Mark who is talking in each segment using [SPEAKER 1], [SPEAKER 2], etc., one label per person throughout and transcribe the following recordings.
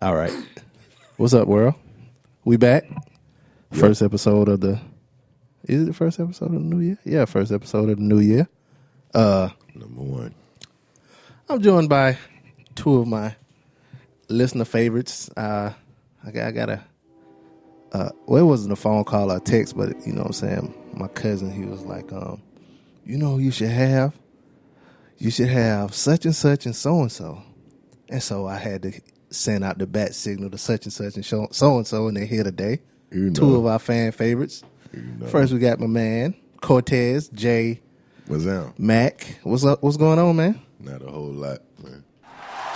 [SPEAKER 1] All right. What's up, world? We back. First episode of the Is it the first episode of the new year? Yeah, first episode of the new year. Uh,
[SPEAKER 2] Number one.
[SPEAKER 1] I'm joined by two of my listener favorites. Uh I got I got a uh well it wasn't a phone call or a text, but you know what I'm saying? My cousin, he was like, um, you know who you should have? You should have such and such and so and so. And so I had to send out the bat signal to such and such and so and so, and they're here today.
[SPEAKER 2] You
[SPEAKER 1] Two
[SPEAKER 2] know.
[SPEAKER 1] of our fan favorites.
[SPEAKER 2] You know.
[SPEAKER 1] First, we got my man Cortez J
[SPEAKER 2] What's out?
[SPEAKER 1] Mac. What's up? What's going on, man?
[SPEAKER 2] Not a whole lot, man.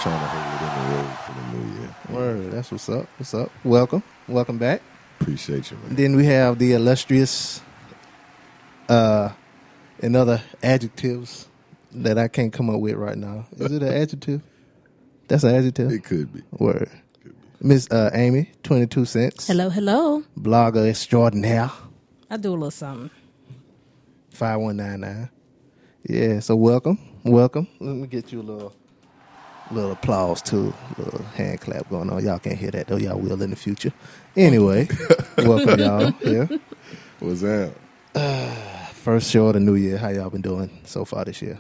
[SPEAKER 2] Trying to hold it in the road for the new year.
[SPEAKER 1] Word. That's what's up. What's up? Welcome. Welcome back.
[SPEAKER 2] Appreciate you, man.
[SPEAKER 1] Then we have the illustrious, uh, and other adjectives that I can't come up with right now. Is it an adjective? That's an adjective.
[SPEAKER 2] It could be.
[SPEAKER 1] Word. Miss uh, Amy, twenty two cents.
[SPEAKER 3] Hello, hello.
[SPEAKER 1] Blogger extraordinaire.
[SPEAKER 3] I do a little something.
[SPEAKER 1] Five one nine nine. Yeah, so welcome, welcome. Let me get you a little, little applause too, little hand clap going on. Y'all can't hear that though. Y'all will in the future. Anyway, welcome y'all. Yeah,
[SPEAKER 2] What's out?
[SPEAKER 1] first show of the new year. How y'all been doing so far this year?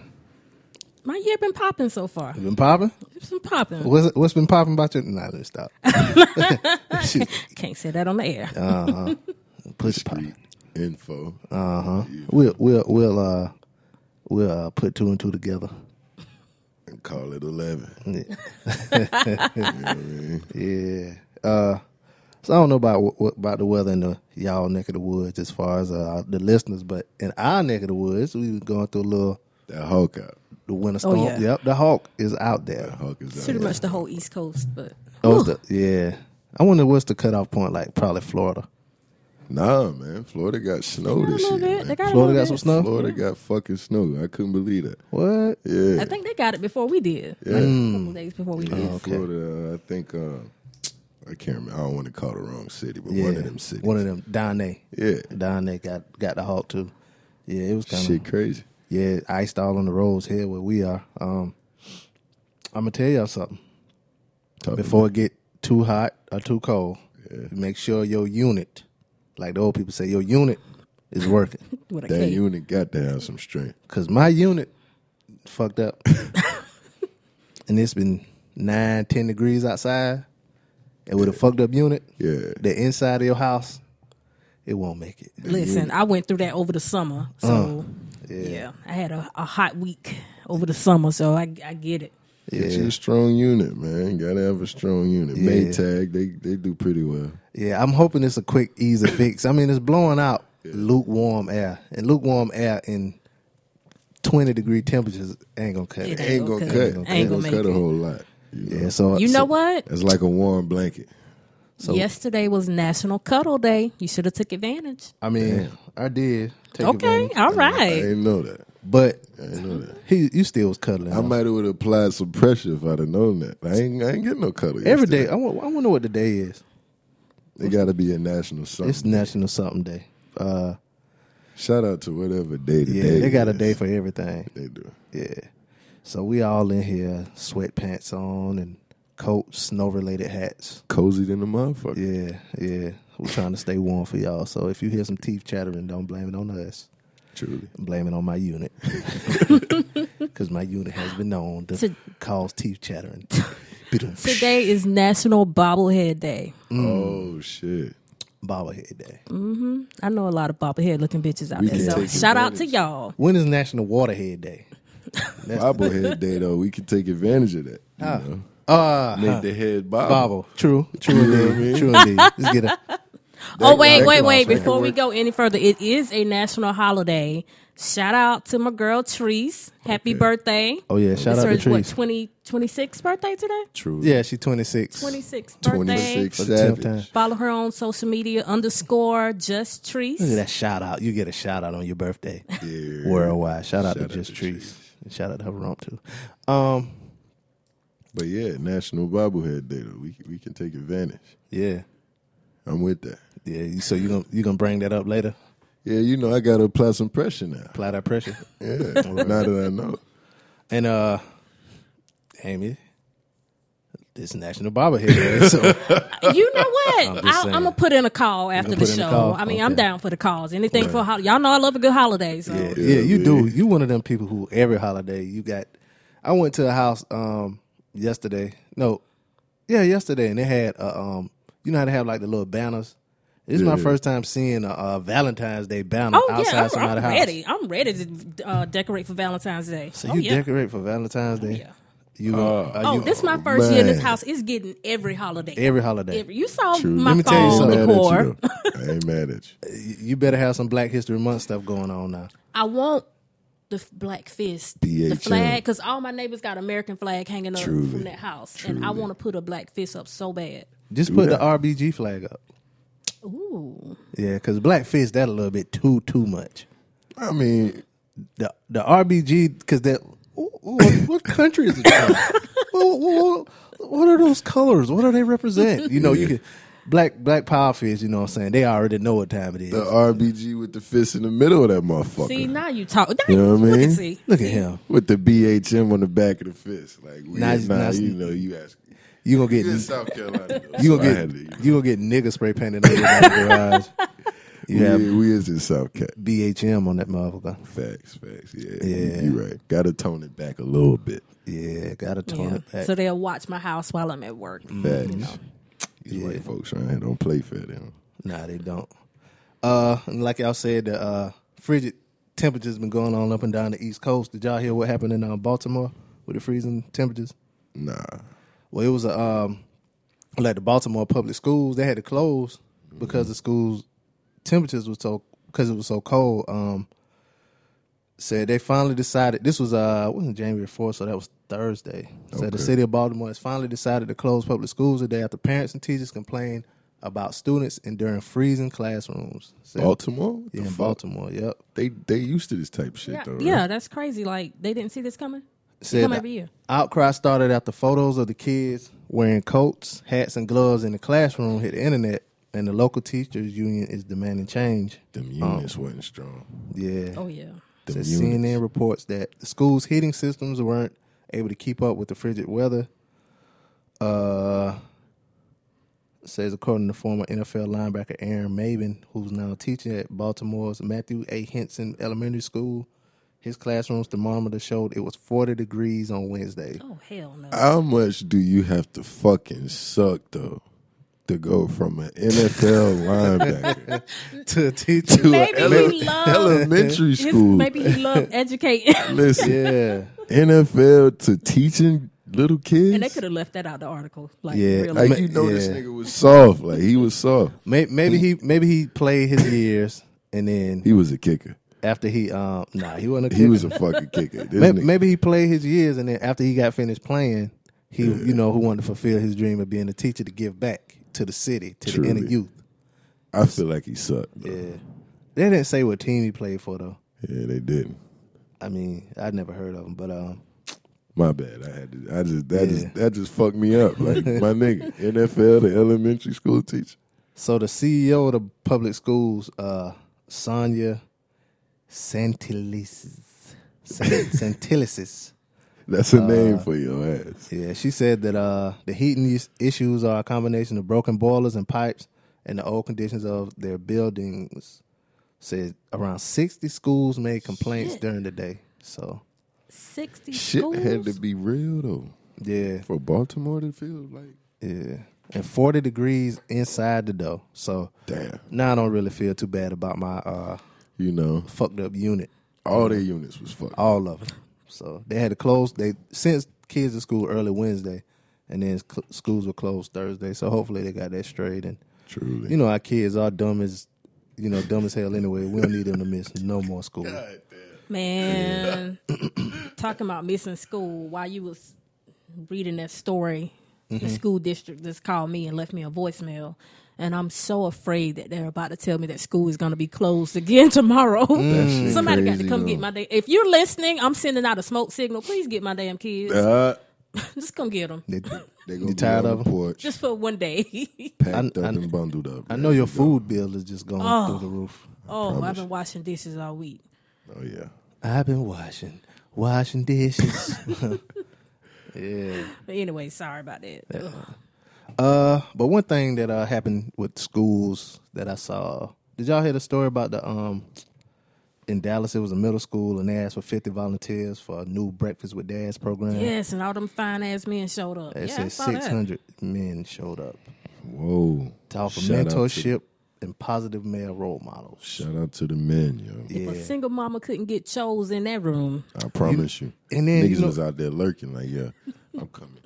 [SPEAKER 3] My year been popping so far.
[SPEAKER 1] You been popping?
[SPEAKER 3] It's been popping.
[SPEAKER 1] What's what's been popping about you? Nah, let me stop. Shoot.
[SPEAKER 3] Can't say that on the air.
[SPEAKER 1] Push pop.
[SPEAKER 2] Info.
[SPEAKER 1] Uh-huh. We'll we'll we'll uh we'll uh, put two and two together.
[SPEAKER 2] And call it 11.
[SPEAKER 1] Yeah.
[SPEAKER 2] You know what I mean?
[SPEAKER 1] Yeah. Uh, so I don't know about wh- wh- about the weather in the y'all neck of the woods as far as uh, the listeners, but in our neck of the woods, we was going through a little
[SPEAKER 2] That Hulk out.
[SPEAKER 1] the winter
[SPEAKER 3] Oh,
[SPEAKER 1] storm.
[SPEAKER 3] yeah.
[SPEAKER 1] Yep, the hawk is out
[SPEAKER 2] That
[SPEAKER 1] there.
[SPEAKER 2] Hulk is out.
[SPEAKER 3] Pretty much the whole East Coast, but
[SPEAKER 1] Oh, it's the, yeah. I wonder what's the cutoff point like? Probably Florida.
[SPEAKER 2] Nah, man. Florida got snow
[SPEAKER 3] a
[SPEAKER 2] this
[SPEAKER 3] little
[SPEAKER 2] year.
[SPEAKER 3] bit. They
[SPEAKER 2] Man.
[SPEAKER 3] got a
[SPEAKER 1] Florida
[SPEAKER 3] little
[SPEAKER 1] got
[SPEAKER 3] bit.
[SPEAKER 1] some snow?
[SPEAKER 2] Florida got fucking snow. I couldn't believe that.
[SPEAKER 1] What?
[SPEAKER 2] Yeah.
[SPEAKER 3] I think they got it before we did.
[SPEAKER 2] yeah.
[SPEAKER 3] A couple days before we did.
[SPEAKER 1] Mm, okay.
[SPEAKER 2] Florida, uh, I think, uh, I can't remember. I don't want to call the wrong city, but
[SPEAKER 1] Yeah.
[SPEAKER 2] one of them cities.
[SPEAKER 1] One of them. Donne.
[SPEAKER 2] Yeah.
[SPEAKER 1] Donne got got the hawk too. Yeah, it was kind of
[SPEAKER 2] Shit crazy.
[SPEAKER 1] yeah, iced all on the roads here where we are. Um, I'm gonna tell y'all something.
[SPEAKER 2] Talk
[SPEAKER 1] before it get too hot or too cold. Make sure your unit, like the old people say, your unit is working.
[SPEAKER 3] With a
[SPEAKER 2] That
[SPEAKER 3] cake.
[SPEAKER 2] unit got to have some strength.
[SPEAKER 1] Cause my unit fucked up, and it's been nine, ten degrees outside, and with a fucked up unit,
[SPEAKER 2] Yeah.
[SPEAKER 1] the inside of your house, it won't make it.
[SPEAKER 3] Listen, I went through that over the summer.
[SPEAKER 1] Uh,
[SPEAKER 3] So yeah. I had a, a hot week over the summer, so I I get it.
[SPEAKER 2] Get you a strong unit, man. Gotta have a strong unit.
[SPEAKER 1] Yeah.
[SPEAKER 2] Maytag, they they do pretty well.
[SPEAKER 1] Yeah, I'm hoping it's a quick, easy fix. I mean, it's blowing out lukewarm air, and lukewarm air in twenty degree temperatures ain't gonna cut it.
[SPEAKER 3] It
[SPEAKER 2] Ain't gonna cut.
[SPEAKER 3] Ain't
[SPEAKER 2] Ain't gonna,
[SPEAKER 3] gonna make
[SPEAKER 2] cut a
[SPEAKER 3] it.
[SPEAKER 2] whole lot. You know?
[SPEAKER 1] Yeah, so
[SPEAKER 3] You
[SPEAKER 1] Uh, so-
[SPEAKER 3] know what?
[SPEAKER 2] It's like a warm blanket.
[SPEAKER 1] So-
[SPEAKER 3] Yesterday was National Cuddle Day. You should have took advantage.
[SPEAKER 1] I mean, I did. Take
[SPEAKER 3] Okay,
[SPEAKER 1] advantage.
[SPEAKER 3] all
[SPEAKER 2] I
[SPEAKER 3] right.
[SPEAKER 2] didn't know that.
[SPEAKER 1] But
[SPEAKER 2] I didn't know that.
[SPEAKER 1] he, you still was cuddling.
[SPEAKER 2] I
[SPEAKER 1] huh?
[SPEAKER 2] might have applied some pressure if I'd have known that. I ain't I ain't getting no cuddle.
[SPEAKER 1] Every
[SPEAKER 2] yesterday.
[SPEAKER 1] day. I want. I wonder what the day is.
[SPEAKER 2] They gotta be a national something.
[SPEAKER 1] It's National Something Day. Uh,
[SPEAKER 2] Shout out to whatever day the
[SPEAKER 1] yeah,
[SPEAKER 2] day
[SPEAKER 1] they got a
[SPEAKER 2] is.
[SPEAKER 1] day for everything.
[SPEAKER 2] They do.
[SPEAKER 1] Yeah. So we all in here, sweatpants on and coats, snow related hats.
[SPEAKER 2] Cozy than a motherfucker.
[SPEAKER 1] Yeah, yeah. We're trying to stay warm for y'all. So if you hear some teeth chattering, don't blame it on us.
[SPEAKER 2] Truly.
[SPEAKER 1] Blame it on my unit, because my unit has been known to,
[SPEAKER 3] To-
[SPEAKER 1] cause teeth chattering.
[SPEAKER 3] Today is National Bobblehead Day.
[SPEAKER 1] Mm.
[SPEAKER 2] Oh shit.
[SPEAKER 1] Bobblehead Day.
[SPEAKER 3] I know a lot of bobblehead looking bitches out
[SPEAKER 2] We
[SPEAKER 3] there.
[SPEAKER 2] can
[SPEAKER 3] So
[SPEAKER 2] take
[SPEAKER 3] shout out to
[SPEAKER 2] advantage.
[SPEAKER 3] y'all.
[SPEAKER 1] When is National Waterhead Day?
[SPEAKER 2] Bobblehead day though, we can take advantage of that. You know?
[SPEAKER 1] Uh
[SPEAKER 2] Make the head bobble.
[SPEAKER 1] Ah. Bobble. True. True indeed. True indeed. Let's get a
[SPEAKER 3] Oh wait,
[SPEAKER 2] that
[SPEAKER 3] wait,
[SPEAKER 2] could
[SPEAKER 3] wait!
[SPEAKER 2] also
[SPEAKER 3] Before we
[SPEAKER 2] work.
[SPEAKER 3] go any further, it is a national holiday. Shout out to my girl Treese. Happy birthday!
[SPEAKER 1] Oh yeah, shout
[SPEAKER 3] It's
[SPEAKER 1] out to
[SPEAKER 3] her, what
[SPEAKER 1] Trees.
[SPEAKER 3] 20, 26th birthday today?
[SPEAKER 2] True.
[SPEAKER 1] Yeah, she's twenty six.
[SPEAKER 3] 26th birthday.
[SPEAKER 2] 26
[SPEAKER 1] the tenth time.
[SPEAKER 2] Savage.
[SPEAKER 3] Follow her on social media underscore just
[SPEAKER 1] Look at
[SPEAKER 3] Treese.
[SPEAKER 1] that shout out. You get a shout out on your birthday.
[SPEAKER 2] Yeah.
[SPEAKER 1] Worldwide. Shout out
[SPEAKER 2] Shout
[SPEAKER 1] to
[SPEAKER 2] out
[SPEAKER 1] just
[SPEAKER 2] to
[SPEAKER 1] Trees. And shout out to her romp too. Um,
[SPEAKER 2] But yeah, National Bobblehead Day though. We can- we can take advantage.
[SPEAKER 1] yeah.
[SPEAKER 2] I'm with that.
[SPEAKER 1] Yeah. you- So you gonna you gonna bring that up later?
[SPEAKER 2] Yeah, you know I gotta apply some pressure now.
[SPEAKER 1] Apply that pressure.
[SPEAKER 2] Yeah. now that I know.
[SPEAKER 1] And uh Amy. This National Bobblehead Day, so
[SPEAKER 3] You know what?
[SPEAKER 1] I'm just
[SPEAKER 3] I,
[SPEAKER 1] saying.
[SPEAKER 3] I'm gonna put in a call after the
[SPEAKER 1] put in a
[SPEAKER 3] show.
[SPEAKER 1] call?
[SPEAKER 3] I mean, I'm
[SPEAKER 1] Okay.
[SPEAKER 3] down for the calls. Anything for hol- y'all know I love a good holiday. So
[SPEAKER 1] yeah,
[SPEAKER 2] Yeah,
[SPEAKER 1] yeah, you
[SPEAKER 2] man.
[SPEAKER 1] do. You one of them people who every holiday you got. I went to a house um yesterday. No, yeah, yesterday, and they had uh, um you know how they have like the little banners. This is my
[SPEAKER 2] Yeah.
[SPEAKER 1] first time seeing a, a Valentine's Day banner
[SPEAKER 3] oh
[SPEAKER 1] outside
[SPEAKER 3] yeah, I'm, I'm
[SPEAKER 1] somebody's house.
[SPEAKER 3] ready. I'm ready to uh, decorate for Valentine's Day.
[SPEAKER 1] So
[SPEAKER 3] oh,
[SPEAKER 1] you
[SPEAKER 3] yeah. Oh,
[SPEAKER 1] decorate for Valentine's Day?
[SPEAKER 3] yeah.
[SPEAKER 1] You uh,
[SPEAKER 3] Oh,
[SPEAKER 1] you,
[SPEAKER 3] this is my first year in this
[SPEAKER 2] man.
[SPEAKER 3] house. It's getting every holiday.
[SPEAKER 1] every holiday.
[SPEAKER 3] Every- you saw
[SPEAKER 2] True.
[SPEAKER 3] my
[SPEAKER 1] Let me tell you
[SPEAKER 3] fall
[SPEAKER 1] something.
[SPEAKER 3] decor.
[SPEAKER 2] at you. though. I ain't mad at you.
[SPEAKER 1] You- you better have some Black History Month stuff going on now.
[SPEAKER 3] I want the f- black fist, the
[SPEAKER 2] BHM.
[SPEAKER 3] flag, because all my neighbors got American flag hanging up
[SPEAKER 2] Truly.
[SPEAKER 3] from that house, and I
[SPEAKER 2] Truly.
[SPEAKER 3] want to put a black fist up so bad.
[SPEAKER 1] Just put
[SPEAKER 2] that.
[SPEAKER 1] the RBG flag up.
[SPEAKER 3] Ooh,
[SPEAKER 1] Yeah, because Black Fist that a little bit too too much.
[SPEAKER 2] I mean,
[SPEAKER 1] the the RBG because that ooh, ooh, what, what country is it from? what, what, what- what are those colors? What do they represent? You know, you can black black power fish. You know what I'm saying? They already know what time it is.
[SPEAKER 2] the RBG with the fist in the middle of that motherfucker.
[SPEAKER 3] see now you talk. Now
[SPEAKER 2] You know what I
[SPEAKER 3] look at
[SPEAKER 2] mean?
[SPEAKER 3] see.
[SPEAKER 1] Look at him.
[SPEAKER 2] with the BHM on the back of the fist. Like, we,
[SPEAKER 1] Nice,
[SPEAKER 2] nah,
[SPEAKER 1] nice.
[SPEAKER 2] you know, you ask.
[SPEAKER 1] You gonna get
[SPEAKER 2] You in South Carolina. though,
[SPEAKER 1] you
[SPEAKER 2] so I
[SPEAKER 1] gonna
[SPEAKER 2] had
[SPEAKER 1] get
[SPEAKER 2] to, you know.
[SPEAKER 1] you gonna get nigga spray painted on your garage. You have
[SPEAKER 2] We, we is in South Cat.
[SPEAKER 1] BHM on that motherfucker.
[SPEAKER 2] Facts, facts. Yeah,
[SPEAKER 1] Yeah.
[SPEAKER 2] You, are right. Got to tone it back a little bit.
[SPEAKER 1] Yeah, gotta tone
[SPEAKER 3] Yeah.
[SPEAKER 1] it back.
[SPEAKER 3] So they'll watch my house while I'm at work.
[SPEAKER 2] Mm. Facts. These white folks right here don't play fair. Them.
[SPEAKER 1] Nah, they don't. Uh, and like y'all said, the uh, frigid temperatures been going on up and down the East Coast. Did y'all hear what happened in uh, Baltimore with the freezing temperaters?
[SPEAKER 2] Nah.
[SPEAKER 1] Well, it was a um, like the Baltimore public schools. They had to close because the schools temperatures was so because it was so cold. Um, said they finally decided this was uh it wasn't January fourth, so that was Thursday. So the
[SPEAKER 2] Okay.
[SPEAKER 1] city of Baltimore has finally decided to close public schools today after parents and teachers complained about students enduring freezing classrooms. Said-
[SPEAKER 2] Baltimore? What the
[SPEAKER 1] yeah, in
[SPEAKER 2] fuck?
[SPEAKER 1] Baltimore. Yep.
[SPEAKER 2] They they used to this type of shit
[SPEAKER 3] Yeah,
[SPEAKER 2] though. right?
[SPEAKER 3] yeah, that's crazy. Like they didn't see this coming.
[SPEAKER 1] Said
[SPEAKER 3] come
[SPEAKER 1] the
[SPEAKER 3] every year.
[SPEAKER 1] Outcry started after photos of the kids wearing coats, hats, and gloves in the classroom hit the internet, and the local teachers union is demanding change.
[SPEAKER 2] Them
[SPEAKER 1] Um,
[SPEAKER 2] units wasn't strong.
[SPEAKER 1] Yeah.
[SPEAKER 3] Oh yeah.
[SPEAKER 1] So
[SPEAKER 2] Them
[SPEAKER 1] CNN reports that the school's heating systems weren't able to keep up with the frigid weather. Uh, says according to former NFL linebacker Aaron Maven, who's now teaching at Baltimore's Matthew A. Henson Elementary School, his classroom's thermometer showed it was 40 degrees on Wednesday.
[SPEAKER 3] Oh hell no.
[SPEAKER 2] How much do you have to fucking suck though to go from an NFL linebacker
[SPEAKER 1] to a teacher.
[SPEAKER 3] maybe he loved
[SPEAKER 2] elementary
[SPEAKER 3] his,
[SPEAKER 2] school?
[SPEAKER 3] maybe he loved educating.
[SPEAKER 2] Listen,
[SPEAKER 1] Yeah.
[SPEAKER 2] NFL to teaching little kids.
[SPEAKER 3] and they could have left that out of the article. Like
[SPEAKER 1] Yeah.
[SPEAKER 3] really.
[SPEAKER 2] like you know, this
[SPEAKER 1] Yeah.
[SPEAKER 2] nigga was soft. Like he was soft.
[SPEAKER 1] May- Maybe he maybe he played his years and then
[SPEAKER 2] He was a kicker.
[SPEAKER 1] after he um nah he wasn't a
[SPEAKER 2] He
[SPEAKER 1] kicker.
[SPEAKER 2] was a fucking kicker. This
[SPEAKER 1] maybe,
[SPEAKER 2] nigga,
[SPEAKER 1] maybe he played his years, and then after he got finished playing, he you know who wanted to fulfill his dream of being a teacher to give back to the city to the inner
[SPEAKER 2] Truly.
[SPEAKER 1] youth.
[SPEAKER 2] I feel like he sucked. though.
[SPEAKER 1] Yeah, they didn't say what team he played for though.
[SPEAKER 2] Yeah, they didn't.
[SPEAKER 1] I mean, I never heard of him, but um,
[SPEAKER 2] My bad. I had to. I just that
[SPEAKER 1] Yeah.
[SPEAKER 2] just that just fucked me up. Like my nigga, NFL, the elementary school teacher.
[SPEAKER 1] so the CEO of the public schools, uh, Sonia Santillis, San- Santilisis.
[SPEAKER 2] That's a name for your ass.
[SPEAKER 1] Yeah, she said that uh, the heating is- issues are a combination of broken boilers and pipes and the old conditions of their buildings. Said around 60 schools made complaints during the day. So,
[SPEAKER 3] Sixty
[SPEAKER 2] Shit
[SPEAKER 3] schools.
[SPEAKER 2] had to be real though.
[SPEAKER 1] yeah,
[SPEAKER 2] For Baltimore to feel like
[SPEAKER 1] yeah. And 40 degrees inside the door. So,
[SPEAKER 2] damn.
[SPEAKER 1] now I don't really feel too bad about my uh,
[SPEAKER 2] You know,
[SPEAKER 1] fucked up unit,
[SPEAKER 2] all their units was fucked.
[SPEAKER 1] all of them. So, they had to close. They sent kids to school early Wednesday, and then cl- schools were closed Thursday. So, hopefully, they got that straight and
[SPEAKER 2] Truly.
[SPEAKER 1] You know our kids are dumb as you know dumb as hell anyway. We don't need them to miss no more school.
[SPEAKER 3] Man, talking about missing school while you was reading that story,
[SPEAKER 2] Mm-hmm.
[SPEAKER 3] the school district just called me and left me a voicemail, and I'm so afraid that they're about to tell me that school is going to be closed again tomorrow.
[SPEAKER 2] shit
[SPEAKER 3] Somebody got to
[SPEAKER 2] crazy,
[SPEAKER 3] come
[SPEAKER 2] though.
[SPEAKER 3] get my day. If you're listening, I'm sending out a smoke signal. Please get my damn kids.
[SPEAKER 2] Uh,
[SPEAKER 3] just come get them,
[SPEAKER 1] They,
[SPEAKER 2] they
[SPEAKER 1] You
[SPEAKER 2] gonna
[SPEAKER 1] tired
[SPEAKER 2] tired
[SPEAKER 1] of
[SPEAKER 2] of the
[SPEAKER 1] 'em?
[SPEAKER 2] porch,
[SPEAKER 3] just for one day.
[SPEAKER 2] packed
[SPEAKER 1] I-
[SPEAKER 2] up and bundled up.
[SPEAKER 1] I know your food bill is just going through the roof.
[SPEAKER 3] oh, I've been washing dishes all week.
[SPEAKER 2] Oh yeah.
[SPEAKER 1] I've been washing, washing dishes. Yeah.
[SPEAKER 3] But anyway, sorry about that. Ugh.
[SPEAKER 1] Uh, but one thing that uh happened with schools that I saw. Did y'all hear the story about the um in Dallas? It was a middle school and they asked for fifty volunteers for a new Breakfast with Dads program.
[SPEAKER 3] Yes, and all them fine ass men showed up.
[SPEAKER 1] It
[SPEAKER 3] yeah, I
[SPEAKER 1] said
[SPEAKER 3] saw
[SPEAKER 1] six
[SPEAKER 3] that.
[SPEAKER 1] hundred men showed up
[SPEAKER 2] Whoa.
[SPEAKER 1] to offer
[SPEAKER 2] Shout out to-
[SPEAKER 1] mentorship and positive male role models.
[SPEAKER 2] Shout out to the men, yo.
[SPEAKER 3] If a single mama couldn't get chose in that room,
[SPEAKER 2] I promise you.
[SPEAKER 1] and then,
[SPEAKER 2] niggas
[SPEAKER 1] you know-
[SPEAKER 2] was out there lurking like, yeah, I'm coming.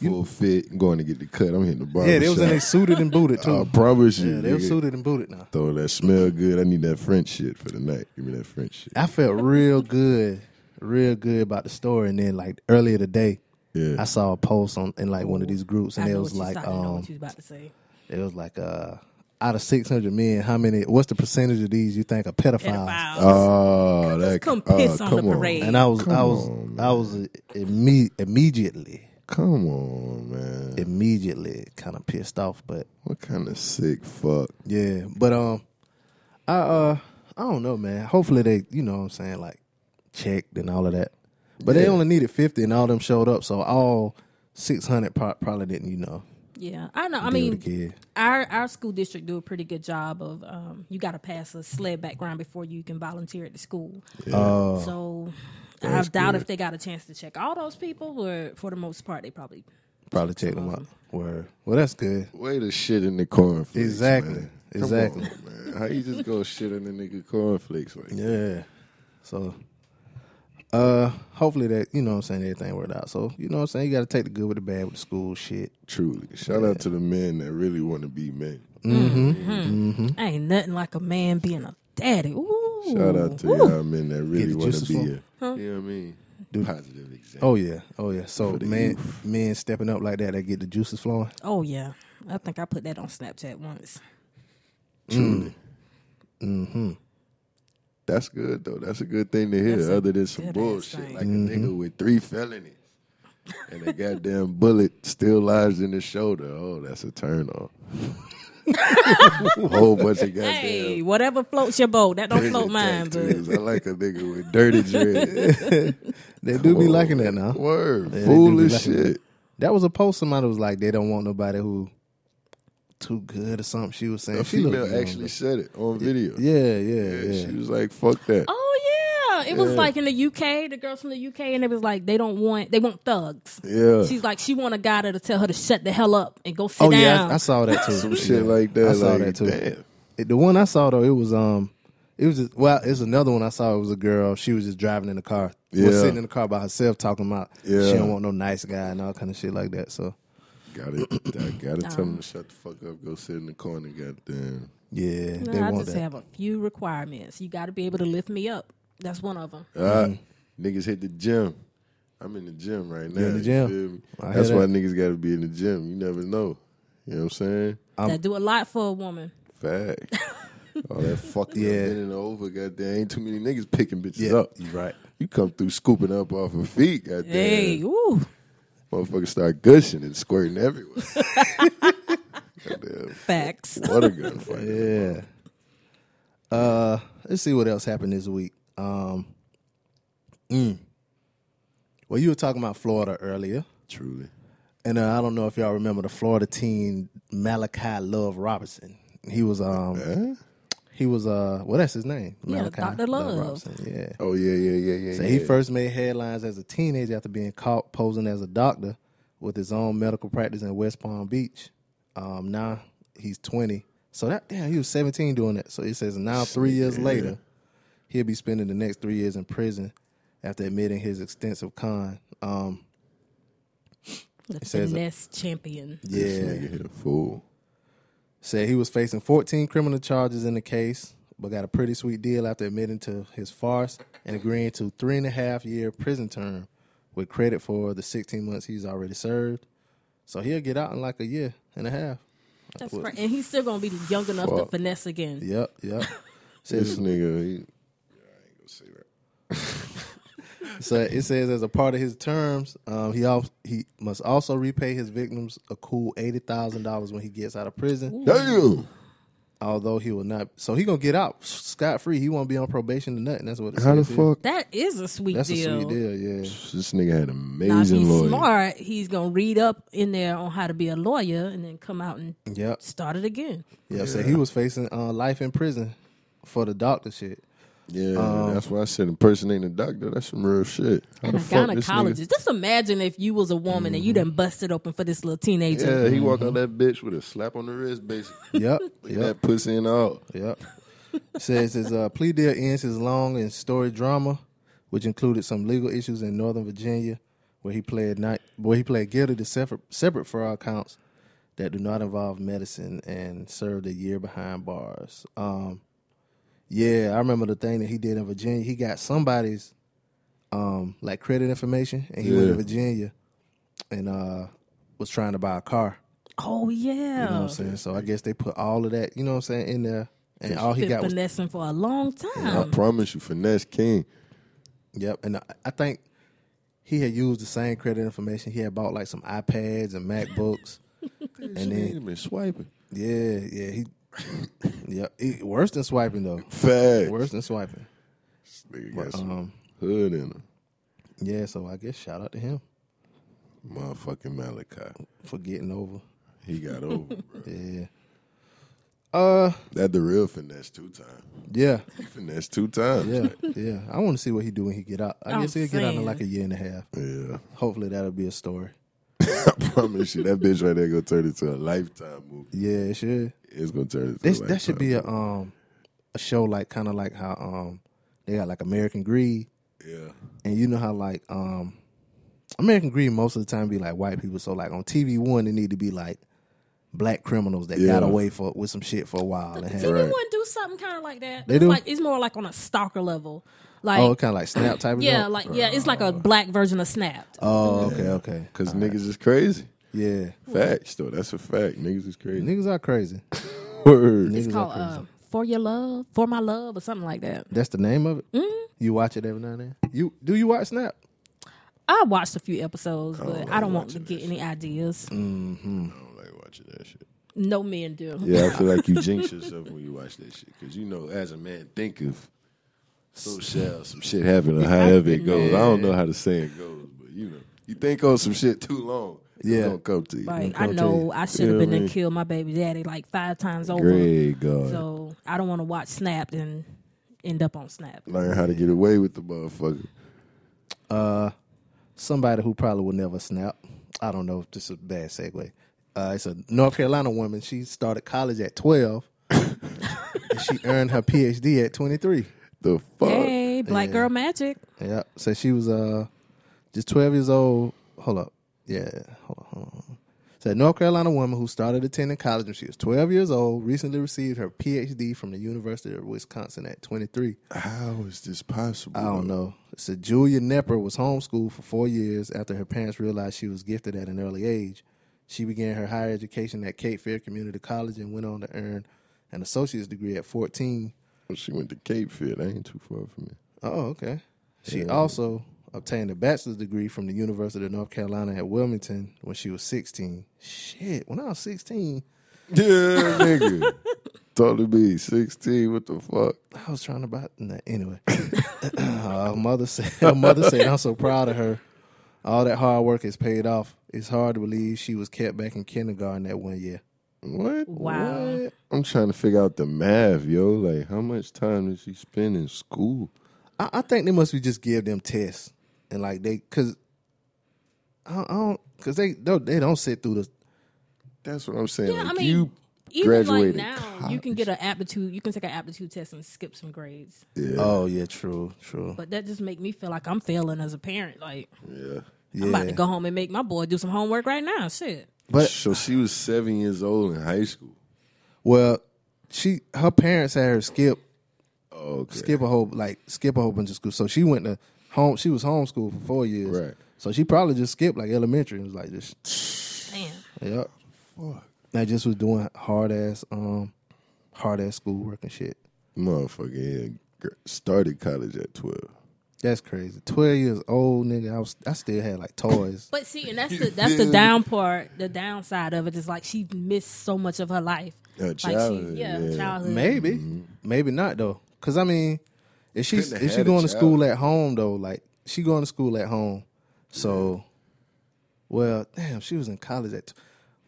[SPEAKER 2] Full fit, going to get the cut. I'm hitting the barber.
[SPEAKER 1] Yeah, they was in they
[SPEAKER 2] shop.
[SPEAKER 1] suited and booted too.
[SPEAKER 2] I promise you.
[SPEAKER 1] Oh, yeah, they were
[SPEAKER 2] nigga.
[SPEAKER 1] suited and booted now.
[SPEAKER 2] Throw that smell good. I need that French shit for the night. Give me that French shit.
[SPEAKER 1] I felt real good, real good about the story. And then like earlier today,
[SPEAKER 2] Yeah.
[SPEAKER 1] I saw a post on in like one of these groups, and
[SPEAKER 3] I
[SPEAKER 1] it
[SPEAKER 3] know
[SPEAKER 1] was
[SPEAKER 3] what you
[SPEAKER 1] like,
[SPEAKER 3] started, I know
[SPEAKER 1] um,
[SPEAKER 3] what you was about to say.
[SPEAKER 1] it was like, uh, out of six hundred men, how many? What's the percentage of these you think are pedophiles?
[SPEAKER 3] Pedophiles.
[SPEAKER 1] Uh,
[SPEAKER 2] Oh, that
[SPEAKER 3] come
[SPEAKER 2] oh,
[SPEAKER 3] piss on the
[SPEAKER 2] come on.
[SPEAKER 3] parade.
[SPEAKER 1] And I was, I
[SPEAKER 2] Come
[SPEAKER 1] was,
[SPEAKER 2] on,
[SPEAKER 1] I was imme- immediately,
[SPEAKER 2] Come on, man.
[SPEAKER 1] immediately kind of pissed off. But
[SPEAKER 2] What kind of sick fuck?
[SPEAKER 1] yeah, but um, I uh, I don't know, man. Hopefully they, you know, what I'm saying like checked and all of that. But they
[SPEAKER 2] Yeah.
[SPEAKER 1] only needed fifty, and all them showed up, so all six hundred probably didn't, you know.
[SPEAKER 3] Yeah, I know.
[SPEAKER 1] deal
[SPEAKER 3] I mean,
[SPEAKER 1] with the kid.
[SPEAKER 3] our our school district do a pretty good job of um, you got to pass a SLED background before you can volunteer at the school.
[SPEAKER 1] Uh,
[SPEAKER 3] so I doubt if they got a chance to check all those people, but for the most part, they probably
[SPEAKER 1] Probably check them out. Word. Well, that's good.
[SPEAKER 2] Way to shit in the cornflakes.
[SPEAKER 1] Exactly.
[SPEAKER 2] man. Come
[SPEAKER 1] Exactly.
[SPEAKER 2] on, man. How you just go shit in the nigga cornflakes like that?
[SPEAKER 1] Yeah. So, uh, hopefully that you know what I'm saying everything worked out. So you know what I'm saying you got to take the good with the bad with the school shit.
[SPEAKER 2] Truly. Shout out to the men that really want to be men.
[SPEAKER 1] Hmm?
[SPEAKER 3] ain't nothing like a man being a daddy. Ooh,
[SPEAKER 2] Shout out to y'all men that really
[SPEAKER 1] the
[SPEAKER 2] want to
[SPEAKER 1] juices
[SPEAKER 2] be
[SPEAKER 1] flowing.
[SPEAKER 2] a, you know what I mean? Positive example.
[SPEAKER 1] Oh yeah, oh yeah. So man, men stepping up like that, they get the juices flowing.
[SPEAKER 3] Oh yeah, I think I put that on Snapchat once.
[SPEAKER 2] Truly. That's good though. That's a good thing to hear.
[SPEAKER 3] That's a
[SPEAKER 2] other than some
[SPEAKER 3] good-ass
[SPEAKER 2] bullshit,
[SPEAKER 3] thing.
[SPEAKER 2] like a
[SPEAKER 1] Mm-hmm.
[SPEAKER 2] nigga with three felonies and a goddamn bullet still lies in his shoulder. Oh, that's a turn off. Whole bunch of goddamn.
[SPEAKER 3] Hey, whatever floats your boat, that don't
[SPEAKER 2] prison
[SPEAKER 3] float mine. But
[SPEAKER 2] tattoos. I like a nigga with dirty dread.
[SPEAKER 1] They do be liking that now.
[SPEAKER 2] Word,
[SPEAKER 1] they do be
[SPEAKER 2] foolish
[SPEAKER 1] liking
[SPEAKER 2] shit.
[SPEAKER 1] That was a post somebody was like, they don't want nobody who too good or something. She was saying
[SPEAKER 2] A
[SPEAKER 1] she looked
[SPEAKER 2] female
[SPEAKER 1] young,
[SPEAKER 2] actually said it on video.
[SPEAKER 1] but- Yeah, yeah,
[SPEAKER 2] Yeah,
[SPEAKER 1] yeah.
[SPEAKER 2] she was like, "Fuck that."
[SPEAKER 3] oh yeah, it was like in the UK, the girls from the UK, and it was like they don't want they want thugs.
[SPEAKER 2] Yeah,
[SPEAKER 3] She's like, she want a guy that'll tell her to shut the hell up and go sit
[SPEAKER 1] Oh
[SPEAKER 3] down.
[SPEAKER 1] yeah, I, I saw that too.
[SPEAKER 2] some shit
[SPEAKER 1] Yeah.
[SPEAKER 2] like that.
[SPEAKER 1] I saw
[SPEAKER 2] like,
[SPEAKER 1] that too.
[SPEAKER 2] Damn.
[SPEAKER 1] It- The one I saw though, it was um, it was just, well, it's another one I saw. It was a girl. She was just driving in the car,
[SPEAKER 2] Yeah.
[SPEAKER 1] was sitting in the car by herself, talking about
[SPEAKER 2] Yeah.
[SPEAKER 1] she don't want no nice guy and all kind of shit like that. So
[SPEAKER 2] Got it. I gotta tell
[SPEAKER 3] Oh.
[SPEAKER 2] him to shut the fuck up. Go sit in the corner. Goddamn.
[SPEAKER 1] yeah,
[SPEAKER 3] No,
[SPEAKER 1] they
[SPEAKER 3] I
[SPEAKER 1] want
[SPEAKER 3] just
[SPEAKER 1] that.
[SPEAKER 3] have a few requirements. You got to be able to lift me up. That's one of them.
[SPEAKER 2] Ah, niggas hit the gym. I'm in the gym right now.
[SPEAKER 1] Mm. in the
[SPEAKER 2] you
[SPEAKER 1] gym?
[SPEAKER 2] feel me?
[SPEAKER 1] I hear
[SPEAKER 2] That's why
[SPEAKER 1] that.
[SPEAKER 2] niggas gotta be in the gym. You never know. You know what I'm saying?
[SPEAKER 3] that do a lot for a woman.
[SPEAKER 2] Fact. All that fucking
[SPEAKER 1] Yeah.
[SPEAKER 2] yeah. in and over. Goddamn, ain't too many niggas picking bitches
[SPEAKER 1] Yeah,
[SPEAKER 2] up.
[SPEAKER 1] you right.
[SPEAKER 2] You come through scooping up off her feet. Goddamn.
[SPEAKER 3] Hey, ooh,
[SPEAKER 2] Motherfuckers start gushing and squirting everywhere. goddamn.
[SPEAKER 3] facts.
[SPEAKER 2] Water gun fight.
[SPEAKER 1] Yeah. Uh, let's see what else happened this week. Um, mm. well, you were talking about Florida earlier,
[SPEAKER 2] Truly.
[SPEAKER 1] and uh, I don't know if y'all remember the Florida teen Malachi Love Robinson. He was um.
[SPEAKER 2] Huh?
[SPEAKER 1] He was uh, well, that's his name,
[SPEAKER 3] Eh? Yeah, Dr. Love.
[SPEAKER 1] Robinson. Yeah,
[SPEAKER 2] Oh yeah, yeah, yeah, yeah.
[SPEAKER 1] so
[SPEAKER 2] yeah.
[SPEAKER 1] he first made headlines as a teenager after being caught posing as a doctor with his own medical practice in West Palm Beach. Um, now he's twenty, so that damn he was seventeen doing that. So it says now three years later, he'll be spending the next three years in prison after admitting his extensive con. Um,
[SPEAKER 3] The
[SPEAKER 1] says-
[SPEAKER 3] finesse champion.
[SPEAKER 2] This nigga hit a fool.
[SPEAKER 1] said he was facing 14 criminal charges in the case, but got a pretty sweet deal after admitting to his farce and agreeing to three and a half year prison term with credit for the 16 months he's already served. So he'll get out in like a year and a half.
[SPEAKER 3] That's right. And he's still gonna be young enough to
[SPEAKER 2] Fuck.
[SPEAKER 3] finesse again.
[SPEAKER 1] Yep, yep.
[SPEAKER 2] This
[SPEAKER 1] says,
[SPEAKER 2] nigga, he, I ain't gonna say that.
[SPEAKER 1] so it says as a part of his terms, um, he al- he must also repay his victims a cool eighty thousand dollars when he gets out of prison.
[SPEAKER 2] Damn,
[SPEAKER 1] Although he will not, so he gonna get out scot free. He won't be on probation or nothing. That's what. It
[SPEAKER 2] How the
[SPEAKER 1] says here.
[SPEAKER 2] fuck?
[SPEAKER 3] That is a sweet
[SPEAKER 1] That's
[SPEAKER 3] deal.
[SPEAKER 1] a sweet deal. Yeah.
[SPEAKER 2] This nigga had
[SPEAKER 3] Now, if
[SPEAKER 2] amazing
[SPEAKER 3] he's
[SPEAKER 2] lawyer.
[SPEAKER 3] smart, he's gonna read up in there on how to be a lawyer, and then come out and
[SPEAKER 1] Yep.
[SPEAKER 3] start it again.
[SPEAKER 1] Yep. So he was facing uh, life in prison for the doctor shit.
[SPEAKER 2] Yeah,
[SPEAKER 1] Um,
[SPEAKER 2] that's why I said impersonating a doctor. That's some real shit. How
[SPEAKER 3] And
[SPEAKER 2] the
[SPEAKER 3] a
[SPEAKER 2] fuck this nigga?
[SPEAKER 3] gynecologist. Just imagine if you was a woman and you
[SPEAKER 1] Mm-hmm.
[SPEAKER 3] done busted open for this little teenager.
[SPEAKER 2] Yeah, he walked out that bitch with a slap on the wrist, basically.
[SPEAKER 1] Yep.
[SPEAKER 2] Look at
[SPEAKER 1] Mm-hmm. yep.
[SPEAKER 2] that pussy and all.
[SPEAKER 1] Yep. Says his uh, plea deal ends his long and storied drama, which included some legal issues in Northern Virginia, where he played not where he played guilty to separate separate fraud counts that do not involve medicine and served a year behind bars. Um, yeah, I remember the thing that he did in Virginia. He got somebody's um, like credit information, and he went to
[SPEAKER 2] Yeah.
[SPEAKER 1] Virginia and uh, was trying to buy a car.
[SPEAKER 3] Oh yeah.
[SPEAKER 1] You know what I'm saying? So I guess they put all of that, you know what I'm saying, in there. And all he
[SPEAKER 3] Been
[SPEAKER 1] got was
[SPEAKER 3] finessing for a long
[SPEAKER 2] I
[SPEAKER 3] time.
[SPEAKER 2] promise you, finesse king.
[SPEAKER 1] Yep, and I, I think he had used the same credit information. He had bought like some iPads and MacBooks.
[SPEAKER 2] And
[SPEAKER 1] then-
[SPEAKER 2] been swiping.
[SPEAKER 1] yeah, yeah, he. Yep, he, worse than swiping though.
[SPEAKER 2] Facts.
[SPEAKER 1] Worse than swiping.
[SPEAKER 2] Nigga got some
[SPEAKER 1] Um,
[SPEAKER 2] hood in him.
[SPEAKER 1] yeah, so I guess shout out to him
[SPEAKER 2] Motherfucking Malachi.
[SPEAKER 1] for getting over.
[SPEAKER 2] He got over, bro.
[SPEAKER 1] Yeah. Uh,
[SPEAKER 2] That the real finesse two time.
[SPEAKER 1] yeah,
[SPEAKER 2] Finesse two times.
[SPEAKER 1] yeah, yeah. I want to see what he do when he get out. I
[SPEAKER 3] I'm
[SPEAKER 1] guess he'll get out in
[SPEAKER 3] saying.
[SPEAKER 1] like a year and a half.
[SPEAKER 2] Yeah.
[SPEAKER 1] Hopefully that'll be a story.
[SPEAKER 2] I promise you, that bitch right there gonna turn into a lifetime movie.
[SPEAKER 1] Yeah, it should.
[SPEAKER 2] It's gonna turn into
[SPEAKER 1] This
[SPEAKER 2] a
[SPEAKER 1] that should be a um a show like kind of like how um they got like American Greed.
[SPEAKER 2] yeah.
[SPEAKER 1] and you know how like um American Greed most of the time be like white people. So like on TV one, it need to be like black criminals that got
[SPEAKER 2] Yeah.
[SPEAKER 1] away for with some shit for a while. And had,
[SPEAKER 3] TV
[SPEAKER 2] Right.
[SPEAKER 3] One do something kind of like that.
[SPEAKER 1] They
[SPEAKER 3] It's
[SPEAKER 1] do?
[SPEAKER 3] Like it's more like on a stalker level. Like
[SPEAKER 1] Oh, kind of like Snap type. of
[SPEAKER 3] yeah,
[SPEAKER 1] junk?
[SPEAKER 3] like yeah, it's like a black version of Snapped.
[SPEAKER 1] oh, okay, okay,
[SPEAKER 2] Cause niggas is crazy.
[SPEAKER 1] yeah.
[SPEAKER 2] Facts though. That's a fact. Niggas is crazy.
[SPEAKER 1] Niggas are crazy.
[SPEAKER 2] Word.
[SPEAKER 1] Niggas
[SPEAKER 3] it's
[SPEAKER 1] are
[SPEAKER 3] called
[SPEAKER 1] crazy.
[SPEAKER 3] uh, For Your Love, For My Love, or something like that.
[SPEAKER 1] That's the name of it.
[SPEAKER 3] Mm-hmm.
[SPEAKER 1] You watch it every now and then. You do you watch Snap?
[SPEAKER 3] I watched a few
[SPEAKER 1] Oh,
[SPEAKER 3] episodes, but I don't want to get any ideas.
[SPEAKER 1] Mm.
[SPEAKER 2] I don't like watching that shit.
[SPEAKER 3] No men do.
[SPEAKER 2] Yeah, I feel like you jinx yourself when you watch that shit. Cause you know, as a man, think of so shall some shit happen or however it goes. I don't know how the saying goes, but you know, you think on some shit too long,
[SPEAKER 1] Yeah.
[SPEAKER 2] it's gonna come to you.
[SPEAKER 3] Like
[SPEAKER 1] come
[SPEAKER 3] I
[SPEAKER 1] to
[SPEAKER 3] know
[SPEAKER 1] you.
[SPEAKER 3] I should have
[SPEAKER 2] Yeah,
[SPEAKER 3] been
[SPEAKER 2] man.
[SPEAKER 3] and killed my baby daddy like five times over.
[SPEAKER 2] Great God.
[SPEAKER 3] So I don't want to watch Snapped and end up on Snapped.
[SPEAKER 2] Learn how to get away with the motherfucker.
[SPEAKER 1] Somebody who probably will never snap. I don't know. This is a bad segue. Uh, it's a North Carolina woman. She started college at twelve. and she earned her PhD at twenty three.
[SPEAKER 2] The fuck?
[SPEAKER 3] Hey, black girl magic.
[SPEAKER 1] Yeah. So she was uh just twelve years old. Hold up. Yeah. Hold on. Hold on. hold on. So a North Carolina woman who started attending college when she was twelve years old recently received her PhD from the University of Wisconsin at twenty three.
[SPEAKER 2] How is this possible?
[SPEAKER 1] I don't know. So Julia Nepper was homeschooled for four years after her parents realized she was gifted at an early age. She began her higher education at Cape Fear Community College and went on to earn an associate's degree at fourteen.
[SPEAKER 2] She went to Cape Fear. That ain't too far from me.
[SPEAKER 1] Oh, okay. She also obtained a bachelor's degree from the University of North Carolina at Wilmington when she was 16. Shit, when I was 16,
[SPEAKER 2] Yeah, nigga. Totally be 16. What the fuck?
[SPEAKER 1] I was trying to buy. Nah, anyway, Uh, her mother said, her mother said, I'm so proud of her. All that hard work has paid off. It's hard to believe she was kept back in kindergarten that one year.
[SPEAKER 2] What?
[SPEAKER 3] Wow.
[SPEAKER 2] What? I'm trying to figure out the math, yo. Like, how much time did she spend in school?
[SPEAKER 1] I, I think they must be just give them tests and like they because I don't- I don't because they don't they don't sit through the
[SPEAKER 2] That's what I'm saying.
[SPEAKER 3] Yeah,
[SPEAKER 2] like,
[SPEAKER 3] I mean,
[SPEAKER 2] you
[SPEAKER 3] even like
[SPEAKER 2] graduated.
[SPEAKER 3] now, you can get an aptitude. You can take an aptitude test and skip some grades.
[SPEAKER 1] oh yeah true true
[SPEAKER 3] But that just make me feel like I'm failing as a parent. Like
[SPEAKER 2] yeah.
[SPEAKER 3] I'm about
[SPEAKER 1] yeah
[SPEAKER 3] to go home and make my boy do some homework right now. Shit.
[SPEAKER 1] but
[SPEAKER 2] so she was seven years old in high school.
[SPEAKER 1] Well, she her parents had her skip
[SPEAKER 2] Oh, okay.
[SPEAKER 1] skip a whole like skip a whole bunch of school. So she went to home. She was homeschooled for four years.
[SPEAKER 2] Right.
[SPEAKER 1] So she probably just skipped like elementary. It was like just
[SPEAKER 3] Damn.
[SPEAKER 1] yep. I just was doing hard ass um hard ass schoolwork and shit.
[SPEAKER 2] Motherfucker yeah, gr- started college at 12.
[SPEAKER 1] That's crazy. Twelve years old nigga. I was I still had like toys.
[SPEAKER 3] But see, and that's the that's the down part. The downside of it is like she missed so much of her life.
[SPEAKER 2] Uh,
[SPEAKER 3] Like
[SPEAKER 2] childhood,
[SPEAKER 3] she, yeah,
[SPEAKER 2] yeah.
[SPEAKER 3] childhood.
[SPEAKER 1] Maybe, Mm-hmm. maybe not though. Because I mean, if she's
[SPEAKER 2] Couldn't have
[SPEAKER 1] if she
[SPEAKER 2] had a
[SPEAKER 1] going to
[SPEAKER 2] child.
[SPEAKER 1] school at home though, like she going to school at home, so well, damn, she was in college at. T-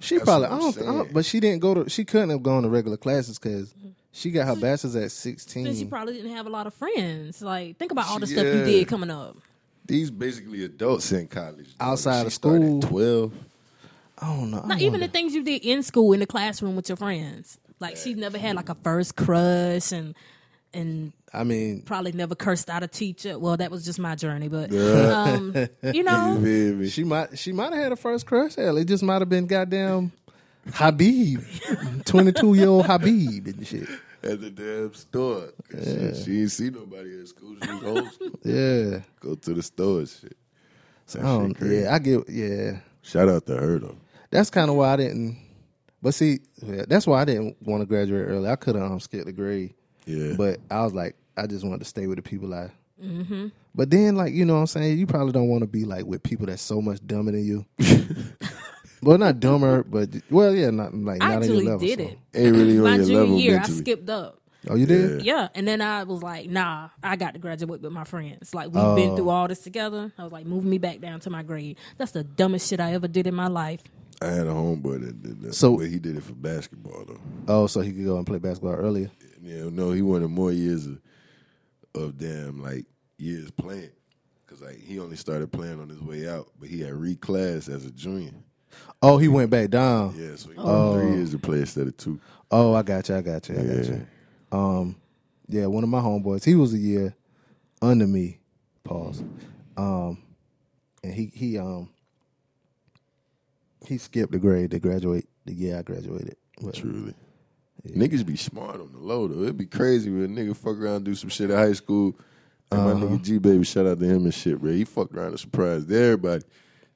[SPEAKER 1] she probably
[SPEAKER 2] what
[SPEAKER 1] I
[SPEAKER 2] I'm
[SPEAKER 1] don't, I don't,
[SPEAKER 2] saying.
[SPEAKER 1] but she didn't go to. She couldn't have gone to regular classes because she got her bachelor's at
[SPEAKER 3] And she
[SPEAKER 1] sixteen.
[SPEAKER 3] probably didn't have a lot of friends. Like, think about all the
[SPEAKER 2] She-
[SPEAKER 3] stuff you
[SPEAKER 2] yeah.
[SPEAKER 3] did coming up.
[SPEAKER 2] These basically adults in college. though.
[SPEAKER 1] Outside
[SPEAKER 2] She
[SPEAKER 1] of
[SPEAKER 2] started
[SPEAKER 1] school.
[SPEAKER 2] at Twelve.
[SPEAKER 1] I don't know. I
[SPEAKER 3] Not
[SPEAKER 1] wonder.
[SPEAKER 3] even the things you did in school in the classroom with your friends. Like she never had like a first crush and and
[SPEAKER 1] I mean,
[SPEAKER 3] probably never cursed out a teacher. Well, that was just my journey, but
[SPEAKER 2] Yeah.
[SPEAKER 3] um, you
[SPEAKER 2] You
[SPEAKER 3] know,
[SPEAKER 2] feel me?
[SPEAKER 1] she might she might have had a first crush. Hell, it just might have been goddamn Habib, twenty two year old Habib and shit.
[SPEAKER 2] at the damn store. 'Cause She, she ain't see nobody at school. She was homeschooled.
[SPEAKER 1] Yeah,
[SPEAKER 2] Go to the store and shit. That
[SPEAKER 1] I don't-
[SPEAKER 2] shit crazy.
[SPEAKER 1] Oh, yeah, I get yeah.
[SPEAKER 2] Shout out to her though.
[SPEAKER 1] That's kind of why I didn't. But see, yeah, that's why I didn't want to graduate early. I could have um, skipped the grade,
[SPEAKER 2] Yeah.
[SPEAKER 1] but I was like, I just wanted to stay with the people I. But then, like you know, what I'm saying you probably don't want to be like with people that's so much dumber than you. well, not dumber, but well, yeah, not like
[SPEAKER 3] I
[SPEAKER 1] not on your
[SPEAKER 3] actually
[SPEAKER 1] level.
[SPEAKER 3] did
[SPEAKER 1] so-
[SPEAKER 3] it.
[SPEAKER 2] ain't really on
[SPEAKER 3] My
[SPEAKER 2] your
[SPEAKER 3] junior
[SPEAKER 2] level
[SPEAKER 3] year,
[SPEAKER 2] mentally.
[SPEAKER 3] I skipped up.
[SPEAKER 1] Oh, you did.
[SPEAKER 2] Yeah.
[SPEAKER 3] Yeah, and then I was like, nah, I got to graduate with my friends. Like we've been through all this together. I was like, move me back down to my grade. That's the dumbest shit I ever did in my life.
[SPEAKER 2] I had a homeboy that did that.
[SPEAKER 1] So-
[SPEAKER 2] but he did it for basketball though.
[SPEAKER 1] Oh, so he could go and play basketball earlier.
[SPEAKER 2] Yeah, no, he wanted more years of, of damn like years playing. Cause like he only started playing on his way out, but he had reclass as a junior.
[SPEAKER 1] Oh, he went back down.
[SPEAKER 2] Yeah, so he oh. three years to play instead of two.
[SPEAKER 1] Oh, I got you. I got you. I got you. Um, yeah, one of my homeboys. He was a year under me. Pause. Um, and he he um he skipped the grade to graduate the year I graduated. But
[SPEAKER 2] Truly. Niggas be smart on the low though. It'd be crazy when a nigga fuck around and do some shit at high school. And my
[SPEAKER 1] Uh-huh.
[SPEAKER 2] nigga G Baby, shout out to him and shit, bro. He fucked around and surprised everybody.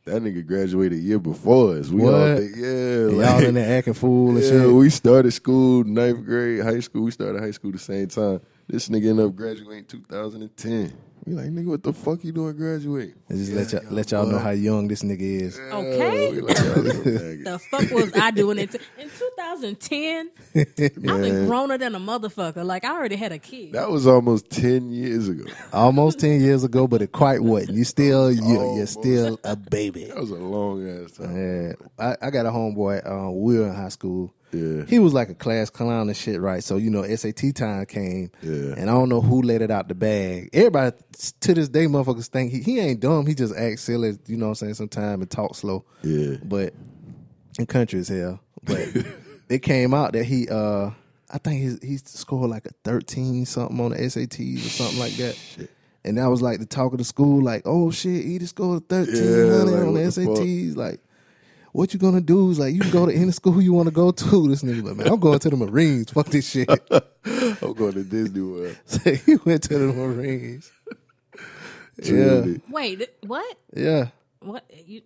[SPEAKER 2] That nigga graduated a year before us. We all
[SPEAKER 1] What?
[SPEAKER 2] think, yeah,
[SPEAKER 1] and
[SPEAKER 2] like-
[SPEAKER 1] y'all in there acting fool and
[SPEAKER 2] Yeah,
[SPEAKER 1] shit.
[SPEAKER 2] we started school ninth grade, high school. We started high school the same time. This nigga ended up graduating 2010. We like nigga, what the fuck you doing? Graduate?
[SPEAKER 1] And just let y'all let y'all know how young this nigga is.
[SPEAKER 3] Okay.
[SPEAKER 2] Uh, We like, "Y'all little faggot."
[SPEAKER 3] The fuck was I doing it in 2010? I was growner than a motherfucker. Like I already had a kid.
[SPEAKER 2] that was almost ten years ago.
[SPEAKER 1] Almost ten years ago, but it quite wasn't. You still you, you're
[SPEAKER 2] Almost.
[SPEAKER 1] still a baby.
[SPEAKER 2] That was a long ass time.
[SPEAKER 1] Yeah, I, I got a homeboy. Um, we were in high school.
[SPEAKER 2] Yeah.
[SPEAKER 1] he was like a class clown and shit, right? So you know, SAT time came.
[SPEAKER 2] Yeah.
[SPEAKER 1] and I don't know who let it out the bag. Everybody to this day, motherfuckers think he, he ain't dumb. He just acts silly. You know what I'm saying? Sometime and talk slow.
[SPEAKER 2] Yeah.
[SPEAKER 1] but in country as hell. But it came out that he, uh I think he he scored like a 13 something on the SATs or something like that. And that was like the talk of the school, like, oh shit, he just scored a 1300
[SPEAKER 2] Yeah, like,
[SPEAKER 1] on the
[SPEAKER 2] what the fuck?
[SPEAKER 1] SATs. Like, what you gonna do is like, you can go to any school you wanna go to. This nigga, like, man, I'm going to the Marines. Fuck this shit.
[SPEAKER 2] I'm going to Disney World.
[SPEAKER 1] so he went to the Marines. yeah,
[SPEAKER 2] Truly.
[SPEAKER 3] Wait, th- what?
[SPEAKER 1] yeah.
[SPEAKER 3] What you?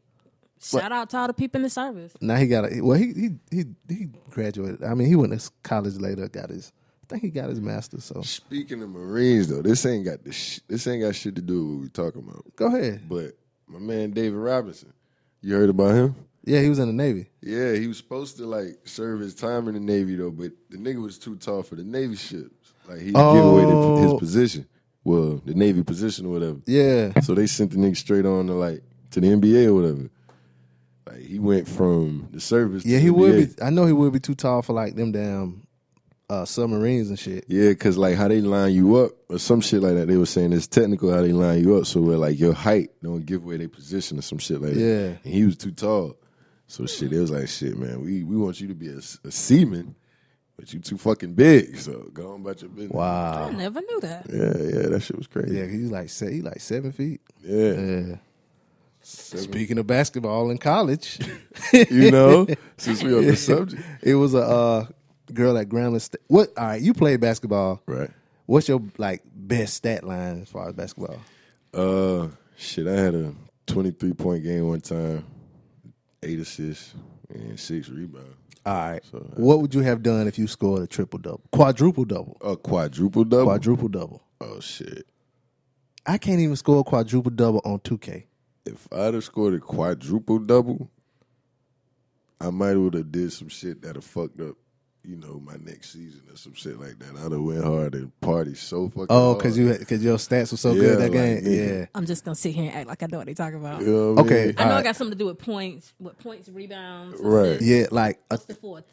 [SPEAKER 3] Shout out to all the people in the service.
[SPEAKER 1] Now he got a well. He he he he graduated. I mean, he went to college later. Got his. I think he got his master's. So
[SPEAKER 2] Speaking of Marines though, this ain't got this. Sh- this ain't got shit to do with what we talking about.
[SPEAKER 1] go ahead.
[SPEAKER 2] But my man David Robinson, you heard about him?
[SPEAKER 1] Yeah, he was in the Navy.
[SPEAKER 2] Yeah, he was supposed to like serve his time in the Navy though, but the nigga was too tall for the Navy ships. Like he give away the,
[SPEAKER 1] Oh.
[SPEAKER 2] his position, well, the Navy position or whatever.
[SPEAKER 1] Yeah.
[SPEAKER 2] So they sent the nigga straight on to like to the NBA or whatever. Like he went from the service.
[SPEAKER 1] Yeah,
[SPEAKER 2] to
[SPEAKER 1] he
[SPEAKER 2] the
[SPEAKER 1] would
[SPEAKER 2] NBA.
[SPEAKER 1] be. I know he would be too tall for like them damn uh, submarines and shit.
[SPEAKER 2] Yeah, cause like how they line you up or some shit like that. They were saying it's technical how they line you up, so where like your height don't give away their position or some shit like that.
[SPEAKER 1] Yeah.
[SPEAKER 2] and he was too tall, so shit. It was like shit, man. We we want you to be a, s- a seaman, but you too fucking big. So go on about your business.
[SPEAKER 3] I
[SPEAKER 1] Wow.
[SPEAKER 3] never knew that.
[SPEAKER 2] Yeah, yeah, that shit was
[SPEAKER 1] Yeah,
[SPEAKER 2] crazy.
[SPEAKER 1] he's like se- he like seven feet.
[SPEAKER 2] Yeah,
[SPEAKER 1] Yeah.
[SPEAKER 2] Seven-
[SPEAKER 1] Speaking of basketball in college,
[SPEAKER 2] you know, since we on the subject,
[SPEAKER 1] it was a uh, girl at Grambling. Sta- what? All right, you played basketball.
[SPEAKER 2] right?
[SPEAKER 1] What's your like best stat line as far as basketball?
[SPEAKER 2] Uh, shit, I had a twenty three point game one time, eight assists and six rebounds.
[SPEAKER 1] All right.
[SPEAKER 2] So,
[SPEAKER 1] uh, what would you have done if you scored a triple double, quadruple double,
[SPEAKER 2] A quadruple double.
[SPEAKER 1] quadruple double?
[SPEAKER 2] oh shit.
[SPEAKER 1] I can't even score a quadruple double on 2K.
[SPEAKER 2] if I'd have scored a quadruple double, I might would have did some shit that have fucked up you know, my next season or some shit like that. I done went hard and party so fucking
[SPEAKER 1] Oh,
[SPEAKER 2] hard.
[SPEAKER 1] because you because your stats were so
[SPEAKER 2] Yeah,
[SPEAKER 1] good that
[SPEAKER 2] like,
[SPEAKER 1] game.
[SPEAKER 2] nigga.
[SPEAKER 1] Yeah.
[SPEAKER 3] I'm just gonna sit here and act like I know what they talking about.
[SPEAKER 2] You know what I
[SPEAKER 1] Okay.
[SPEAKER 2] mean?
[SPEAKER 3] I know
[SPEAKER 1] Alright.
[SPEAKER 3] I got something to do with points, with points, rebounds,
[SPEAKER 2] Right.
[SPEAKER 3] assists.
[SPEAKER 1] Yeah, like a,
[SPEAKER 3] What's the fourth?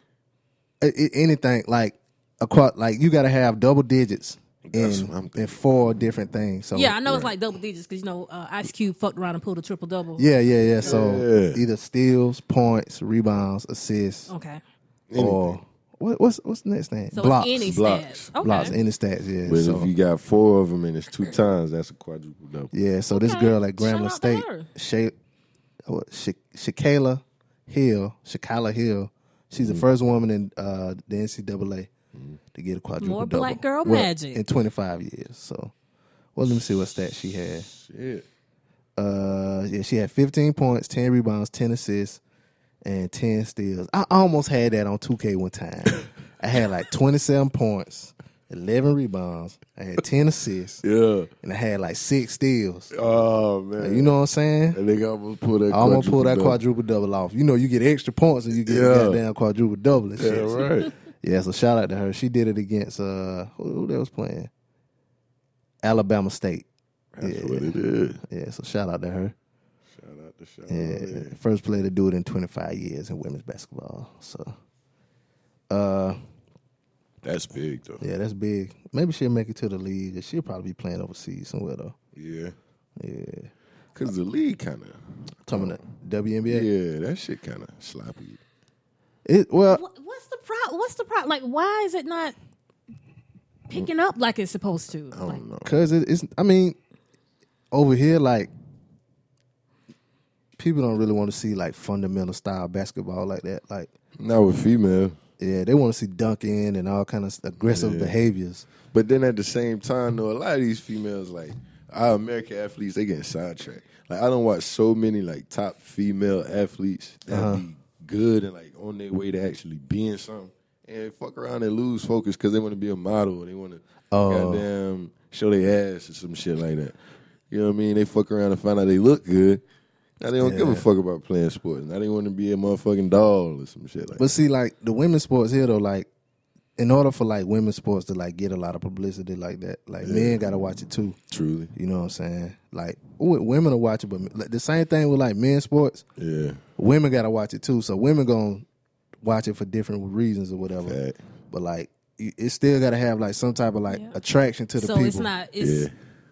[SPEAKER 1] a- a- anything like across like you got to have double digits
[SPEAKER 2] That's what I'm
[SPEAKER 1] in, in
[SPEAKER 2] thinking.
[SPEAKER 1] four different things. So
[SPEAKER 3] Yeah, I know it's like double digits because you know uh, Ice Cube fucked around and pulled a triple double.
[SPEAKER 1] yeah, yeah, yeah. So
[SPEAKER 2] Yeah.
[SPEAKER 1] either steals, points, rebounds, assists,
[SPEAKER 3] Okay.
[SPEAKER 1] or what, what's what's the next thing?
[SPEAKER 3] So
[SPEAKER 1] blocks,
[SPEAKER 3] it's any
[SPEAKER 2] Blocks.
[SPEAKER 3] stats. Okay.
[SPEAKER 1] blocks, any stats. Yeah.
[SPEAKER 2] But
[SPEAKER 1] so,
[SPEAKER 2] if you got four of them and it's two times, that's a quadruple double.
[SPEAKER 1] yeah. So this
[SPEAKER 3] Okay.
[SPEAKER 1] girl at
[SPEAKER 3] Shout
[SPEAKER 1] Grambling
[SPEAKER 3] out to
[SPEAKER 1] State,
[SPEAKER 3] her.
[SPEAKER 1] Shay, what, Sha- Shakayla Hill, Shakala Hill. She's the first woman in uh, the NCAA to get a quadruple
[SPEAKER 3] More
[SPEAKER 1] double.
[SPEAKER 3] black girl
[SPEAKER 1] Well,
[SPEAKER 3] magic.
[SPEAKER 1] in 25 years. So, well, let me see what stat she had.
[SPEAKER 2] Shit.
[SPEAKER 1] uh yeah, she had 15 points, 10 rebounds, 10 assists, and 10 steals. I almost had that on 2K one time. I had like 27 points, 11 rebounds, I had 10 assists,
[SPEAKER 2] Yeah.
[SPEAKER 1] and I had like six steals.
[SPEAKER 2] Oh man.
[SPEAKER 1] You know what I'm saying?
[SPEAKER 2] that nigga almost pulled that.
[SPEAKER 1] I almost pulled that quadruple
[SPEAKER 2] quadruple
[SPEAKER 1] double off. You know, you get extra points and you get a
[SPEAKER 2] Yeah.
[SPEAKER 1] goddamn quadruple double and shit.
[SPEAKER 2] double. Yeah, right.
[SPEAKER 1] Yeah, so shout out to her. She did it against uh who, who that was playing? Alabama State.
[SPEAKER 2] That's
[SPEAKER 1] Yeah.
[SPEAKER 2] what it is.
[SPEAKER 1] Yeah, so shout out to her.
[SPEAKER 2] Shout out to shout
[SPEAKER 1] Yeah,
[SPEAKER 2] out. man.
[SPEAKER 1] first player to do it in 25 years in women's basketball. So, uh,
[SPEAKER 2] That's big though.
[SPEAKER 1] yeah, that's big. Maybe she'll make it to the league. She'll probably be playing overseas somewhere though.
[SPEAKER 2] Yeah.
[SPEAKER 1] Yeah,
[SPEAKER 2] Cause the league kind of.
[SPEAKER 1] talking about the WNBA.
[SPEAKER 2] Oh. Yeah, that shit kind of sloppy.
[SPEAKER 1] It well,
[SPEAKER 3] What, what's the problem? What's the problem? Like, why is it not picking up like it's supposed to?
[SPEAKER 1] Oh,
[SPEAKER 2] I
[SPEAKER 3] Like,
[SPEAKER 2] don't know.
[SPEAKER 1] cause it, it's. I mean, over here, like people don't really want to see like fundamental style basketball like that. Like,
[SPEAKER 2] Not with female.
[SPEAKER 1] yeah, they want to see dunking and all kind of aggressive
[SPEAKER 2] Yeah.
[SPEAKER 1] behaviors.
[SPEAKER 2] But then at the same time, though, a lot of these females, like our American athletes, they getting sidetracked. Like I don't watch so many like top female athletes that
[SPEAKER 1] Uh-huh.
[SPEAKER 2] be good and like on their way to actually being something, and fuck around and lose focus because they want to be a model and they want to
[SPEAKER 1] Oh.
[SPEAKER 2] goddamn show their ass or some shit like that. You know what I mean? They fuck around and find out they look good. Now they don't give a
[SPEAKER 1] Yeah.
[SPEAKER 2] fuck about playing sports. Now they want to be a motherfucking doll or some shit like
[SPEAKER 1] But see, like the women's sports here though, like in order for like women's sports to like get a lot of publicity like that, like men gotta watch it too.
[SPEAKER 2] that. Truly.
[SPEAKER 1] You know what I'm saying? Like w- women will watch it, but like, the same thing with like men's sports,
[SPEAKER 2] Yeah.
[SPEAKER 1] women gotta watch it too. So women gonna watch it for different reasons or whatever.
[SPEAKER 2] Fact.
[SPEAKER 1] But like y- it still gotta have like some type of like
[SPEAKER 3] Yeah.
[SPEAKER 1] attraction to the
[SPEAKER 3] so
[SPEAKER 1] people.
[SPEAKER 3] it's not. It's
[SPEAKER 2] Yeah.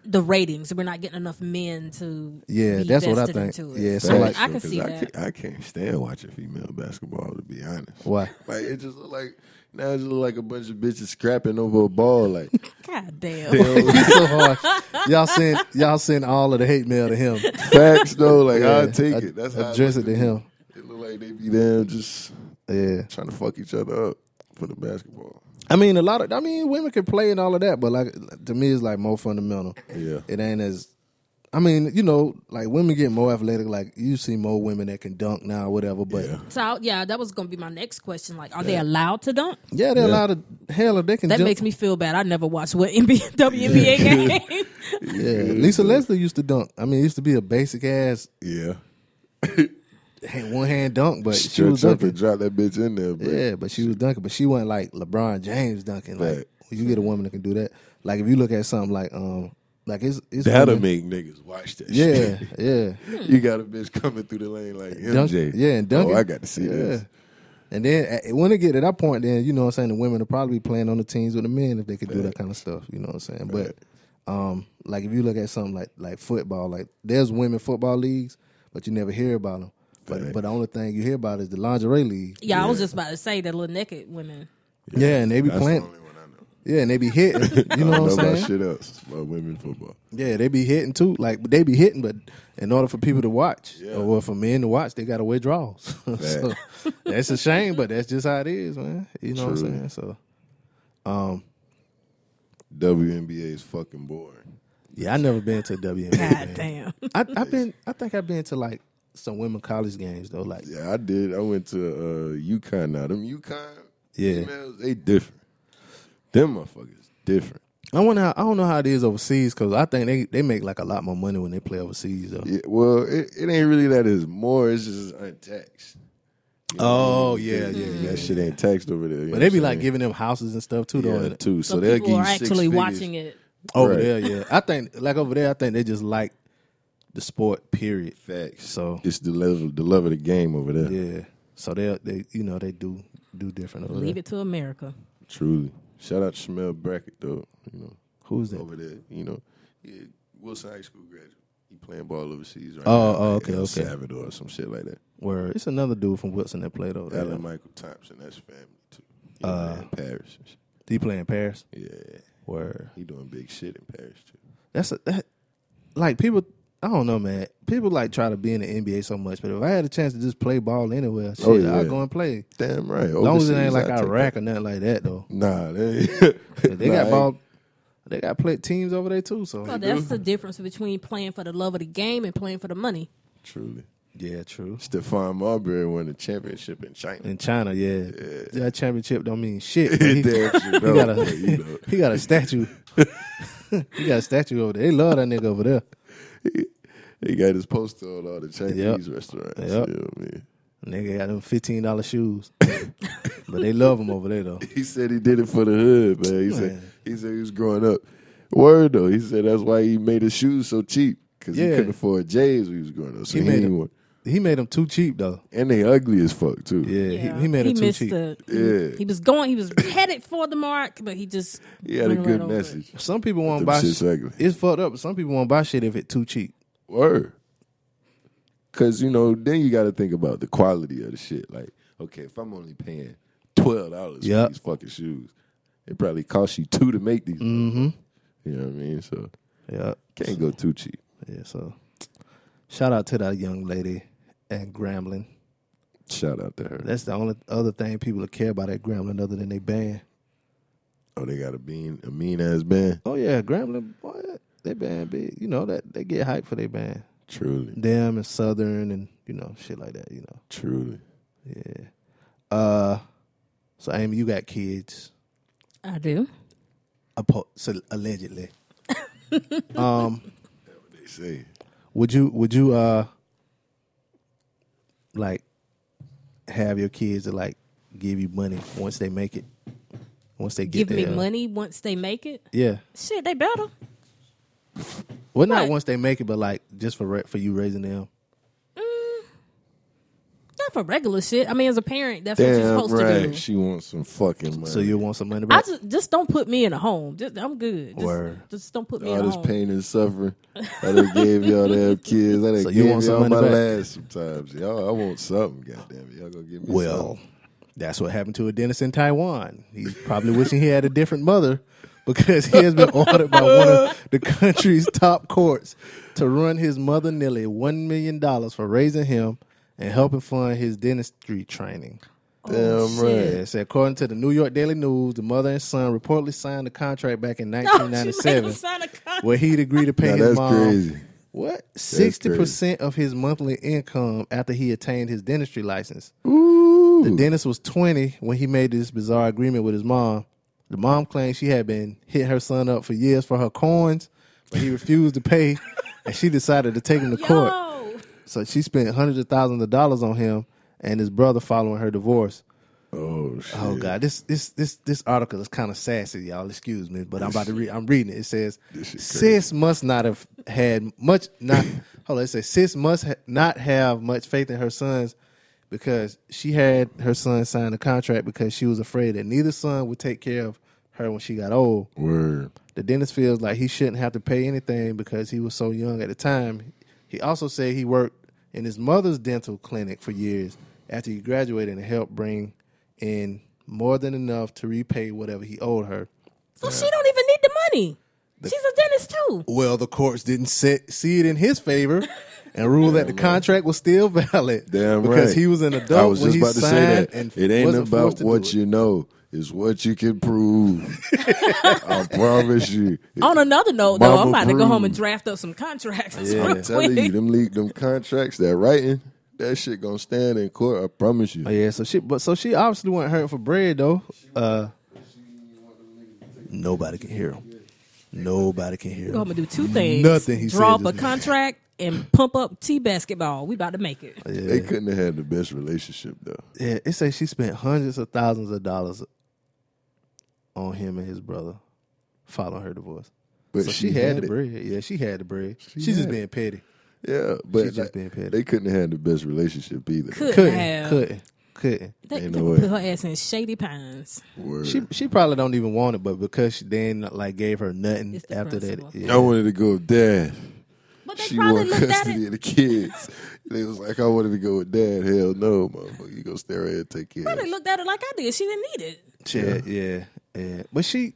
[SPEAKER 3] the ratings. We're not getting enough men to.
[SPEAKER 1] Yeah,
[SPEAKER 3] be
[SPEAKER 1] that's what I
[SPEAKER 3] vested
[SPEAKER 1] think.
[SPEAKER 3] into it.
[SPEAKER 1] Yeah, so,
[SPEAKER 3] I,
[SPEAKER 1] like-
[SPEAKER 3] mean, I can
[SPEAKER 2] 'Cause
[SPEAKER 3] see
[SPEAKER 2] I
[SPEAKER 3] that.
[SPEAKER 2] Can't, I can't stand watching female basketball. To be honest,
[SPEAKER 1] Why?
[SPEAKER 2] Like it just look like now it just look like a bunch of bitches scrapping over a ball. Like
[SPEAKER 3] God
[SPEAKER 2] they
[SPEAKER 3] damn.
[SPEAKER 2] don't-
[SPEAKER 1] It's so harsh. Y'all send y'all send all of the hate mail to him.
[SPEAKER 2] facts though. Like I'll
[SPEAKER 1] Yeah,
[SPEAKER 2] take
[SPEAKER 1] ad-
[SPEAKER 2] it. That's how
[SPEAKER 1] address it
[SPEAKER 2] look
[SPEAKER 1] to him.
[SPEAKER 2] It It look like they be there just
[SPEAKER 1] Yeah.
[SPEAKER 2] trying to fuck each other up for the basketball.
[SPEAKER 1] I mean, a lot of I mean, women can play and all of that, but like to me, it's like more fundamental.
[SPEAKER 2] Yeah.
[SPEAKER 1] it ain't as. I mean, you know, like women get more athletic. Like you see more women that can dunk now, whatever. But yeah,
[SPEAKER 2] Yeah.
[SPEAKER 3] So yeah, that was gonna be my next question. Like, are they allowed to dunk?
[SPEAKER 1] they're a lot of hell if they can.
[SPEAKER 3] That
[SPEAKER 1] jump.
[SPEAKER 3] makes me feel bad. I never watched what NBA WNBA game.
[SPEAKER 1] Yeah, Lisa Leslie used to dunk. I mean, it used to be a basic ass
[SPEAKER 2] Yeah,
[SPEAKER 1] one hand dunk, but she was
[SPEAKER 2] stretch up and
[SPEAKER 1] dunking.
[SPEAKER 2] drop that bitch in there. But
[SPEAKER 1] Yeah, but she was dunking, but she wasn't like LeBron James dunking. Like
[SPEAKER 2] Right.
[SPEAKER 1] when you get a woman that can do that. Like if you look at something like um like it's it's
[SPEAKER 2] that'll
[SPEAKER 1] women-
[SPEAKER 2] make niggas watch that.
[SPEAKER 1] yeah
[SPEAKER 2] shit.
[SPEAKER 1] yeah.
[SPEAKER 3] Hmm.
[SPEAKER 2] you got a bitch coming through the lane like
[SPEAKER 1] Dunk-
[SPEAKER 2] MJ.
[SPEAKER 1] yeah, and dunk.
[SPEAKER 2] Oh,
[SPEAKER 1] it.
[SPEAKER 2] I got to see
[SPEAKER 1] yeah.
[SPEAKER 2] this.
[SPEAKER 1] And then uh, when it get to that point, then you know what I'm saying. The women will probably be playing on the teams with the men if they could do that kind of stuff. You know what I'm saying. But um, like if you look at something like like football, like there's women football leagues, but you never hear about them. But
[SPEAKER 2] Right.
[SPEAKER 1] but the only thing you hear about is the lingerie league.
[SPEAKER 3] yeah, I was just about to say that little naked women.
[SPEAKER 1] Yeah, and they be
[SPEAKER 2] That's
[SPEAKER 1] playing.
[SPEAKER 2] the only one I know.
[SPEAKER 1] Yeah, and they be hitting. You know
[SPEAKER 2] I
[SPEAKER 1] what
[SPEAKER 2] don't
[SPEAKER 1] I'm
[SPEAKER 2] know about
[SPEAKER 1] saying?
[SPEAKER 2] shit else about women football.
[SPEAKER 1] Yeah, they be hitting too. Like but they be hitting, but in order for people to watch or for men to watch, they gotta withdrawals. so that's a shame, but that's just how it is, man. You know what
[SPEAKER 2] True.
[SPEAKER 1] I'm saying? So
[SPEAKER 2] WNBA is fucking boring.
[SPEAKER 1] yeah, I never been to a WNBA.
[SPEAKER 3] God
[SPEAKER 1] game.
[SPEAKER 3] damn.
[SPEAKER 1] I, I've been. I think I've been to like some women college games though. Like
[SPEAKER 2] Yeah, I did. I went to uh UConn now. Them UConn
[SPEAKER 1] Yeah.
[SPEAKER 2] females, they different. Them motherfuckers different.
[SPEAKER 1] I wonder. How, I don't know how it is overseas because I think they they make like a lot more money when they play overseas though.
[SPEAKER 2] Yeah, well, it, it ain't really that it's more, it's just it's untaxed.
[SPEAKER 1] Oh yeah, yeah, yeah.
[SPEAKER 2] That shit ain't taxed over there. you know
[SPEAKER 1] But they be
[SPEAKER 2] what
[SPEAKER 1] like
[SPEAKER 2] I'm saying?
[SPEAKER 1] giving them houses and stuff too, though.
[SPEAKER 2] yeah,
[SPEAKER 1] and-
[SPEAKER 2] too. So,
[SPEAKER 3] So,
[SPEAKER 2] they'll give
[SPEAKER 3] people
[SPEAKER 2] you
[SPEAKER 3] are
[SPEAKER 2] six
[SPEAKER 3] actually
[SPEAKER 2] figures.
[SPEAKER 3] watching it.
[SPEAKER 1] Over
[SPEAKER 2] Right.
[SPEAKER 1] there, yeah. I think like over there, I think they just like the sport. Period.
[SPEAKER 2] Facts.
[SPEAKER 1] So-
[SPEAKER 2] it's the level, the love of the game over there.
[SPEAKER 1] Yeah. So they they you know they do do different over
[SPEAKER 3] Leave
[SPEAKER 1] there.
[SPEAKER 3] it to America.
[SPEAKER 2] Truly. Shout out to Smell Brackett though. You know,
[SPEAKER 1] Who's that?
[SPEAKER 2] over there. You know, yeah, Wilson High School graduate. He playing ball overseas right
[SPEAKER 1] Oh,
[SPEAKER 2] now.
[SPEAKER 1] oh,
[SPEAKER 2] in
[SPEAKER 1] okay,
[SPEAKER 2] El
[SPEAKER 1] okay.
[SPEAKER 2] Salvador or some shit like that.
[SPEAKER 1] Where it's another dude from Wilson that played over there.
[SPEAKER 2] Alan Michael Thompson, that's family too. He in Paris. and shit.
[SPEAKER 1] He play in Paris.
[SPEAKER 2] Yeah,
[SPEAKER 1] Where
[SPEAKER 2] he doing big shit in Paris too.
[SPEAKER 1] that's a, that like people. I don't know, man. People like try to be in the NBA so much, but if I had a chance to just play ball anywhere, shit,
[SPEAKER 2] Oh, yeah.
[SPEAKER 1] I'd go and play.
[SPEAKER 2] Damn right.
[SPEAKER 1] As long as it
[SPEAKER 2] Overseas,
[SPEAKER 1] ain't like
[SPEAKER 2] I'll take
[SPEAKER 1] Iraq
[SPEAKER 2] that.
[SPEAKER 1] or nothing like that, though.
[SPEAKER 2] Nah, they,
[SPEAKER 1] They
[SPEAKER 2] nah, I
[SPEAKER 1] got
[SPEAKER 2] ain't-
[SPEAKER 1] ball. They got play teams over there too. So
[SPEAKER 3] So that's the difference between playing for the love of the game and playing for the money.
[SPEAKER 2] Truly,
[SPEAKER 1] yeah, true.
[SPEAKER 2] Stephon Marbury won the championship in China.
[SPEAKER 1] In China, yeah, that championship don't mean shit. but he,
[SPEAKER 2] He, you
[SPEAKER 1] he
[SPEAKER 2] know,
[SPEAKER 1] got a
[SPEAKER 2] you know.
[SPEAKER 1] he got a statue. he got a statue over there. They love that nigga over there.
[SPEAKER 2] He got his poster on all the Chinese
[SPEAKER 1] Yep.
[SPEAKER 2] restaurants.
[SPEAKER 1] Yep.
[SPEAKER 2] You know what I mean?
[SPEAKER 1] Nigga got them fifteen dollar shoes, but they love him over there though.
[SPEAKER 2] He said he did it for the hood, man. He said he said he was growing up. Word though, he said that's why he made his shoes so cheap because he
[SPEAKER 1] Yeah.
[SPEAKER 2] couldn't afford J's when he was growing up. So
[SPEAKER 1] He
[SPEAKER 2] he,
[SPEAKER 1] made
[SPEAKER 2] ain't
[SPEAKER 1] them-
[SPEAKER 2] want-
[SPEAKER 1] He made them too cheap though.
[SPEAKER 2] and they ugly as fuck too.
[SPEAKER 1] Yeah, He, he made them too
[SPEAKER 3] missed
[SPEAKER 1] cheap.
[SPEAKER 3] the.
[SPEAKER 2] Yeah.
[SPEAKER 3] He was going. He was headed for the mark, but he just.
[SPEAKER 2] he had a
[SPEAKER 3] went right
[SPEAKER 2] good
[SPEAKER 3] over it.
[SPEAKER 2] message.
[SPEAKER 1] Some people won't
[SPEAKER 2] Them
[SPEAKER 1] buy.
[SPEAKER 2] shit's
[SPEAKER 1] Shit.
[SPEAKER 2] ugly.
[SPEAKER 1] It's fucked up. but Some people won't buy shit if it's too cheap.
[SPEAKER 2] Word. Cause you know, then you got to think about the quality of the shit. Like, okay, if I'm only paying twelve dollars
[SPEAKER 1] Yep.
[SPEAKER 2] for these fucking shoes, it probably cost you two to make these. Mm-hmm. You know what I mean? So
[SPEAKER 1] Yeah,
[SPEAKER 2] can't go too cheap.
[SPEAKER 1] yeah. So, shout out to that young lady at Grambling.
[SPEAKER 2] Shout out to her.
[SPEAKER 1] That's the only other thing people care about at Grambling other than they band.
[SPEAKER 2] Oh, they got a bean, a mean ass band.
[SPEAKER 1] Oh yeah, Grambling boy, they band big. You know that they get hype for their band.
[SPEAKER 2] Truly,
[SPEAKER 1] Them and Southern and you know shit like that. You know.
[SPEAKER 2] truly.
[SPEAKER 1] Yeah. Uh, so Amy, you got kids,
[SPEAKER 3] I do.
[SPEAKER 1] Appo- so allegedly. um,
[SPEAKER 2] They say
[SPEAKER 1] would you would you uh like have your kids to like give you money once they make it? Once they get
[SPEAKER 3] Give me
[SPEAKER 1] their-
[SPEAKER 3] money once they make it.
[SPEAKER 1] Yeah.
[SPEAKER 3] Shit, they better.
[SPEAKER 1] Well, not
[SPEAKER 3] Right.
[SPEAKER 1] once they make it, but like just for re- for you raising them.
[SPEAKER 3] Not for regular shit. I mean, as a parent, that's what you're
[SPEAKER 2] damn
[SPEAKER 3] supposed to
[SPEAKER 2] right.
[SPEAKER 3] do.
[SPEAKER 2] She wants some fucking money.
[SPEAKER 1] So you want some money
[SPEAKER 3] I
[SPEAKER 1] back?
[SPEAKER 3] just just don't put me in a home. Just, I'm good. Just,
[SPEAKER 1] Word.
[SPEAKER 3] just don't put me in
[SPEAKER 2] all
[SPEAKER 3] a
[SPEAKER 2] this
[SPEAKER 3] home.
[SPEAKER 2] pain and suffering. I done gave y'all them kids. I done
[SPEAKER 1] So you
[SPEAKER 2] gave
[SPEAKER 1] want some
[SPEAKER 2] y'all my
[SPEAKER 1] money back?
[SPEAKER 2] last sometimes. Y'all, I want something. Goddamn it, y'all gonna give me
[SPEAKER 1] Well, that's what happened to a dentist in Taiwan. He's probably wishing he had a different mother because he has been ordered by one of the country's top courts to run his mother nearly $1 million for raising him and helping fund his dentistry training.
[SPEAKER 3] Oh,
[SPEAKER 2] Damn
[SPEAKER 3] shit.
[SPEAKER 1] Yeah, so according to the New York Daily News, the mother and son reportedly signed the contract back in
[SPEAKER 3] Oh, she made him
[SPEAKER 1] 1997
[SPEAKER 3] sign a contract.
[SPEAKER 1] where he'd agree to pay
[SPEAKER 2] Now,
[SPEAKER 1] his
[SPEAKER 2] that's
[SPEAKER 1] mom
[SPEAKER 2] crazy.
[SPEAKER 1] what sixty percent of his monthly income after he attained his dentistry license.
[SPEAKER 2] Ooh.
[SPEAKER 1] The dentist was 20 when he made this bizarre agreement with his mom. The mom claimed she had been hitting her son up for years for her coins, but he refused to pay, and she decided to take him to court.
[SPEAKER 3] Yo.
[SPEAKER 1] So she spent hundreds of thousands of dollars on him and his brother following her divorce.
[SPEAKER 2] Oh shit.
[SPEAKER 1] Oh God, this this this this article is kind of sassy, y'all. Excuse me, but I'm about to read. I'm reading it. It says, "Sis must not have had much not." hold on, it says, "Sis must ha- not have much faith in her sons because she had her son sign a contract because she was afraid that neither son would take care of her when she got old."
[SPEAKER 2] Word.
[SPEAKER 1] The dentist feels like he shouldn't have to pay anything because he was so young at the time. He also said he worked in his mother's dental clinic for years after he graduated and helped bring in more than enough to repay whatever he owed her.
[SPEAKER 3] So she don't even need the money. She's a dentist too.
[SPEAKER 1] Well, the courts didn't set, see it in his favor and ruled that the contract was still valid
[SPEAKER 2] Damn right.
[SPEAKER 1] because he was an adult
[SPEAKER 2] I was
[SPEAKER 1] when
[SPEAKER 2] just
[SPEAKER 1] he
[SPEAKER 2] about to
[SPEAKER 1] signed
[SPEAKER 2] say that.
[SPEAKER 1] and
[SPEAKER 2] it ain't
[SPEAKER 1] wasn't forced
[SPEAKER 2] about
[SPEAKER 1] to
[SPEAKER 2] what
[SPEAKER 1] do it.
[SPEAKER 2] you know. It's what you can prove. I promise you.
[SPEAKER 1] Oh,
[SPEAKER 3] On another note, though,
[SPEAKER 2] Mama
[SPEAKER 3] I'm about to go home
[SPEAKER 2] approved.
[SPEAKER 3] and draft up some contracts.
[SPEAKER 2] I'm
[SPEAKER 3] real
[SPEAKER 2] telling you,
[SPEAKER 3] quick.
[SPEAKER 2] them leak them contracts, that writing, that shit gonna stand in court. I promise you.
[SPEAKER 1] Oh, yeah, so she but so she obviously wasn't hurting for bread though. Uh, nobody can hear him. Nobody can hear
[SPEAKER 3] I'm
[SPEAKER 1] him.
[SPEAKER 3] gonna do two things.
[SPEAKER 1] Nothing he
[SPEAKER 3] Draw
[SPEAKER 1] said
[SPEAKER 3] up a
[SPEAKER 1] is-
[SPEAKER 3] contract and pump up T basketball. We about to make it.
[SPEAKER 2] They couldn't have had the best relationship though.
[SPEAKER 1] Yeah, it says she spent hundreds of thousands of dollars on him and his brother following her divorce.
[SPEAKER 2] But
[SPEAKER 1] So she, had, the
[SPEAKER 2] it.
[SPEAKER 1] bread. Yeah, she had the bread. She's
[SPEAKER 2] had
[SPEAKER 1] just
[SPEAKER 2] it.
[SPEAKER 1] being petty.
[SPEAKER 2] Yeah, but
[SPEAKER 1] just
[SPEAKER 2] like,
[SPEAKER 1] being petty.
[SPEAKER 2] they couldn't have had the best relationship either.
[SPEAKER 3] Could
[SPEAKER 1] Couldn't,
[SPEAKER 3] have.
[SPEAKER 1] couldn't, couldn't.
[SPEAKER 3] They,
[SPEAKER 2] Ain't
[SPEAKER 3] they
[SPEAKER 2] no
[SPEAKER 3] would
[SPEAKER 2] way.
[SPEAKER 3] put her ass in Shady Pines.
[SPEAKER 2] Word.
[SPEAKER 1] She she probably don't even want it, but because she then like gave her nothing
[SPEAKER 3] It's the
[SPEAKER 1] after that.
[SPEAKER 3] principle.
[SPEAKER 1] yeah.
[SPEAKER 2] I wanted to go with dad.
[SPEAKER 3] But they
[SPEAKER 2] She
[SPEAKER 3] probably
[SPEAKER 2] won
[SPEAKER 3] looked at
[SPEAKER 2] custody
[SPEAKER 3] it.
[SPEAKER 2] of the kids. they was like, I wanted to go with dad. Hell no, motherfucker. You gonna stay right here and take care of
[SPEAKER 3] Probably looked at it like I did. She didn't need it.
[SPEAKER 1] Yeah, yeah, yeah. But she,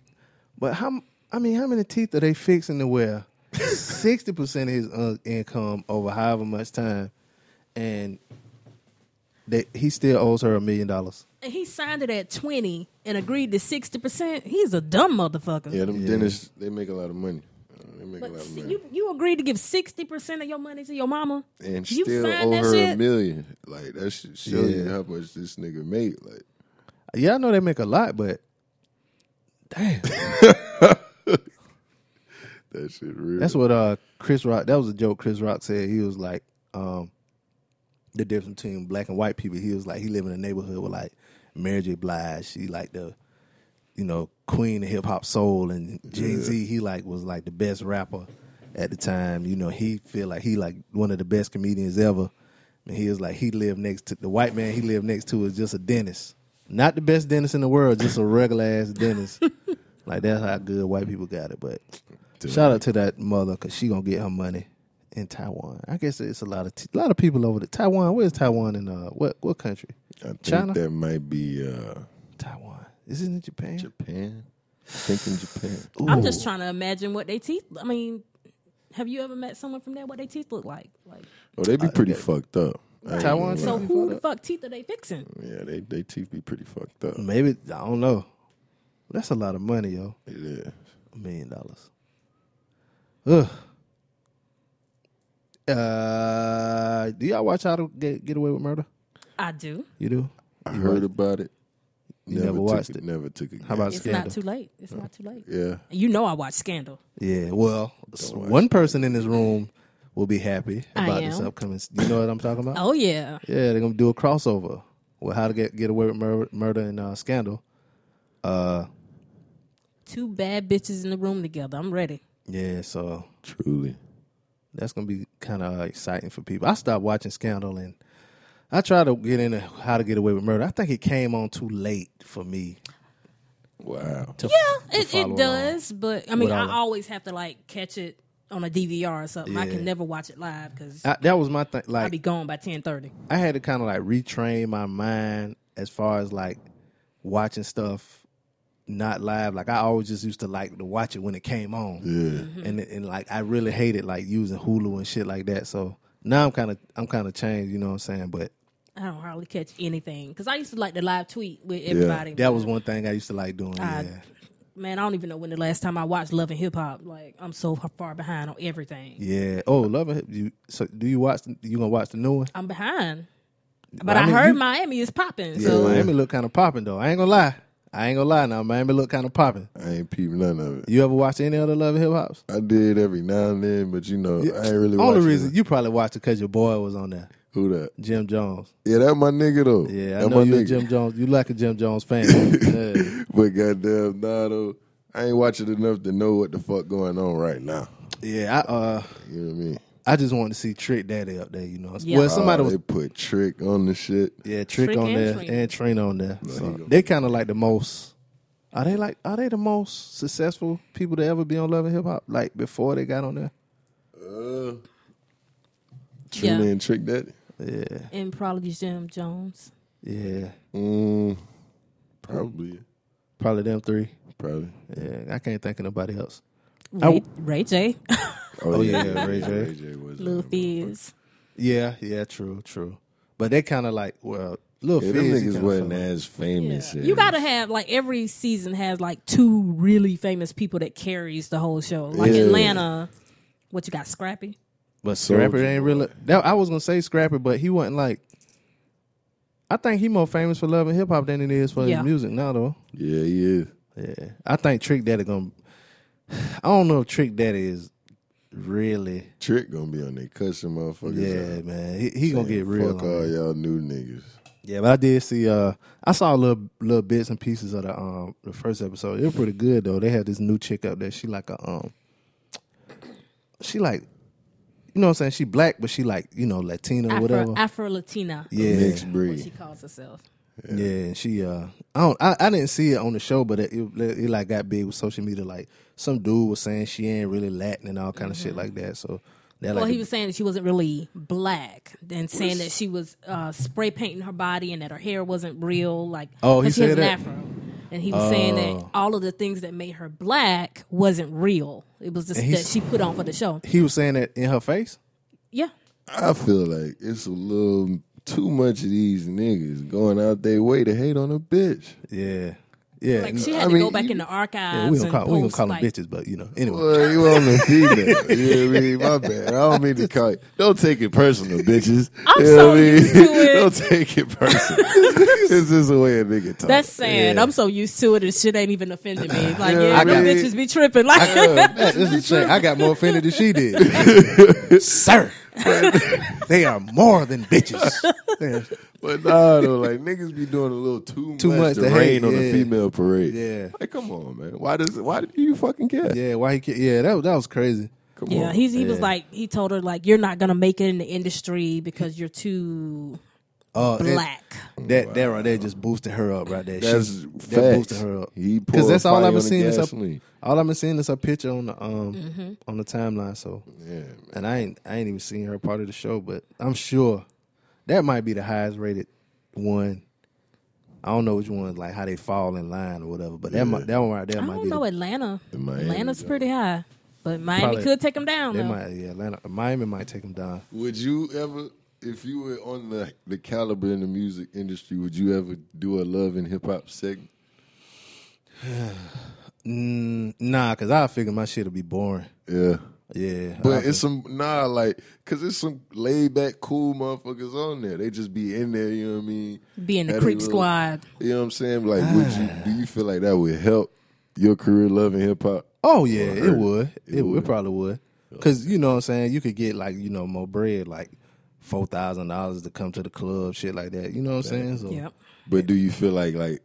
[SPEAKER 1] but how? I mean, how many teeth are they fixing to wear? Sixty percent of his un- income over however much time, and they, he still owes her a million dollars.
[SPEAKER 3] And he signed it at twenty and agreed to sixty percent. He's a dumb motherfucker.
[SPEAKER 2] Yeah, them dentists, they make a lot of money. Uh, They make a
[SPEAKER 3] But
[SPEAKER 2] lot of
[SPEAKER 3] see,
[SPEAKER 2] money.
[SPEAKER 3] you you agreed to give sixty percent of your money to your mama,
[SPEAKER 2] and
[SPEAKER 3] you
[SPEAKER 2] still
[SPEAKER 3] signed
[SPEAKER 2] owe
[SPEAKER 3] that
[SPEAKER 2] her a
[SPEAKER 3] shit?
[SPEAKER 2] million. Like that should show you
[SPEAKER 1] Yeah.
[SPEAKER 2] how much this nigga made. Like
[SPEAKER 1] Yeah, I know they make a lot, but damn,
[SPEAKER 2] that shit real.
[SPEAKER 1] that's what uh Chris Rock. That was a joke Chris Rock said. He was like, um, the difference between black and white people. He was like, he live in a neighborhood with like Mary J. Blige. She like the you know, queen of hip hop soul and Jay Z, he like was like the best rapper at the time. You know, he feel like he like one of the best comedians ever. And he was like he lived next to the white man he lived next to is just a dentist. Not the best dentist in the world, just a regular ass dentist. like that's how good white people got it. But shout out to that mother because she gonna get her money in Taiwan. I guess it's a lot of t- a lot of people over there. Taiwan, where's Taiwan in uh what what country?
[SPEAKER 2] I think
[SPEAKER 1] China?
[SPEAKER 2] that might be uh,
[SPEAKER 1] Taiwan. Isn't it Japan?
[SPEAKER 2] Japan. I think in Japan.
[SPEAKER 3] I'm just trying to imagine what they teeth. I mean, have you ever met someone from there? What their teeth look like? Like
[SPEAKER 2] Oh, they be pretty fucked up. I ain't
[SPEAKER 1] Taiwan
[SPEAKER 2] gonna
[SPEAKER 3] so,
[SPEAKER 1] Yeah.
[SPEAKER 3] who the fuck teeth are they fixing?
[SPEAKER 2] lie. Yeah, they they teeth be pretty fucked up.
[SPEAKER 1] Maybe I don't know. That's a lot of money, yo.
[SPEAKER 2] It is.
[SPEAKER 1] A million dollars. Ugh. Uh, do y'all watch How to Get, Get Away with Murder?
[SPEAKER 3] I do.
[SPEAKER 1] You do.
[SPEAKER 2] I heard about it.
[SPEAKER 1] You never
[SPEAKER 2] took
[SPEAKER 1] watched it.
[SPEAKER 2] Never took it.
[SPEAKER 1] How about
[SPEAKER 3] It's
[SPEAKER 1] Scandal?
[SPEAKER 3] not too late. It's not too late.
[SPEAKER 2] Yeah.
[SPEAKER 3] You know I watch Scandal.
[SPEAKER 1] Yeah. Well, s- one person in this room will be happy
[SPEAKER 3] I
[SPEAKER 1] about this
[SPEAKER 3] am.
[SPEAKER 1] upcoming. s- You know what I'm talking about?
[SPEAKER 3] Oh yeah.
[SPEAKER 1] Yeah, they're gonna do a crossover with How to Get Get Away with Murder, Murder and uh, Scandal. Uh,
[SPEAKER 3] Two bad bitches in the room together. I'm ready.
[SPEAKER 1] Yeah. So
[SPEAKER 2] Truly.
[SPEAKER 1] that's gonna be kind of uh, exciting for people. I stopped watching Scandal and I tried to get into How to Get Away with Murder. I think it came on too late for me.
[SPEAKER 2] Wow.
[SPEAKER 1] To, to
[SPEAKER 3] Yeah, it,
[SPEAKER 1] follow
[SPEAKER 3] it does, but I mean,
[SPEAKER 1] With all
[SPEAKER 3] I
[SPEAKER 1] the-
[SPEAKER 3] always have to like catch it on a DVR or something. I
[SPEAKER 1] Yeah.
[SPEAKER 3] can never watch it live because
[SPEAKER 1] along. I, that was my thing.
[SPEAKER 3] I'll
[SPEAKER 1] Like
[SPEAKER 3] be gone by ten thirty.
[SPEAKER 1] I had to kind of like retrain my mind as far as like watching stuff not live. Like I always just used to like to watch it when it came on.
[SPEAKER 2] Yeah.
[SPEAKER 1] and and like I really hated like using Hulu and shit like that. So now I'm kind of I'm kind of changed. You know what I'm saying? But
[SPEAKER 3] I don't hardly catch anything because I used to like the live tweet with everybody.
[SPEAKER 1] that was one thing I used to like doing.
[SPEAKER 3] I-
[SPEAKER 1] yeah.
[SPEAKER 3] Man, I don't even know when the last time I watched Love and Hip Hop. Like, I'm so far behind on everything.
[SPEAKER 1] Yeah. Oh, love it. You so do you watch? You gonna watch the new one?
[SPEAKER 3] I'm behind. But
[SPEAKER 1] Well, I
[SPEAKER 3] I,
[SPEAKER 1] mean,
[SPEAKER 3] heard
[SPEAKER 1] you-
[SPEAKER 3] Miami is popping.
[SPEAKER 1] So
[SPEAKER 3] So
[SPEAKER 1] Miami look kind of popping though. I ain't gonna lie. I ain't gonna lie now. Miami look kind of popping.
[SPEAKER 2] I ain't peeped none of it.
[SPEAKER 1] You ever watch any other Love and Hip Hops?
[SPEAKER 2] I did every now and then, but you know, I ain't
[SPEAKER 1] Only
[SPEAKER 2] really watching
[SPEAKER 1] reason
[SPEAKER 2] it.
[SPEAKER 1] you probably watched it because your boy was on there,
[SPEAKER 2] Who that?
[SPEAKER 1] Jim Jones.
[SPEAKER 2] Yeah, that my nigga though.
[SPEAKER 1] Yeah, I
[SPEAKER 2] that
[SPEAKER 1] know
[SPEAKER 2] my
[SPEAKER 1] you a
[SPEAKER 2] nigga.
[SPEAKER 1] Jim Jones. You like a Jim Jones fan. yeah.
[SPEAKER 2] But goddamn, nah though. I ain't watching enough to know what the fuck going on right now.
[SPEAKER 1] yeah I uh,
[SPEAKER 2] You know what I mean?
[SPEAKER 1] I just wanted to see Trick Daddy up there. You know,
[SPEAKER 3] Yeah.
[SPEAKER 1] well somebody
[SPEAKER 2] Oh,
[SPEAKER 1] was
[SPEAKER 2] they put trick on the shit.
[SPEAKER 1] Yeah, Trick,
[SPEAKER 3] Trick
[SPEAKER 1] on
[SPEAKER 3] and
[SPEAKER 1] there
[SPEAKER 3] Trina.
[SPEAKER 1] and Trina on there. So
[SPEAKER 2] you go.
[SPEAKER 1] they kind of like the most. Are they like? Are they the most successful people to ever be on Love and Hip Hop? Like before they got on there.
[SPEAKER 2] Trina
[SPEAKER 3] yeah.
[SPEAKER 2] and Trick Daddy.
[SPEAKER 1] Yeah,
[SPEAKER 3] And probably Jim Jones.
[SPEAKER 1] yeah,
[SPEAKER 2] Mm, probably,
[SPEAKER 1] probably them three.
[SPEAKER 2] probably.
[SPEAKER 1] Yeah, I can't think of nobody else.
[SPEAKER 3] Ray, Ray J.
[SPEAKER 1] Oh, yeah, Ray J.
[SPEAKER 2] Ray J was
[SPEAKER 3] Lil
[SPEAKER 2] on
[SPEAKER 3] Fizz.
[SPEAKER 1] Yeah, yeah, true, true. But they kind of like well, little
[SPEAKER 2] Yeah, them niggas wasn't as famous.
[SPEAKER 3] Yeah.
[SPEAKER 2] as-
[SPEAKER 3] You gotta have like every season has like two really famous people that carries the whole show. Like
[SPEAKER 2] Yeah.
[SPEAKER 3] Atlanta, what you got, Scrappy?
[SPEAKER 1] But
[SPEAKER 2] Soulja
[SPEAKER 1] Scrappy ain't
[SPEAKER 2] Boy.
[SPEAKER 1] really. That, I was gonna say Scrappy, but he wasn't like. I think he more famous for Love and Hip Hop than it is for
[SPEAKER 3] Yeah.
[SPEAKER 1] his music now, though.
[SPEAKER 2] Yeah, he is.
[SPEAKER 1] Yeah, I think Trick Daddy gonna. I don't know if Trick Daddy is really.
[SPEAKER 2] Trick gonna be on there cussing motherfuckers.
[SPEAKER 1] Yeah,
[SPEAKER 2] out.
[SPEAKER 1] man. He, he gonna
[SPEAKER 2] Saying,
[SPEAKER 1] get real.
[SPEAKER 2] Fuck
[SPEAKER 1] on
[SPEAKER 2] all
[SPEAKER 1] that.
[SPEAKER 2] y'all new niggas.
[SPEAKER 1] Yeah, but I did see. Uh, I saw little little bits and pieces of the um the first episode. It was pretty good though. They had this new chick up there. She like a um, she like, you know what I'm saying? She black, but she like you know Latina or whatever.
[SPEAKER 3] Afro Afro Latina.
[SPEAKER 1] yeah,
[SPEAKER 2] Mixed
[SPEAKER 3] What she
[SPEAKER 2] breed.
[SPEAKER 3] calls herself.
[SPEAKER 1] yeah, And she uh, I don't, I, I didn't see it on the show, but it, it it like got big with social media. Like some dude was saying she ain't really Latin and all kind of shit like that. So that
[SPEAKER 3] Mm-hmm. well,
[SPEAKER 1] like
[SPEAKER 3] he was saying that she wasn't really black, then saying that she was uh, spray painting her body and that her hair wasn't real. Like,
[SPEAKER 1] Oh, he
[SPEAKER 3] 'cause she has
[SPEAKER 1] said
[SPEAKER 3] an
[SPEAKER 1] that? Oh.
[SPEAKER 3] afro, and he was saying that all of the things that made her black wasn't real. It was just
[SPEAKER 1] And he's-
[SPEAKER 3] that she put on for the show.
[SPEAKER 1] he was saying that in her face.
[SPEAKER 3] Yeah,
[SPEAKER 2] I feel like it's a little too much of these niggas going out their way to hate on a bitch.
[SPEAKER 1] Yeah, yeah.
[SPEAKER 3] like
[SPEAKER 1] and-
[SPEAKER 3] she had
[SPEAKER 2] I
[SPEAKER 3] to go
[SPEAKER 2] mean,
[SPEAKER 3] back
[SPEAKER 2] you-
[SPEAKER 3] in the archives.
[SPEAKER 1] yeah, we gonna
[SPEAKER 3] and
[SPEAKER 1] call we gonna
[SPEAKER 3] post,
[SPEAKER 1] call them
[SPEAKER 3] like,
[SPEAKER 1] bitches, but you know anyway.
[SPEAKER 2] Well, you on the female. You know what I mean? My bad. I don't mean to call you. Don't take it personal, bitches.
[SPEAKER 3] I'm
[SPEAKER 2] you know
[SPEAKER 3] so used to it.
[SPEAKER 2] don't take it personal. it's just the way a nigga talk.
[SPEAKER 3] That's sad.
[SPEAKER 1] Yeah.
[SPEAKER 3] I'm so used to it, and shit ain't even offending me. Like,
[SPEAKER 2] Yeah,
[SPEAKER 3] yeah,
[SPEAKER 2] I
[SPEAKER 3] you
[SPEAKER 2] got-
[SPEAKER 3] bitches be tripping. Like,
[SPEAKER 1] Uh, this is the thing. I got more offended than she did. Sir, they are more than bitches. Yeah.
[SPEAKER 2] But nah, though, like niggas be doing a little too,
[SPEAKER 1] Too
[SPEAKER 2] much,
[SPEAKER 1] much
[SPEAKER 2] to
[SPEAKER 1] to
[SPEAKER 2] rain
[SPEAKER 1] hate,
[SPEAKER 2] on the
[SPEAKER 1] yeah.
[SPEAKER 2] female parade.
[SPEAKER 1] Yeah.
[SPEAKER 2] like come on, man. Why does why do you fucking care?
[SPEAKER 1] Yeah, why he? ca- Yeah, that was- that was crazy.
[SPEAKER 2] Come
[SPEAKER 3] Yeah,
[SPEAKER 2] on.
[SPEAKER 3] he's, he was
[SPEAKER 1] Yeah.
[SPEAKER 3] like he told her like you're not gonna make it in the industry because you're too
[SPEAKER 1] Uh, and
[SPEAKER 3] black.
[SPEAKER 1] That that right there just boosted her up right there. She-
[SPEAKER 2] Oh, That's
[SPEAKER 1] that
[SPEAKER 2] facts.
[SPEAKER 1] boosted her up.
[SPEAKER 2] He
[SPEAKER 1] because
[SPEAKER 2] poured
[SPEAKER 1] that's all
[SPEAKER 2] fire
[SPEAKER 1] I've
[SPEAKER 2] on
[SPEAKER 1] been
[SPEAKER 2] the
[SPEAKER 1] seeing is
[SPEAKER 2] gasoline.
[SPEAKER 1] a, all I've been seeing is a picture on the um
[SPEAKER 3] Mm-hmm.
[SPEAKER 1] on the timeline. So
[SPEAKER 2] yeah, man.
[SPEAKER 1] and I ain't I ain't even seen her part of the show, but I'm sure that might be the highest rated one. I don't know which one, like how they fall in line or whatever, but that might, that one right there
[SPEAKER 3] I
[SPEAKER 1] might
[SPEAKER 3] don't
[SPEAKER 1] be the
[SPEAKER 3] know Atlanta.
[SPEAKER 2] Miami,
[SPEAKER 3] Atlanta's
[SPEAKER 2] though.
[SPEAKER 3] pretty high, but Miami
[SPEAKER 1] Probably-
[SPEAKER 3] could take him down.
[SPEAKER 1] They
[SPEAKER 3] though.
[SPEAKER 1] might, yeah, Atlanta, Miami might take them down.
[SPEAKER 2] Would you ever, if you were on the the caliber in the music industry, would you ever do a love and hip hop segment?
[SPEAKER 1] Mm, nah, cause I figure my shit'll be boring.
[SPEAKER 2] Yeah.
[SPEAKER 1] Yeah,
[SPEAKER 2] But
[SPEAKER 1] I-
[SPEAKER 2] it's some nah, like, cause it's some laid back cool motherfuckers on there. They just be in there, you know what I mean?
[SPEAKER 3] Be in the
[SPEAKER 2] Had a
[SPEAKER 3] creep
[SPEAKER 2] little-
[SPEAKER 3] squad.
[SPEAKER 2] You know what I'm saying? Like, would you
[SPEAKER 1] Ah.
[SPEAKER 2] do you feel like that would help your career loving hip hop?
[SPEAKER 1] oh yeah,
[SPEAKER 2] Or
[SPEAKER 1] it
[SPEAKER 2] hurt.
[SPEAKER 1] would, it, would. it probably would, cause you know what I'm saying. You could get like you know more bread, like four thousand dollars to come to the club, shit like that. You know what I'm saying? So,
[SPEAKER 3] Yep.
[SPEAKER 2] But do you feel like like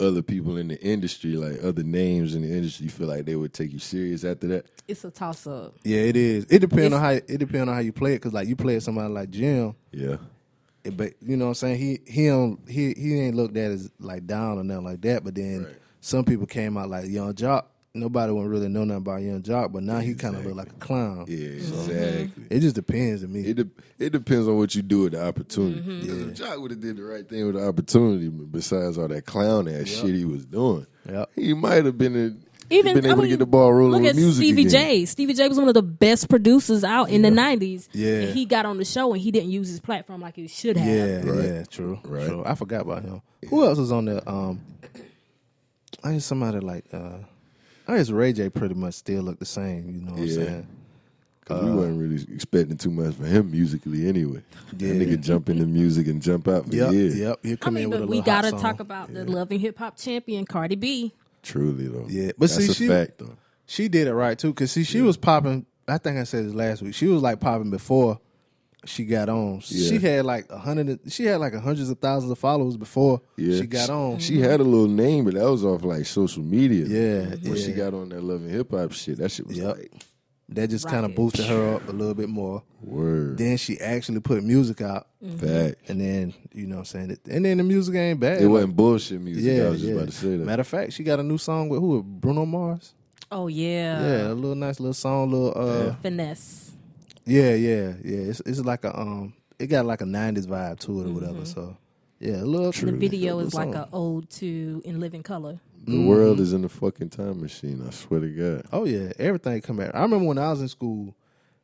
[SPEAKER 2] other people in the industry, like other names in the industry, you feel like they would take you serious after that?
[SPEAKER 3] It's a toss up.
[SPEAKER 1] Yeah, it is. It depends
[SPEAKER 3] It's-
[SPEAKER 1] on how it depends on how you play it, cause like you play it somebody like Jim,
[SPEAKER 2] Yeah.
[SPEAKER 1] it- but you know what I'm saying. He he don't he he ain't looked at as like down or nothing like that. But then
[SPEAKER 2] Right.
[SPEAKER 1] some people came out like Young Jock. Nobody wouldn't really know nothing about Young Jock, but now he kind of look like a clown.
[SPEAKER 2] Yeah, exactly.
[SPEAKER 1] It just depends to me.
[SPEAKER 2] It de- it depends on what you do with the opportunity.
[SPEAKER 3] Mm-hmm.
[SPEAKER 2] Because if Jock would have did the right thing with the opportunity, but besides all that clown ass shit he was doing,
[SPEAKER 1] Yep.
[SPEAKER 2] he might have been in,
[SPEAKER 3] Even
[SPEAKER 2] been able
[SPEAKER 3] I mean,
[SPEAKER 2] to get the ball rolling
[SPEAKER 3] Look
[SPEAKER 2] with
[SPEAKER 3] at
[SPEAKER 2] music.
[SPEAKER 3] Stevie
[SPEAKER 2] again.
[SPEAKER 3] J. Stevie J was one of the best producers out in the '90s.
[SPEAKER 1] Yeah.
[SPEAKER 3] and he got on the show and he didn't use his platform like he should have.
[SPEAKER 1] Yeah,
[SPEAKER 2] Right.
[SPEAKER 1] yeah, true.
[SPEAKER 2] Right.
[SPEAKER 1] True. I forgot about him. Who else was on the um I guess somebody like uh I guess Ray J pretty much still look the same, you know what
[SPEAKER 2] Yeah.
[SPEAKER 1] I'm saying?
[SPEAKER 2] 'Cause we weren't really expecting too much from him musically anyway.
[SPEAKER 1] Yeah.
[SPEAKER 2] That nigga jump into music and jump out for
[SPEAKER 1] Yep,
[SPEAKER 2] years.
[SPEAKER 1] yep. He'll
[SPEAKER 3] I
[SPEAKER 1] come
[SPEAKER 3] mean,
[SPEAKER 1] in with a
[SPEAKER 3] but
[SPEAKER 1] little
[SPEAKER 3] we
[SPEAKER 1] hot
[SPEAKER 3] gotta
[SPEAKER 1] song.
[SPEAKER 3] talk about the love and hip hop champion Cardi B.
[SPEAKER 2] Truly though.
[SPEAKER 1] Yeah, but
[SPEAKER 2] That's
[SPEAKER 1] see,
[SPEAKER 2] a
[SPEAKER 1] she-
[SPEAKER 2] fact though.
[SPEAKER 1] She did it right too, cause see she was popping I think I said this last week. She was like popping before she got on.
[SPEAKER 2] Yeah.
[SPEAKER 1] She had like a hundred and- she had like hundreds of thousands of followers before
[SPEAKER 2] Yeah.
[SPEAKER 1] she got
[SPEAKER 3] Mm-hmm.
[SPEAKER 1] on.
[SPEAKER 2] She had a little name, but that was off like social media.
[SPEAKER 1] Yeah,
[SPEAKER 2] When she
[SPEAKER 1] yeah.
[SPEAKER 2] got on that loving hip hop shit, that shit was
[SPEAKER 1] Yep.
[SPEAKER 2] like
[SPEAKER 1] that just kind of
[SPEAKER 3] Rocket.
[SPEAKER 1] boosted her up a little bit more.
[SPEAKER 2] word
[SPEAKER 1] Then she actually put music out.
[SPEAKER 2] fact.
[SPEAKER 1] And then you know what I'm saying it, and then the music ain't bad.
[SPEAKER 2] It wasn't bullshit music.
[SPEAKER 1] yeah,
[SPEAKER 2] I was just
[SPEAKER 1] yeah.
[SPEAKER 2] about to say that.
[SPEAKER 1] Matter of fact, she got a new song with who? Bruno Mars.
[SPEAKER 3] Oh yeah,
[SPEAKER 1] yeah, a little nice little song, little uh
[SPEAKER 3] finesse.
[SPEAKER 1] yeah, yeah, yeah. It's it's like a um it got like a nineties vibe to it or whatever. So yeah, a little
[SPEAKER 3] Mm-hmm. The video
[SPEAKER 1] Little
[SPEAKER 3] is like
[SPEAKER 1] song.
[SPEAKER 3] a ode to In Living Color.
[SPEAKER 2] The world
[SPEAKER 1] Mm-hmm.
[SPEAKER 2] is in the fucking time machine. I swear to God.
[SPEAKER 1] Oh yeah, everything come out. I remember when I was in school,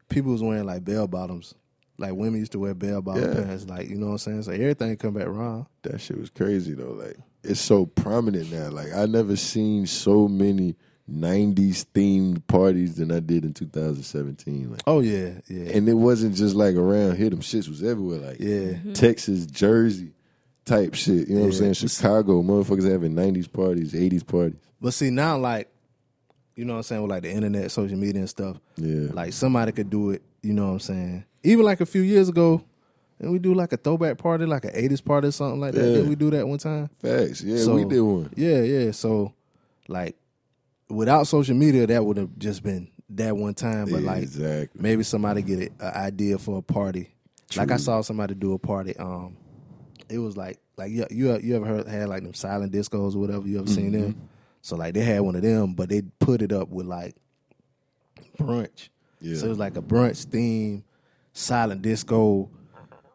[SPEAKER 1] people was wearing like bell bottoms. Like women used to wear bell bottom
[SPEAKER 2] Yeah.
[SPEAKER 1] pants, like you know what I'm saying. So everything come back wrong.
[SPEAKER 2] That shit was crazy though. Like it's so prominent now. Like I never seen so many '90s themed parties than I did in 2017. Like,
[SPEAKER 1] Oh yeah, yeah,
[SPEAKER 2] and it wasn't just like around here. Them shits was everywhere. Like
[SPEAKER 1] yeah.
[SPEAKER 2] Texas, Jersey type shit. You know what
[SPEAKER 1] Yeah.
[SPEAKER 2] I'm saying? Chicago, motherfuckers having '90s parties, '80s parties.
[SPEAKER 1] But see now, like you know what I'm saying, with like the internet, social media and stuff.
[SPEAKER 2] Yeah.
[SPEAKER 1] Like somebody could do it, you know what I'm saying? Even like a few years ago, and we do like a throwback party, like an 80s party or something like that.
[SPEAKER 2] Yeah.
[SPEAKER 1] Did we do that one time?
[SPEAKER 2] Facts. Yeah,
[SPEAKER 1] So-
[SPEAKER 2] we did one.
[SPEAKER 1] Yeah, yeah. So like without social media, that would have just been that one time. But like
[SPEAKER 2] exactly.
[SPEAKER 1] maybe somebody get an idea for a party. Like I saw somebody do a party. Um, it was like like you you, you ever heard had like them silent discos or whatever you ever seen them. So like they had one of them, but they put it up with like brunch.
[SPEAKER 2] Yeah.
[SPEAKER 1] So it was like a brunch theme, silent disco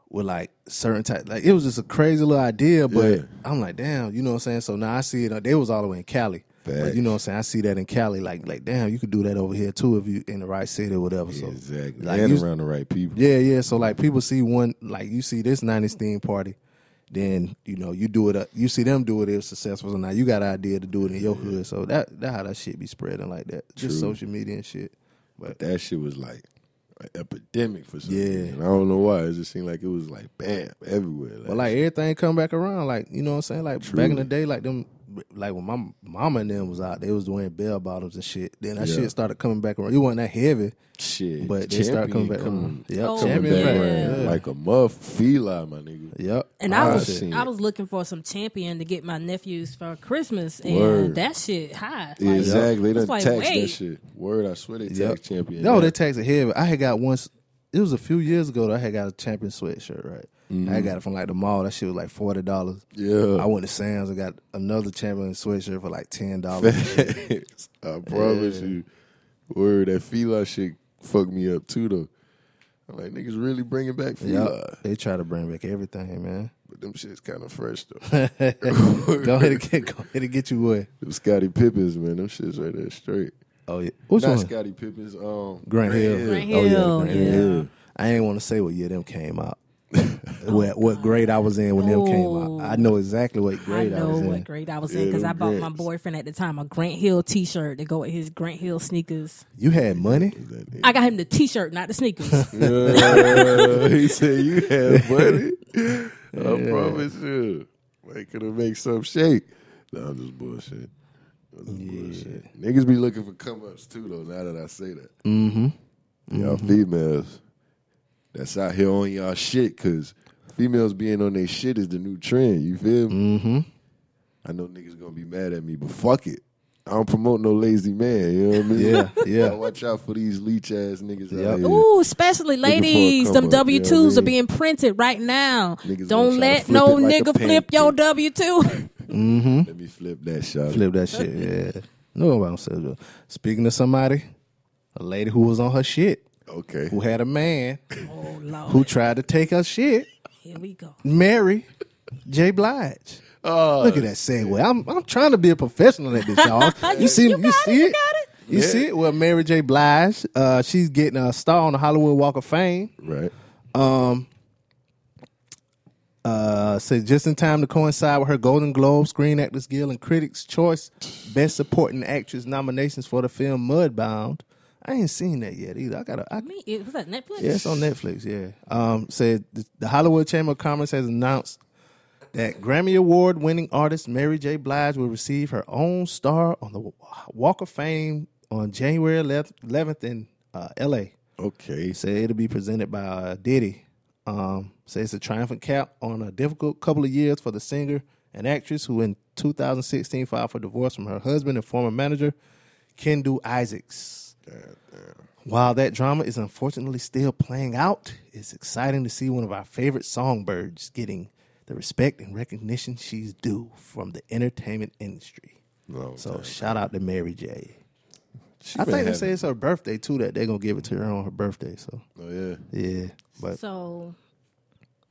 [SPEAKER 1] with like certain type. Like it was just a crazy little idea, but
[SPEAKER 2] Yeah.
[SPEAKER 1] I'm like, damn, you know what I'm saying. So now I see it. uh, They was all the way in Cali. But
[SPEAKER 2] Facts.
[SPEAKER 1] you know what I'm saying? I see that in Cali, like like damn, you could do that over here too if you in the right city or whatever. So
[SPEAKER 2] Exactly.
[SPEAKER 1] like,
[SPEAKER 2] and
[SPEAKER 1] you-
[SPEAKER 2] around the right people.
[SPEAKER 1] yeah, yeah. So like people see one, like you see this '90s theme party, then you know you do it. uh, You see them do it. It's successful. So now you got an idea to do it in your hood. So that that how that shit be spreading like that. Just
[SPEAKER 2] True.
[SPEAKER 1] social media and shit. But
[SPEAKER 2] That shit was like an epidemic for some
[SPEAKER 1] Yeah.
[SPEAKER 2] reason. I don't know why. It just seemed like it was like bam everywhere.
[SPEAKER 1] But like everything come back around, like you know what I'm saying. Like back in
[SPEAKER 2] Truly.
[SPEAKER 1] the day, like them, like when my mama and them was out, they was wearing bell bottoms and shit. Then that
[SPEAKER 2] Yeah.
[SPEAKER 1] shit started coming back around. It wasn't that heavy,
[SPEAKER 2] shit.
[SPEAKER 1] but they started coming
[SPEAKER 2] Champion
[SPEAKER 1] back around. Yep,
[SPEAKER 3] Oh,
[SPEAKER 2] coming
[SPEAKER 1] champion
[SPEAKER 2] back
[SPEAKER 1] back.
[SPEAKER 2] around
[SPEAKER 1] Yeah.
[SPEAKER 2] like a muff feline, my nigga.
[SPEAKER 1] yep.
[SPEAKER 3] And I
[SPEAKER 2] Ah,
[SPEAKER 3] was
[SPEAKER 2] shit.
[SPEAKER 3] I was looking for some champion to get my nephews for Christmas, and
[SPEAKER 2] Word.
[SPEAKER 3] that shit high. Like,
[SPEAKER 2] Exactly. They done
[SPEAKER 3] it's like,
[SPEAKER 2] taxed
[SPEAKER 3] wait.
[SPEAKER 2] that shit. Word, I swear they taxed
[SPEAKER 1] Yep.
[SPEAKER 2] champion.
[SPEAKER 1] No,
[SPEAKER 2] back.
[SPEAKER 1] they tax it heavy. I had got once. It was a few years ago that I had got a champion sweatshirt. Right, I got it from like the mall. That shit was like forty dollars.
[SPEAKER 2] Mm-hmm. Yeah.
[SPEAKER 1] I went to Sam's and got another champion sweatshirt for like ten dollars.
[SPEAKER 2] I promise you. Word, that feline shit fucked me up too, though. I'm like, niggas really bringing back feline.
[SPEAKER 1] yep. They try to bring back everything, man.
[SPEAKER 2] But them shit's kind of fresh, though.
[SPEAKER 1] Go ahead and get go ahead and get you one.
[SPEAKER 2] them Scotty Pippins, man. Them shit's right there straight.
[SPEAKER 1] Oh yeah, which
[SPEAKER 2] Not
[SPEAKER 1] one?
[SPEAKER 2] Scotty Pippins. Um,
[SPEAKER 1] Grant Hill.
[SPEAKER 3] Grant
[SPEAKER 1] Oh, yeah,
[SPEAKER 3] Hill,
[SPEAKER 1] Grant
[SPEAKER 3] yeah.
[SPEAKER 1] Hill. I ain't want to say what year them came out. what what grade I was in when them came
[SPEAKER 3] Oh.
[SPEAKER 1] out. I know exactly what
[SPEAKER 3] I
[SPEAKER 1] grade I,
[SPEAKER 3] know
[SPEAKER 1] was
[SPEAKER 3] what
[SPEAKER 1] in.
[SPEAKER 3] grade I was
[SPEAKER 2] Yeah,
[SPEAKER 3] in because I
[SPEAKER 2] them
[SPEAKER 3] bought my
[SPEAKER 2] Grants.
[SPEAKER 3] boyfriend at the time a Grant Hill T-shirt to go with his Grant Hill sneakers.
[SPEAKER 1] You had money?
[SPEAKER 3] I got him the T-shirt, not the sneakers.
[SPEAKER 2] Yeah, he said you had money. I promise you. Like, could have make some shake. Nah, I'm just bullshit. I'm just bullshit. Niggas be looking for come ups too though, now that I say that. Mm-hmm. Y'all
[SPEAKER 1] Mm-hmm.
[SPEAKER 2] females. That's out here on y'all shit, cause females being on their shit is the new trend. You feel me? Mm-hmm. I know niggas gonna be mad at me, but fuck it. I don't promote no lazy man, you know what I mean?
[SPEAKER 1] Yeah,
[SPEAKER 2] Gotta
[SPEAKER 1] yeah.
[SPEAKER 2] watch out for these leech ass niggas
[SPEAKER 1] Yep.
[SPEAKER 2] out here.
[SPEAKER 3] Ooh, especially
[SPEAKER 2] for a
[SPEAKER 3] ladies,
[SPEAKER 2] come
[SPEAKER 3] them
[SPEAKER 2] up, you know what I
[SPEAKER 3] W twos are
[SPEAKER 2] mean?
[SPEAKER 3] being printed right now.
[SPEAKER 2] Niggas gonna try to
[SPEAKER 3] Don't let
[SPEAKER 2] flip
[SPEAKER 3] no
[SPEAKER 2] it like a
[SPEAKER 3] nigga flip your
[SPEAKER 2] pancake.
[SPEAKER 3] W two.
[SPEAKER 2] Let me flip that shot.
[SPEAKER 1] Flip that shit. Yeah. No about myself. Speaking to somebody, a lady who was on her shit,
[SPEAKER 2] Okay.
[SPEAKER 1] who had a man
[SPEAKER 3] oh lord,
[SPEAKER 1] who tried to take her shit,
[SPEAKER 3] here we go.
[SPEAKER 1] Mary J. Blige.
[SPEAKER 2] Oh,
[SPEAKER 1] Look at that segue. I'm I'm trying to be a professional at this, y'all. You see, you, see it. You,
[SPEAKER 2] Yeah.
[SPEAKER 1] see it. Well, Mary J. Blige, uh, she's getting a star on the Hollywood Walk of Fame.
[SPEAKER 2] right.
[SPEAKER 1] Uh, so just in time to coincide with her Golden Globe, Screen Actors Guild, and Critics' Choice Best Supporting Actress nominations for the film Mudbound. I ain't seen that yet either. I gotta. I,
[SPEAKER 3] Me, it was that Netflix.
[SPEAKER 1] yeah, it's on Netflix. Yeah. Um, said the, the Hollywood Chamber of Commerce has announced that Grammy Award winning artist Mary J. Blige will receive her own star on the Walk of Fame on January 11th in uh, L.A.
[SPEAKER 2] Okay.
[SPEAKER 1] Say it'll be presented by uh, Diddy. Um, say it's a triumphant cap on a difficult couple of years for the singer and actress who in 2016 filed for divorce from her husband and former manager, Kendu Isaacs. While that drama is unfortunately still playing out, it's exciting to see one of our favorite songbirds getting the respect and recognition she's due from the entertainment industry.
[SPEAKER 2] No,
[SPEAKER 1] So shout out to Mary J.
[SPEAKER 2] she
[SPEAKER 1] I
[SPEAKER 2] been
[SPEAKER 1] think they
[SPEAKER 2] having-
[SPEAKER 1] say it's her birthday too that they're gonna give it to her on her birthday. So
[SPEAKER 2] Oh yeah.
[SPEAKER 1] yeah, but
[SPEAKER 3] So,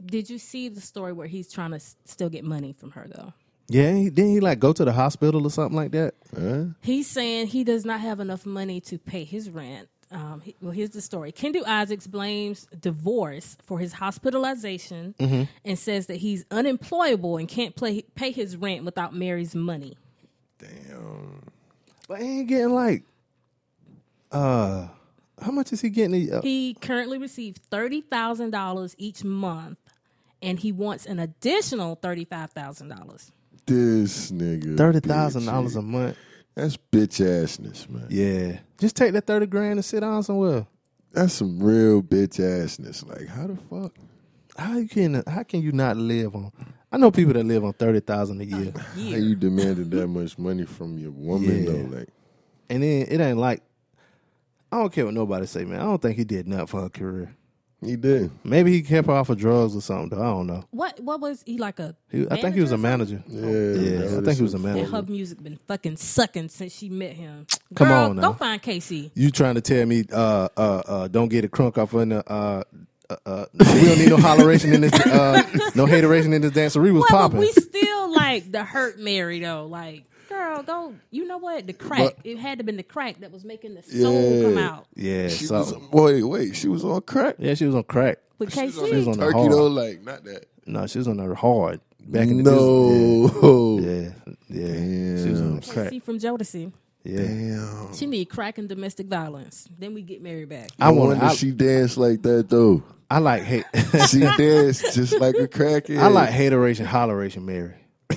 [SPEAKER 3] did you see the story where he's trying to s- still get money from her though?
[SPEAKER 1] yeah, he, didn't he like go to the hospital or something like that?
[SPEAKER 2] Huh?
[SPEAKER 3] He's saying he does not have enough money to pay his rent. Um, he- well, here's the story. Kendu Isaacs blames divorce for his hospitalization
[SPEAKER 1] Mm-hmm.
[SPEAKER 3] and says that he's unemployable and can't play, pay his rent without Mary's money.
[SPEAKER 2] Damn.
[SPEAKER 1] But he ain't getting like, uh, how much is he getting? A, uh,
[SPEAKER 3] He currently receives thirty thousand dollars each month, and he wants an additional thirty-five thousand dollars.
[SPEAKER 2] This nigga.
[SPEAKER 1] Thirty thousand dollars a month.
[SPEAKER 2] That's bitch assness, man.
[SPEAKER 1] Yeah. Just take that 30 grand and sit down somewhere.
[SPEAKER 2] That's some real bitch assness. Like, how the fuck?
[SPEAKER 1] How you can how can you not live on I know people that live on 30,000 a year.
[SPEAKER 2] How you demanded that much money from your woman though? Like,
[SPEAKER 1] And then it ain't like I don't care what nobody say, man. I don't think he did nothing for her career.
[SPEAKER 2] he did.
[SPEAKER 1] Maybe he kept her off of drugs or something. Though. I don't know.
[SPEAKER 3] What what was he like a?
[SPEAKER 1] He, I think he was a
[SPEAKER 3] manager or
[SPEAKER 1] manager.
[SPEAKER 2] Yeah,
[SPEAKER 1] Yeah, I
[SPEAKER 2] man,
[SPEAKER 1] think he was
[SPEAKER 2] this
[SPEAKER 1] a
[SPEAKER 2] is-
[SPEAKER 3] something? And her
[SPEAKER 1] manager.
[SPEAKER 3] music been fucking sucking since she met him.
[SPEAKER 1] Come
[SPEAKER 3] Girl,
[SPEAKER 1] on now.
[SPEAKER 3] go find KC.
[SPEAKER 1] You trying to tell me uh uh uh don't get a crunk off in the uh uh, uh we don't need no holleration in this uh no hateration in this dancery was
[SPEAKER 3] Well, but
[SPEAKER 1] popping.
[SPEAKER 3] we still like the hurt Mary though. Like, girl, go. You know what? The crack. it had to been the crack that was making the soul
[SPEAKER 2] Yeah.
[SPEAKER 3] come out.
[SPEAKER 1] Yeah,
[SPEAKER 2] She
[SPEAKER 1] so
[SPEAKER 2] was, wait, wait, she was on crack.
[SPEAKER 1] yeah, she was on crack.
[SPEAKER 3] But KC,
[SPEAKER 1] She was on the
[SPEAKER 2] Turkey
[SPEAKER 1] hard.
[SPEAKER 2] though, like not that.
[SPEAKER 1] No, she was on the hard back in the
[SPEAKER 2] no,
[SPEAKER 1] business. Yeah, yeah, she was on the crack.
[SPEAKER 3] KC from Jodeci,
[SPEAKER 1] Yeah,
[SPEAKER 2] damn.
[SPEAKER 3] she need crack and domestic violence. Then we get Mary back.
[SPEAKER 1] I
[SPEAKER 2] I
[SPEAKER 1] wanna-
[SPEAKER 2] wonder
[SPEAKER 1] I-
[SPEAKER 2] she danced like that though.
[SPEAKER 1] I like hate.
[SPEAKER 2] She danced just like a crackhead.
[SPEAKER 1] I like hateration, holleration, Mary. I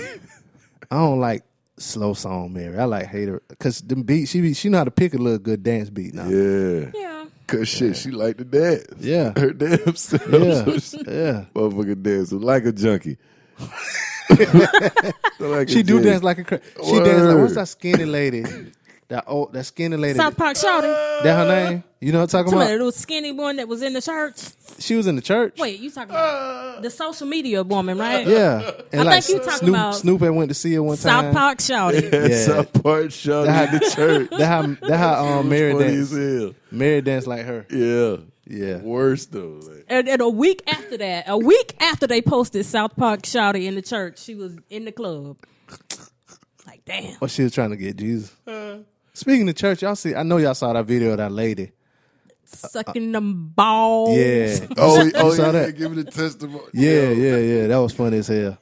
[SPEAKER 1] don't like slow song, Mary. I like hater because them beat she be, she know how to pick a little good dance beat now. Yeah,
[SPEAKER 2] Yeah,
[SPEAKER 3] Yeah.
[SPEAKER 2] cause shit, she liked to dance.
[SPEAKER 1] Yeah.
[SPEAKER 2] her damn self.
[SPEAKER 1] yeah.
[SPEAKER 2] Motherfucker dancing like a junkie. like
[SPEAKER 1] She
[SPEAKER 2] a
[SPEAKER 1] do
[SPEAKER 2] junkie.
[SPEAKER 1] dance like a cra- she dance like
[SPEAKER 2] Word.
[SPEAKER 1] what's that skinny lady? That old that skinny lady.
[SPEAKER 3] South
[SPEAKER 1] That,
[SPEAKER 3] Park Shouting.
[SPEAKER 1] that her name? You know what I'm talking
[SPEAKER 3] Somebody,
[SPEAKER 1] about?
[SPEAKER 3] little skinny one that was in the church.
[SPEAKER 1] She was in the church.
[SPEAKER 3] Wait, you talking about the social media woman, right?
[SPEAKER 1] Uh. Yeah, and
[SPEAKER 3] I
[SPEAKER 1] like
[SPEAKER 3] think you talking
[SPEAKER 1] Snoop,
[SPEAKER 3] about-
[SPEAKER 1] Snoop had went to see her one time.
[SPEAKER 3] South Park Shouting.
[SPEAKER 2] That's
[SPEAKER 1] Yeah.
[SPEAKER 2] South Park shouting at the church.
[SPEAKER 1] That how that how um, Mary
[SPEAKER 2] Funny as
[SPEAKER 1] danced.
[SPEAKER 2] hell.
[SPEAKER 1] Mary danced like her.
[SPEAKER 2] Yeah.
[SPEAKER 1] Yeah.
[SPEAKER 2] Worse though. Like,
[SPEAKER 3] And, and a week after that, a week after they posted South Park Shouty in the church, she was in the club. Like, damn.
[SPEAKER 1] Or she was trying to get Jesus. Speaking of church, y'all see, I know y'all saw that video of that lady.
[SPEAKER 3] Sucking them balls.
[SPEAKER 1] Yeah.
[SPEAKER 2] oh, he- oh,
[SPEAKER 1] You saw
[SPEAKER 2] yeah,
[SPEAKER 1] that?
[SPEAKER 2] giving a testimony.
[SPEAKER 1] Yeah, yeah, yeah. That was funny as hell.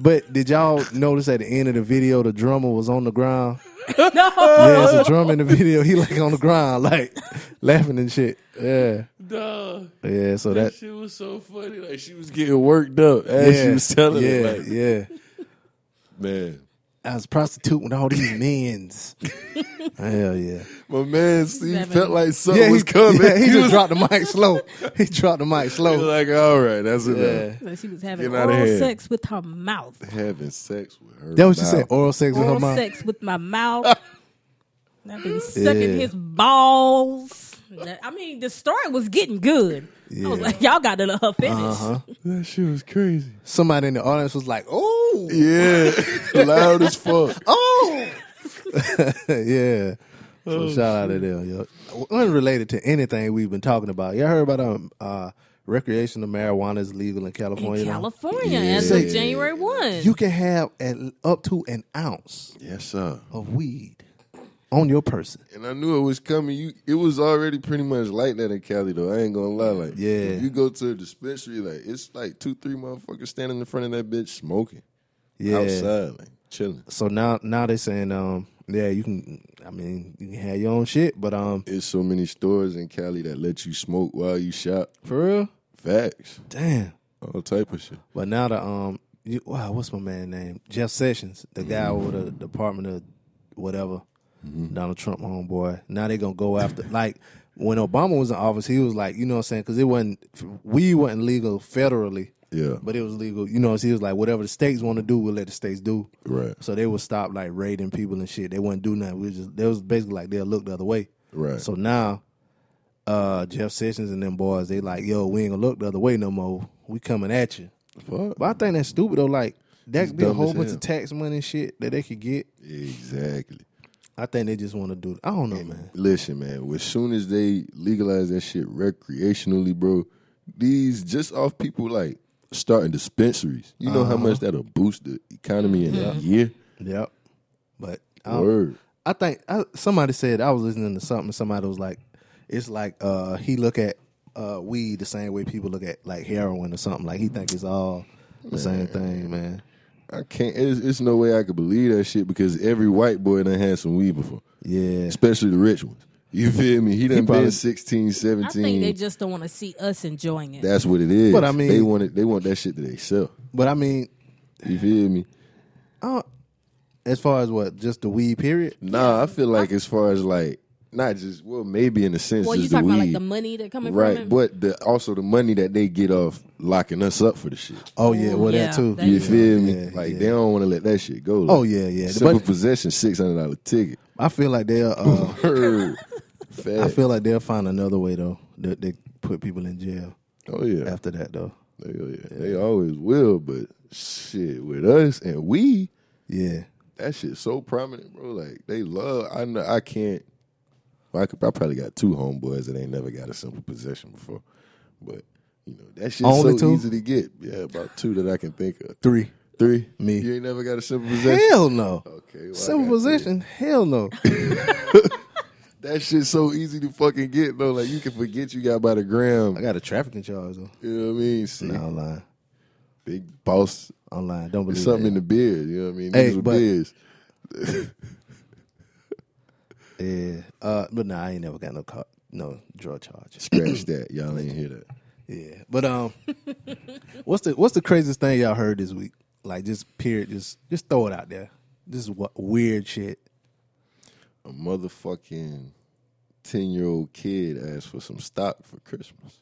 [SPEAKER 1] But did y'all notice at the end of the video the drummer was on the ground?
[SPEAKER 3] No.
[SPEAKER 1] Yeah, it's a drummer in the video. He like on the ground, like laughing and shit. Yeah.
[SPEAKER 2] Duh.
[SPEAKER 1] Yeah, so that
[SPEAKER 2] She was so funny. Like she was getting worked up as
[SPEAKER 1] yeah,
[SPEAKER 2] she was telling
[SPEAKER 1] Yeah,
[SPEAKER 2] it. Like,
[SPEAKER 1] yeah.
[SPEAKER 2] man.
[SPEAKER 1] I was prostituting all these men's. Hell yeah.
[SPEAKER 2] My man, he
[SPEAKER 3] Seven.
[SPEAKER 2] felt like something
[SPEAKER 1] yeah, he,
[SPEAKER 2] was coming.
[SPEAKER 1] yeah, he,
[SPEAKER 2] he
[SPEAKER 1] just
[SPEAKER 2] was
[SPEAKER 1] dropped the mic slow. He dropped the mic
[SPEAKER 2] he was
[SPEAKER 1] slow.
[SPEAKER 2] like, all right, that's
[SPEAKER 1] Yeah.
[SPEAKER 2] enough.
[SPEAKER 3] So she was having
[SPEAKER 2] Get outta
[SPEAKER 3] oral
[SPEAKER 2] here.
[SPEAKER 3] sex with her mouth.
[SPEAKER 2] Having sex with her.
[SPEAKER 1] That was she
[SPEAKER 2] mouth.
[SPEAKER 1] said. Oral sex with her
[SPEAKER 3] Oral
[SPEAKER 1] mom.
[SPEAKER 3] sex with my mouth. And I've been sucking
[SPEAKER 1] Yeah.
[SPEAKER 3] his balls. That- I mean, the story was getting good. I was
[SPEAKER 1] Yeah.
[SPEAKER 3] like, y'all got to let her finish.
[SPEAKER 2] That shit was crazy.
[SPEAKER 1] Somebody in the audience was like, "Oh,
[SPEAKER 2] Yeah. Loud as fuck.
[SPEAKER 1] oh, yeah." So shout out to them. Yo. Unrelated to anything we've been talking about. Y'all heard about um, uh, recreational marijuana is legal in
[SPEAKER 3] In
[SPEAKER 1] California. now?
[SPEAKER 3] California as of
[SPEAKER 1] Yeah.
[SPEAKER 3] January 1.
[SPEAKER 1] You can have an, up to an ounce
[SPEAKER 2] Yes, sir.
[SPEAKER 1] of weed on your person.
[SPEAKER 2] and I knew it was coming. You, it was already pretty much like that in Cali, though. I ain't gonna lie, like
[SPEAKER 1] Yeah.
[SPEAKER 2] if you go to a dispensary, like it's like two, three motherfuckers standing in front of that bitch smoking
[SPEAKER 1] Yeah.
[SPEAKER 2] outside, like chilling.
[SPEAKER 1] So now, now they saying, um, yeah, you can. I mean, you can have your own shit, but um,
[SPEAKER 2] It's so many stores in Cali that let you smoke while you shop.
[SPEAKER 1] for real,
[SPEAKER 2] Facts,
[SPEAKER 1] damn.
[SPEAKER 2] all type of shit.
[SPEAKER 1] But now the um, you, wow, what's my man's name? Jeff Sessions, the guy
[SPEAKER 2] Mm-hmm.
[SPEAKER 1] over the Department of whatever, Donald Trump homeboy. Now they gonna go after like when Obama was in office, he was like, you know what I'm saying? Because it wasn't we wasn't legal federally,
[SPEAKER 2] Yeah,
[SPEAKER 1] but it was legal. You know, what I'm saying? he was like, whatever the states want to do, we'll let the states do.
[SPEAKER 2] right,
[SPEAKER 1] So they would stop like raiding people and shit. They wouldn't do nothing. We just they was basically like they'll look the other way.
[SPEAKER 2] right.
[SPEAKER 1] So now, uh, Jeff Sessions and them boys, they like, yo, we ain't gonna look the other way no more. We coming at you.
[SPEAKER 2] fuck
[SPEAKER 1] But I think that's stupid though. Like that could be a
[SPEAKER 2] dumb
[SPEAKER 1] whole
[SPEAKER 2] as
[SPEAKER 1] bunch
[SPEAKER 2] hell.
[SPEAKER 1] of tax money and shit that they could get.
[SPEAKER 2] exactly.
[SPEAKER 1] I think they just want to do. I don't know, man.
[SPEAKER 2] Listen, man. As soon as they legalize that shit recreationally, bro, these just off people like starting dispensaries. You know how
[SPEAKER 3] Uh-huh.
[SPEAKER 2] much that'll boost the economy in a year.
[SPEAKER 1] Yep. But I, don't-
[SPEAKER 2] Word.
[SPEAKER 1] I think I, somebody said I was listening to something. Somebody was like, "It's like uh, he look at uh, weed the same way people look at like heroin or something. Like he think it's all the same thing, man."
[SPEAKER 2] I can't. It's, it's no way I could believe that shit because every white boy done had some weed before,
[SPEAKER 1] Yeah.
[SPEAKER 2] especially the rich ones. You feel me? He done
[SPEAKER 1] probably-
[SPEAKER 2] been 16,
[SPEAKER 3] I think
[SPEAKER 2] 17.
[SPEAKER 3] they just don't want to see us enjoying it.
[SPEAKER 2] That's what it is.
[SPEAKER 1] But I mean-
[SPEAKER 2] they want it. They want that shit to they sell.
[SPEAKER 1] But I mean,
[SPEAKER 2] You feel me?
[SPEAKER 1] I don't- As far as what, just the weed period?
[SPEAKER 2] Nah, I feel like as far as like not just well, maybe in a sense,
[SPEAKER 3] Well,
[SPEAKER 2] just
[SPEAKER 3] you
[SPEAKER 2] the
[SPEAKER 3] talking
[SPEAKER 2] weed,
[SPEAKER 3] about like the money that coming
[SPEAKER 2] right?
[SPEAKER 3] from him?
[SPEAKER 2] But the, also the money that they get off locking us up for the shit.
[SPEAKER 1] Oh yeah, well
[SPEAKER 3] Yeah,
[SPEAKER 1] that too.
[SPEAKER 3] that-
[SPEAKER 2] You
[SPEAKER 3] Yeah,
[SPEAKER 2] feel me?
[SPEAKER 1] yeah,
[SPEAKER 2] like
[SPEAKER 1] yeah.
[SPEAKER 2] they don't want to let that shit go.
[SPEAKER 1] Oh yeah, yeah.
[SPEAKER 2] simple
[SPEAKER 1] But
[SPEAKER 2] possession, six hundred dollar ticket.
[SPEAKER 1] I feel like they'll. Uh,
[SPEAKER 2] Heard.
[SPEAKER 1] I
[SPEAKER 2] Fat.
[SPEAKER 1] feel like they'll find another way though. That they put people in jail
[SPEAKER 2] oh yeah.
[SPEAKER 1] after that though.
[SPEAKER 2] They, oh, yeah. They always will, but shit with us and we,
[SPEAKER 1] Yeah.
[SPEAKER 2] that shit so prominent, bro. Like they love. I know I can't. I could. I probably got two homeboys that ain't never got a simple possession before, but you know that shit's
[SPEAKER 1] Only
[SPEAKER 2] so
[SPEAKER 1] two?
[SPEAKER 2] easy to get. Yeah, about two that I can think of.
[SPEAKER 1] Three.
[SPEAKER 2] Three.
[SPEAKER 1] Me.
[SPEAKER 2] You ain't never got a simple possession.
[SPEAKER 1] Hell no.
[SPEAKER 2] Okay. well, I
[SPEAKER 1] Simple
[SPEAKER 2] got three.
[SPEAKER 1] possession. Hell no.
[SPEAKER 2] That shit's so easy to fucking get though. Like you can forget you got by the
[SPEAKER 1] I
[SPEAKER 2] gram.
[SPEAKER 1] got a trafficking charge though.
[SPEAKER 2] You know what I mean? See,
[SPEAKER 1] Nah, I'm lying.
[SPEAKER 2] big boss.
[SPEAKER 1] I'm lying. Don't believe
[SPEAKER 2] It's something in
[SPEAKER 1] that.
[SPEAKER 2] the beard. You know what I mean?
[SPEAKER 1] Hey,
[SPEAKER 2] Niggas with
[SPEAKER 1] but-
[SPEAKER 2] beards.
[SPEAKER 1] yeah. Uh, but nah, I ain't never got no car, no drug charge.
[SPEAKER 2] Scratch that. Y'all ain't hear that.
[SPEAKER 1] Yeah. But um, what's the what's the craziest thing y'all heard this week? Like just period. Just just throw it out there. This is what weird shit.
[SPEAKER 2] A motherfucking ten year old kid asked for some stock for Christmas.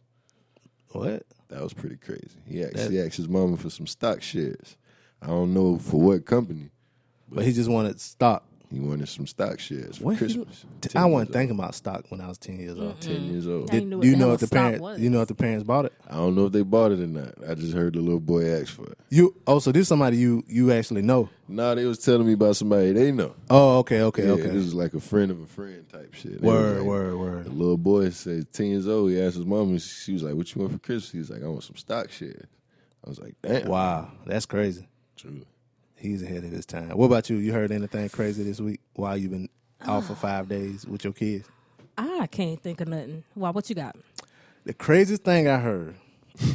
[SPEAKER 1] What?
[SPEAKER 2] That was pretty crazy. He actually asked his mama for some stock shares. I don't know for what company.
[SPEAKER 1] But he just wanted stock.
[SPEAKER 2] He wanted some stock shares for
[SPEAKER 1] What?
[SPEAKER 2] Christmas.
[SPEAKER 1] T-
[SPEAKER 2] 10
[SPEAKER 1] I
[SPEAKER 2] years
[SPEAKER 1] wasn't thinking about stock when I was ten years old.
[SPEAKER 2] old. Ten years old.
[SPEAKER 3] Did- I ain't knew what
[SPEAKER 1] Do you
[SPEAKER 3] the
[SPEAKER 1] know
[SPEAKER 3] hell
[SPEAKER 1] if the
[SPEAKER 3] a stock
[SPEAKER 1] parent?
[SPEAKER 3] was.
[SPEAKER 1] You know if the parents bought it?
[SPEAKER 2] I don't know if they bought it or not. I just heard the little boy ask for it.
[SPEAKER 1] You oh, so this is somebody you you actually know?
[SPEAKER 2] Nah, they was telling me about somebody they know.
[SPEAKER 1] Oh, okay, okay,
[SPEAKER 2] Yeah,
[SPEAKER 1] okay.
[SPEAKER 2] This is like a friend of a friend type shit. They was
[SPEAKER 1] word,
[SPEAKER 2] like-
[SPEAKER 1] word,
[SPEAKER 2] The
[SPEAKER 1] word.
[SPEAKER 2] little boy said, 10 years old, he asked his mom, and she was like, What you want for Christmas? He was like, I want some stock shares. I was like, Damn.
[SPEAKER 1] Wow, that's crazy.
[SPEAKER 2] True.
[SPEAKER 1] He's ahead of his time. What about you? You heard anything crazy this week while you've been
[SPEAKER 3] Uh,
[SPEAKER 1] out for five days with your kids?
[SPEAKER 3] I can't think of nothing. Why? What you got?
[SPEAKER 1] The craziest thing I heard,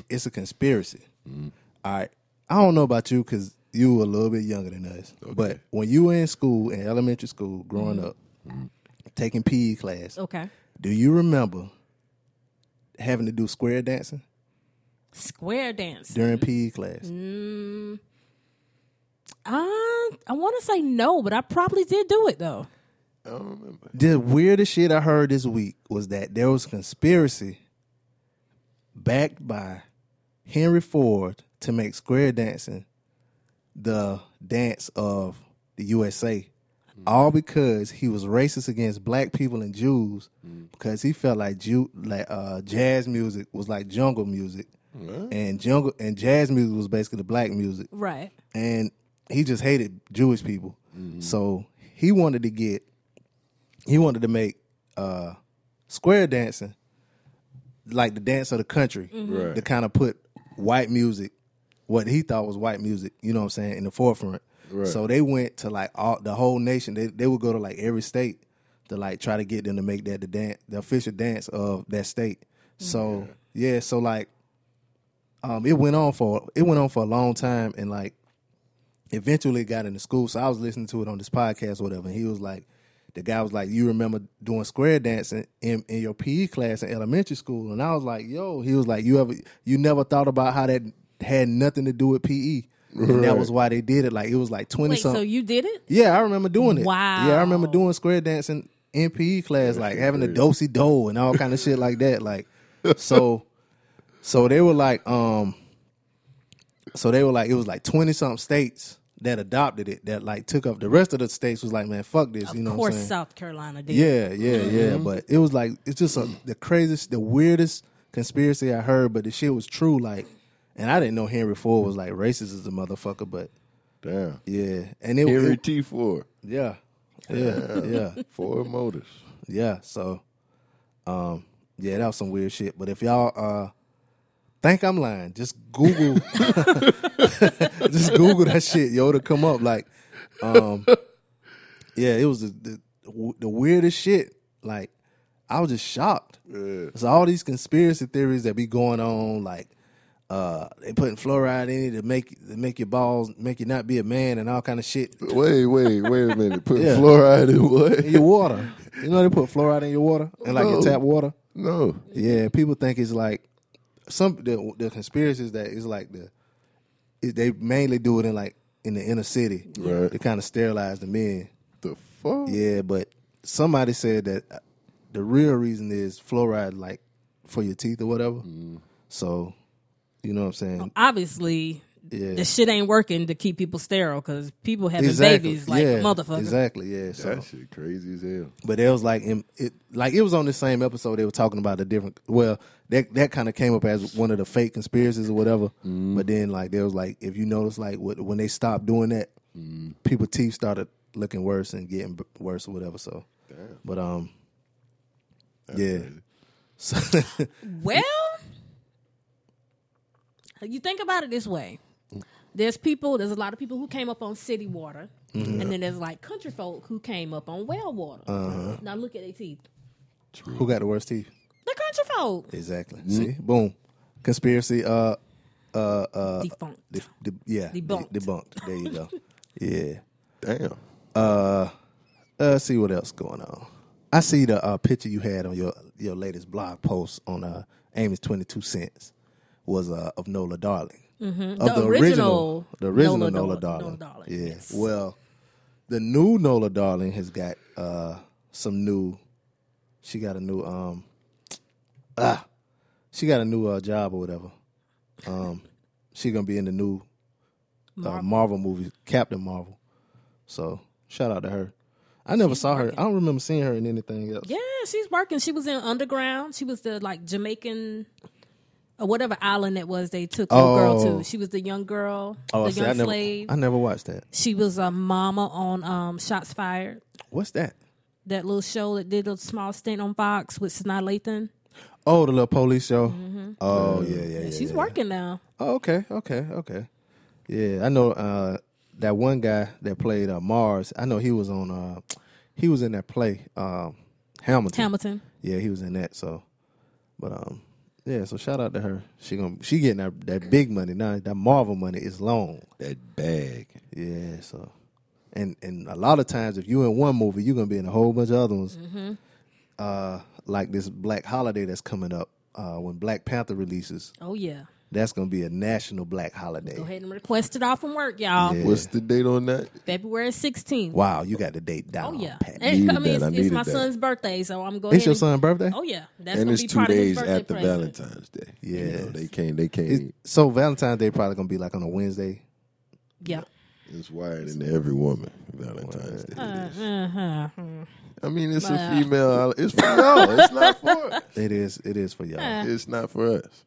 [SPEAKER 1] it's a conspiracy. All right, I don't know about you because you were a little bit younger than us, but when you were in school in elementary school growing up, taking PE class,
[SPEAKER 3] Okay.
[SPEAKER 1] do you remember having to do square dancing
[SPEAKER 3] Square dance.
[SPEAKER 1] during PE class?
[SPEAKER 3] I Uh, I want to say no, but I probably did do it though.
[SPEAKER 2] I don't remember.
[SPEAKER 1] The weirdest shit I heard this week was that there was a conspiracy backed by Henry Ford to make square dancing the dance of the USA. All because he was racist against black people and Jews because he felt like Jew like uh, jazz music was like jungle music. And jungle and jazz music was basically the black music
[SPEAKER 3] Right.
[SPEAKER 1] and he just hated Jewish people.
[SPEAKER 2] Mm-hmm.
[SPEAKER 1] So he wanted to get, he wanted to make uh, square dancing like the dance of the country
[SPEAKER 2] Right.
[SPEAKER 1] to kind of put white music, what he thought was white music, you know what I'm saying, in the forefront.
[SPEAKER 2] Right.
[SPEAKER 1] So they went to like all the whole nation. They they would go to like every state to like try to get them to make that the dance, the official dance of that state. So yeah, so like um, it went on for it went on for a long time, and like eventually it got into school. So I was listening to it on this podcast, or whatever. And he was like, the guy was like, you remember doing square dancing in, in your PE class in elementary school? And I was like, yo. He was like, you ever you never thought about how that had nothing to do with PE, and that was why they did it. Like it was like twenty
[SPEAKER 3] Wait. So
[SPEAKER 1] something.
[SPEAKER 3] you did it?
[SPEAKER 1] yeah, I remember doing it.
[SPEAKER 3] Wow.
[SPEAKER 1] Yeah, I remember doing square dancing in PE class, like having a dosey do and all kind of shit like that. Like so, so they were like, um, so they were like, it was like twenty something states that adopted it that like took up the rest of the states was like, man, fuck this, you know
[SPEAKER 3] of
[SPEAKER 1] what I'm
[SPEAKER 3] course,
[SPEAKER 1] saying?
[SPEAKER 3] South Carolina did.
[SPEAKER 1] Yeah, yeah, yeah. But it was like it's just a, the craziest, the weirdest conspiracy I heard. But the shit was true. Like, and I didn't know Henry Ford was like racist as a motherfucker. But
[SPEAKER 2] Damn.
[SPEAKER 1] yeah, and it,
[SPEAKER 2] Henry
[SPEAKER 1] it
[SPEAKER 2] T4,
[SPEAKER 1] yeah, yeah, yeah,
[SPEAKER 2] Ford Motors.
[SPEAKER 1] yeah. So, um, yeah, that was some weird shit. But if y'all uh think I'm lying, just Google, just Google that shit, yo, to come up. Like, um, yeah, it was the, the the weirdest shit. Like, I was just shocked.
[SPEAKER 2] Yeah.
[SPEAKER 1] So all these conspiracy theories that be going on, like uh, they putting fluoride in it to make to make your balls make you not be a man and all kind of shit.
[SPEAKER 2] Wait, wait, wait a minute. Put
[SPEAKER 1] Yeah.
[SPEAKER 2] fluoride in what?
[SPEAKER 1] in your water. You know they put fluoride in your water and like your
[SPEAKER 2] No.
[SPEAKER 1] tap water.
[SPEAKER 2] No.
[SPEAKER 1] Yeah, people think it's like some the the conspiracies that it's like the it, they mainly do it in like in the inner city.
[SPEAKER 2] Right.
[SPEAKER 1] They kind of sterilized the men.
[SPEAKER 2] The fuck?
[SPEAKER 1] Yeah, but somebody said that uh, the real reason is fluoride, like for your teeth or whatever.
[SPEAKER 2] Mm.
[SPEAKER 1] So, you know what I'm saying?
[SPEAKER 3] Obviously,
[SPEAKER 1] Yeah.
[SPEAKER 3] the shit ain't working to keep people sterile because people having babies like
[SPEAKER 1] yeah,
[SPEAKER 3] a motherfucker.
[SPEAKER 1] Exactly. Yeah. So,
[SPEAKER 2] That shit crazy as hell.
[SPEAKER 1] but it was like in- it, like it was on the same episode they were talking about the different. Well, that that kind of came up as one of the fake conspiracies or whatever. But then like there was like if you notice like what, when they stopped doing that, people teeth started looking worse and getting b- worse or whatever. So, but um, yeah. So,
[SPEAKER 3] Well, you think about it this way. There's people, there's a lot of people who came up on city water,
[SPEAKER 1] Mm-hmm.
[SPEAKER 3] and then there's like country folk who came up on well water.
[SPEAKER 1] Uh-huh.
[SPEAKER 3] Now look at their teeth.
[SPEAKER 1] Who got the worst teeth?
[SPEAKER 3] The country folk
[SPEAKER 1] Exactly. See, boom, conspiracy. Uh,
[SPEAKER 3] defunct.
[SPEAKER 1] de- de- yeah, de-
[SPEAKER 3] Debunked.
[SPEAKER 1] debunked. There you go. yeah.
[SPEAKER 2] Damn.
[SPEAKER 1] Uh, see what else going on. I see the uh, picture you had on your your latest blog post on uh, Amy's twenty two cents was uh, of Nola Darling. Mm-hmm. Of
[SPEAKER 3] The original
[SPEAKER 1] the original
[SPEAKER 3] Nola
[SPEAKER 1] Nola,
[SPEAKER 3] Dar-
[SPEAKER 1] Darling.
[SPEAKER 3] Nola Darling,
[SPEAKER 1] Yeah.
[SPEAKER 3] yes.
[SPEAKER 1] Well, the new Nola Darling has got uh, some new. She got a new um. Ah, she got a new uh, job or whatever. Um, she gonna be in the new uh, Marvel movie, Captain Marvel. So shout out to her. I never saw her. I don't remember seeing her in anything else.
[SPEAKER 3] Yeah, she's working. She was in underground. She was the like Jamaican or whatever island it was they took the girl
[SPEAKER 1] Oh.
[SPEAKER 3] to. She was the young girl,
[SPEAKER 1] I
[SPEAKER 3] the
[SPEAKER 1] Oh, see,
[SPEAKER 3] young
[SPEAKER 1] I never,
[SPEAKER 3] slave.
[SPEAKER 1] I never watched that.
[SPEAKER 3] she was a mama on um, Shots Fired,
[SPEAKER 1] What's that?
[SPEAKER 3] that little show that did a small stint on Fox with Sanaa Lathan.
[SPEAKER 1] Oh, the little police show. Oh yeah, yeah, yeah.
[SPEAKER 3] Mm-hmm. She's
[SPEAKER 1] yeah.
[SPEAKER 3] working now.
[SPEAKER 1] Oh, okay, okay, okay. Yeah, I know uh, that one guy that played uh, Mars. I know he was on. Uh, he was in that play, um, Hamilton.
[SPEAKER 3] Hamilton.
[SPEAKER 1] Yeah, he was in that. So, but um, yeah. So shout out to her. She gonna she getting that, that big money now. That Marvel money is long.
[SPEAKER 2] That bag.
[SPEAKER 1] Yeah, so and and a lot of times if you in one movie, you're gonna be in a whole bunch of other ones.
[SPEAKER 3] Mm-hmm.
[SPEAKER 1] Uh, like this Black Holiday that's coming up. Uh, when Black Panther releases,
[SPEAKER 3] Oh yeah.
[SPEAKER 1] that's gonna be a national Black holiday.
[SPEAKER 3] Go ahead and request it off from work, y'all.
[SPEAKER 1] Yeah.
[SPEAKER 2] What's the date on that?
[SPEAKER 3] February 16th.
[SPEAKER 1] Wow, you got the date
[SPEAKER 3] Oh
[SPEAKER 1] down.
[SPEAKER 3] yeah.
[SPEAKER 1] pat.
[SPEAKER 3] And-
[SPEAKER 2] Needed
[SPEAKER 3] I mean,
[SPEAKER 2] that. I
[SPEAKER 3] it's, it's
[SPEAKER 2] needed
[SPEAKER 3] my
[SPEAKER 2] that.
[SPEAKER 3] son's birthday, so I'm going.
[SPEAKER 1] it's your
[SPEAKER 3] and-
[SPEAKER 1] son's birthday.
[SPEAKER 3] Oh yeah. That's
[SPEAKER 2] and
[SPEAKER 3] gonna
[SPEAKER 2] it's
[SPEAKER 3] be
[SPEAKER 2] two
[SPEAKER 3] part of his
[SPEAKER 2] days
[SPEAKER 3] birthday
[SPEAKER 2] after
[SPEAKER 3] present.
[SPEAKER 2] Valentine's Day. You know,
[SPEAKER 1] Yes.
[SPEAKER 2] they can't. They can't.
[SPEAKER 1] It- so Valentine's Day probably gonna be like on a Wednesday.
[SPEAKER 3] Yeah.
[SPEAKER 2] it's wired into every woman. Valentine's Day.
[SPEAKER 3] Uh-huh.
[SPEAKER 2] I mean, it's
[SPEAKER 3] Well.
[SPEAKER 2] a female. It's for y'all. It's not for. Us.
[SPEAKER 1] It is. It is for y'all.
[SPEAKER 3] Ah.
[SPEAKER 2] It's not for us.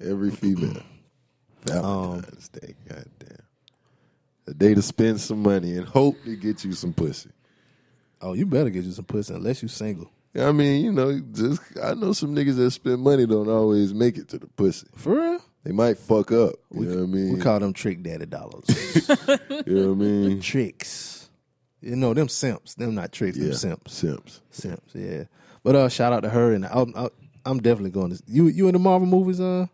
[SPEAKER 2] Every female. Valentine's Day. Goddamn. A day to spend some money and hope to get you some pussy.
[SPEAKER 1] Oh, you better get you some pussy unless you single.
[SPEAKER 2] I mean, you know, just I know some niggas that spend money don't always make it to the pussy.
[SPEAKER 1] For real.
[SPEAKER 2] They might fuck up. You know what I mean?
[SPEAKER 1] We call them trick daddy dollars.
[SPEAKER 2] you know what I mean?
[SPEAKER 1] tricks. You know them simps. Them not tricks.
[SPEAKER 2] Yeah.
[SPEAKER 1] Them simps.
[SPEAKER 2] Simps.
[SPEAKER 1] Simps, yeah. But uh, shout out to her, and I'm I'm- I'm definitely going to you. You in the Marvel movies? Uh,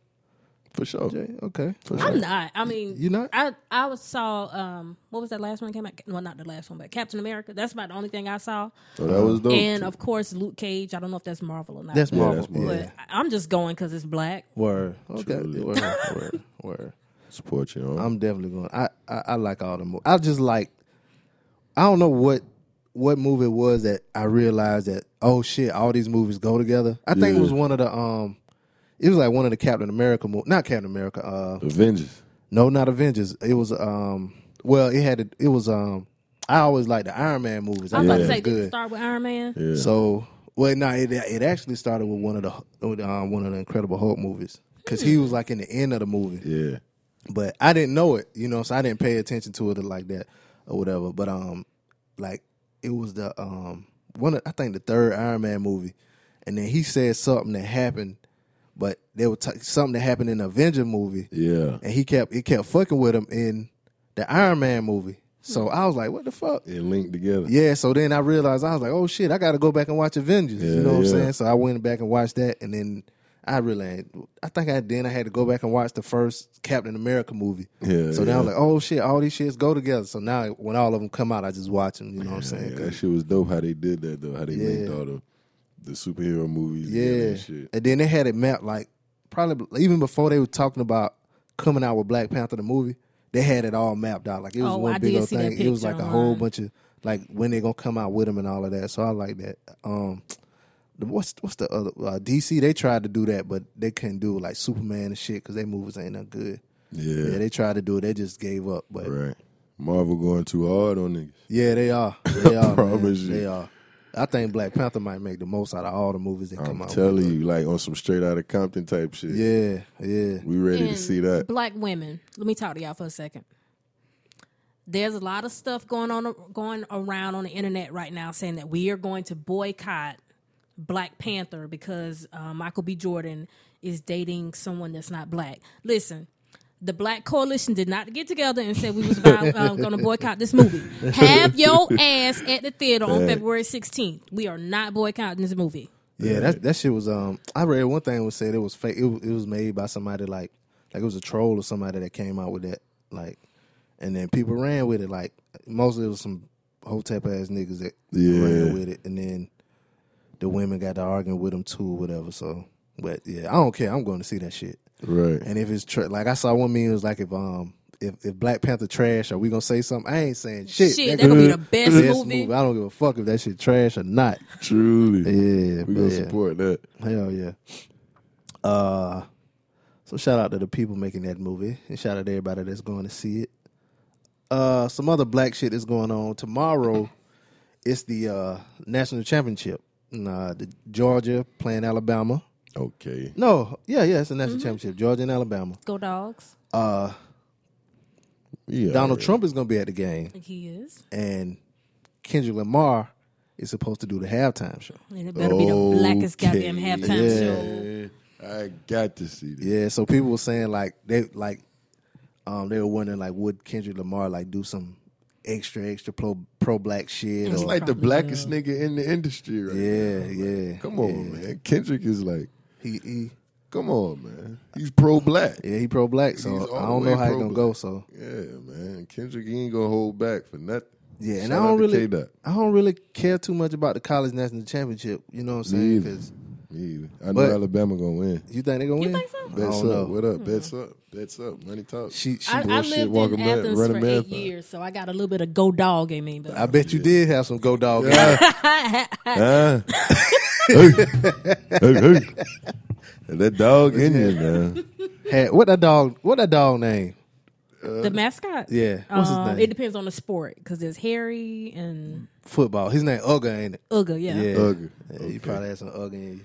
[SPEAKER 2] For sure.
[SPEAKER 1] Jay? okay.
[SPEAKER 3] I'm not. I mean,
[SPEAKER 1] You not?
[SPEAKER 3] I I was- saw um what was that last one that came out? Well, not the last one, but Captain America. That's about the only thing I saw.
[SPEAKER 1] Oh,
[SPEAKER 2] So that was dope.
[SPEAKER 3] and of course, Luke Cage. I don't know if that's Marvel or not.
[SPEAKER 1] That's
[SPEAKER 3] but-
[SPEAKER 1] Marvel.
[SPEAKER 2] that's Marvel.
[SPEAKER 3] But
[SPEAKER 1] Yeah.
[SPEAKER 3] I- I'm just going because it's black.
[SPEAKER 1] Word. Okay.
[SPEAKER 2] Truly.
[SPEAKER 1] Word. Word. Word.
[SPEAKER 2] Support your own.
[SPEAKER 1] I'm definitely going. I, I I like all the movies. I just like. I don't know what what movie it was that I realized that oh shit all these movies go together. I think it
[SPEAKER 2] Yeah.
[SPEAKER 1] was one of the um, it was like one of the Captain America mo- not Captain America. Uh,
[SPEAKER 2] Avengers.
[SPEAKER 1] No, not Avengers. It was um. Well, it had a, it was um. I always liked the Iron Man movies.
[SPEAKER 3] I'm
[SPEAKER 1] thought
[SPEAKER 3] about to say,
[SPEAKER 1] it was
[SPEAKER 3] did it
[SPEAKER 1] good.
[SPEAKER 3] start with Iron Man?
[SPEAKER 2] Yeah.
[SPEAKER 1] So well, no, it it actually started with one of the with, um, one of the Incredible Hulk movies because he was like in the end of the movie,
[SPEAKER 2] yeah.
[SPEAKER 1] but I didn't know it, you know, so I didn't pay attention to it like that or whatever. But um, like it was the um one of, I think the third Iron Man movie, and then he said something that happened, but there was t- something that happened in the Avenger movie
[SPEAKER 2] Yeah.
[SPEAKER 1] and he kept it kept fucking with him in the Iron Man movie. So
[SPEAKER 2] Hmm.
[SPEAKER 1] I was like, what the fuck?
[SPEAKER 2] It linked together.
[SPEAKER 1] Yeah, so then I realized I was like, oh shit, I got to go back and watch Avengers. you
[SPEAKER 2] Yeah,
[SPEAKER 1] know what I'm
[SPEAKER 2] yeah.
[SPEAKER 1] saying? So I went back and watched that, and then I realized I think I then I had to go back and watch the first Captain America movie.
[SPEAKER 2] Yeah,
[SPEAKER 1] So now I'm
[SPEAKER 2] yeah.
[SPEAKER 1] like, oh shit, all these shits go together. So now when all of them come out, I just watch them. You know what I'm
[SPEAKER 2] Yeah,
[SPEAKER 1] saying?
[SPEAKER 2] that shit was dope how they did that though. How they
[SPEAKER 1] Yeah.
[SPEAKER 2] linked all the the superhero movies. together
[SPEAKER 1] Yeah.
[SPEAKER 2] and shit.
[SPEAKER 1] And then they had it mapped like probably even before they were talking about coming out with Black Panther the movie, they had it all mapped out. Like it was
[SPEAKER 3] Oh,
[SPEAKER 1] one
[SPEAKER 3] I
[SPEAKER 1] big
[SPEAKER 3] did
[SPEAKER 1] old
[SPEAKER 3] see that
[SPEAKER 1] thing. It was
[SPEAKER 3] picture
[SPEAKER 1] like a whole
[SPEAKER 3] online.
[SPEAKER 1] bunch of like when they gonna come out with them and all of that. So I like that. Um, the, what's what's the other uh, DC? They tried to do that, but they couldn't do it like Superman and shit because they movies ain't that good.
[SPEAKER 2] Yeah.
[SPEAKER 1] Yeah, they tried to do it. They just gave up. But
[SPEAKER 2] right. Marvel going too hard on niggas.
[SPEAKER 1] yeah, they are. They are.
[SPEAKER 2] Promise
[SPEAKER 1] man.
[SPEAKER 2] you.
[SPEAKER 1] They are. I think Black Panther might make the most out of all the movies that come
[SPEAKER 2] I'm
[SPEAKER 1] out.
[SPEAKER 2] telling you, like on some straight out of Compton type shit.
[SPEAKER 1] Yeah, yeah.
[SPEAKER 2] We ready to
[SPEAKER 3] And
[SPEAKER 2] see that.
[SPEAKER 3] Black women. Let me talk to y'all for a second. There's a lot of stuff going on going around on the internet right now saying that we are going to boycott Black Panther because uh, Michael B. Jordan is dating someone that's not black. Listen, the Black Coalition did not get together and said we was um, going to boycott this movie. Have your ass at the theater on February 16th. We are not boycotting this movie.
[SPEAKER 1] Yeah, that that shit was. Um, I read one thing was said it was fake. It, wa- it was made by somebody like like it was a troll or somebody that came out with that like, and then people ran with it. Like mostly it was some hotep ass niggas that
[SPEAKER 2] Yeah.
[SPEAKER 1] ran with it, and then the women got to arguing with them too or whatever. So, but yeah, I don't care. I'm going to see that shit.
[SPEAKER 2] Right.
[SPEAKER 1] And if it's tra- like I saw one meme it was like if um if, if Black Panther trash, are we gonna say something? I ain't saying shit.
[SPEAKER 3] Shit,
[SPEAKER 1] That
[SPEAKER 3] that
[SPEAKER 1] could
[SPEAKER 3] would be the best movie.
[SPEAKER 1] I don't give a fuck if that shit trash or not.
[SPEAKER 2] Truly.
[SPEAKER 1] Yeah, but
[SPEAKER 2] we gonna
[SPEAKER 1] yeah.
[SPEAKER 2] support that.
[SPEAKER 1] Hell yeah. Uh, so shout out to the people making that movie, and shout out to everybody that's going to see it. Uh, some other black shit is going on tomorrow. It's the uh, national championship. Nah, the Georgia playing Alabama.
[SPEAKER 2] Okay.
[SPEAKER 1] No, yeah, yeah, it's the national championship. Georgia and Alabama.
[SPEAKER 3] Go dogs.
[SPEAKER 1] Uh,
[SPEAKER 2] Yeah.
[SPEAKER 1] Donald Trump is going to be at the game,
[SPEAKER 3] He is.
[SPEAKER 1] and Kendrick Lamar is supposed to do the halftime show.
[SPEAKER 3] And it better be the blackest goddamn halftime
[SPEAKER 1] Yeah.
[SPEAKER 3] show.
[SPEAKER 2] I got to see this.
[SPEAKER 1] Yeah, so people were saying like they like um they were wondering like would Kendrick Lamar like do some extra extra pro pro black shit
[SPEAKER 2] It's
[SPEAKER 1] or
[SPEAKER 2] like the blackest nigga in the industry right
[SPEAKER 1] yeah,
[SPEAKER 2] now.
[SPEAKER 1] yeah.
[SPEAKER 2] Come on, man. Kendrick is like,
[SPEAKER 1] He, he
[SPEAKER 2] come on, man. He's pro black.
[SPEAKER 1] yeah, he pro black, so
[SPEAKER 2] He's all
[SPEAKER 1] I
[SPEAKER 2] the
[SPEAKER 1] don't
[SPEAKER 2] way
[SPEAKER 1] know how he gonna
[SPEAKER 2] pro-black.
[SPEAKER 1] go. So
[SPEAKER 2] Yeah, man. Kendrick he ain't gonna hold back for nothing.
[SPEAKER 1] yeah, and
[SPEAKER 2] Shout
[SPEAKER 1] I
[SPEAKER 2] out
[SPEAKER 1] don't
[SPEAKER 2] to
[SPEAKER 1] really
[SPEAKER 2] K-Dot.
[SPEAKER 1] I don't really care too much about the college national championship. You know what I'm
[SPEAKER 2] Me
[SPEAKER 1] saying?
[SPEAKER 2] either.
[SPEAKER 1] 'Cause
[SPEAKER 2] Me either. I know
[SPEAKER 1] But-
[SPEAKER 2] Alabama gonna win.
[SPEAKER 1] you think they gonna win?
[SPEAKER 3] think so?
[SPEAKER 1] I
[SPEAKER 2] Bets
[SPEAKER 1] don't
[SPEAKER 2] up.
[SPEAKER 1] know.
[SPEAKER 2] What up? Bets up. Bets up. Money talk.
[SPEAKER 1] She, she
[SPEAKER 3] I, I
[SPEAKER 2] bullshit,
[SPEAKER 3] lived
[SPEAKER 2] walk a
[SPEAKER 3] in
[SPEAKER 2] marathon,
[SPEAKER 3] Athens
[SPEAKER 2] run a
[SPEAKER 3] for eight
[SPEAKER 2] marathon.
[SPEAKER 3] years, so I got a little bit of go dog in me. But
[SPEAKER 1] I bet you did have some go dog.
[SPEAKER 2] Huh? hey, hey, hey. That dog in you, man.
[SPEAKER 1] Had what that dog? What that dog name?
[SPEAKER 3] the mascot,
[SPEAKER 1] Yeah, what's his
[SPEAKER 3] Um,
[SPEAKER 1] name?
[SPEAKER 3] It depends on the sport because there's Harry and
[SPEAKER 1] Football. His name Uga, ain't it?
[SPEAKER 3] Uga. Yeah,
[SPEAKER 1] Yeah.
[SPEAKER 2] Ugga.
[SPEAKER 1] Yeah, You probably had some Uga in you.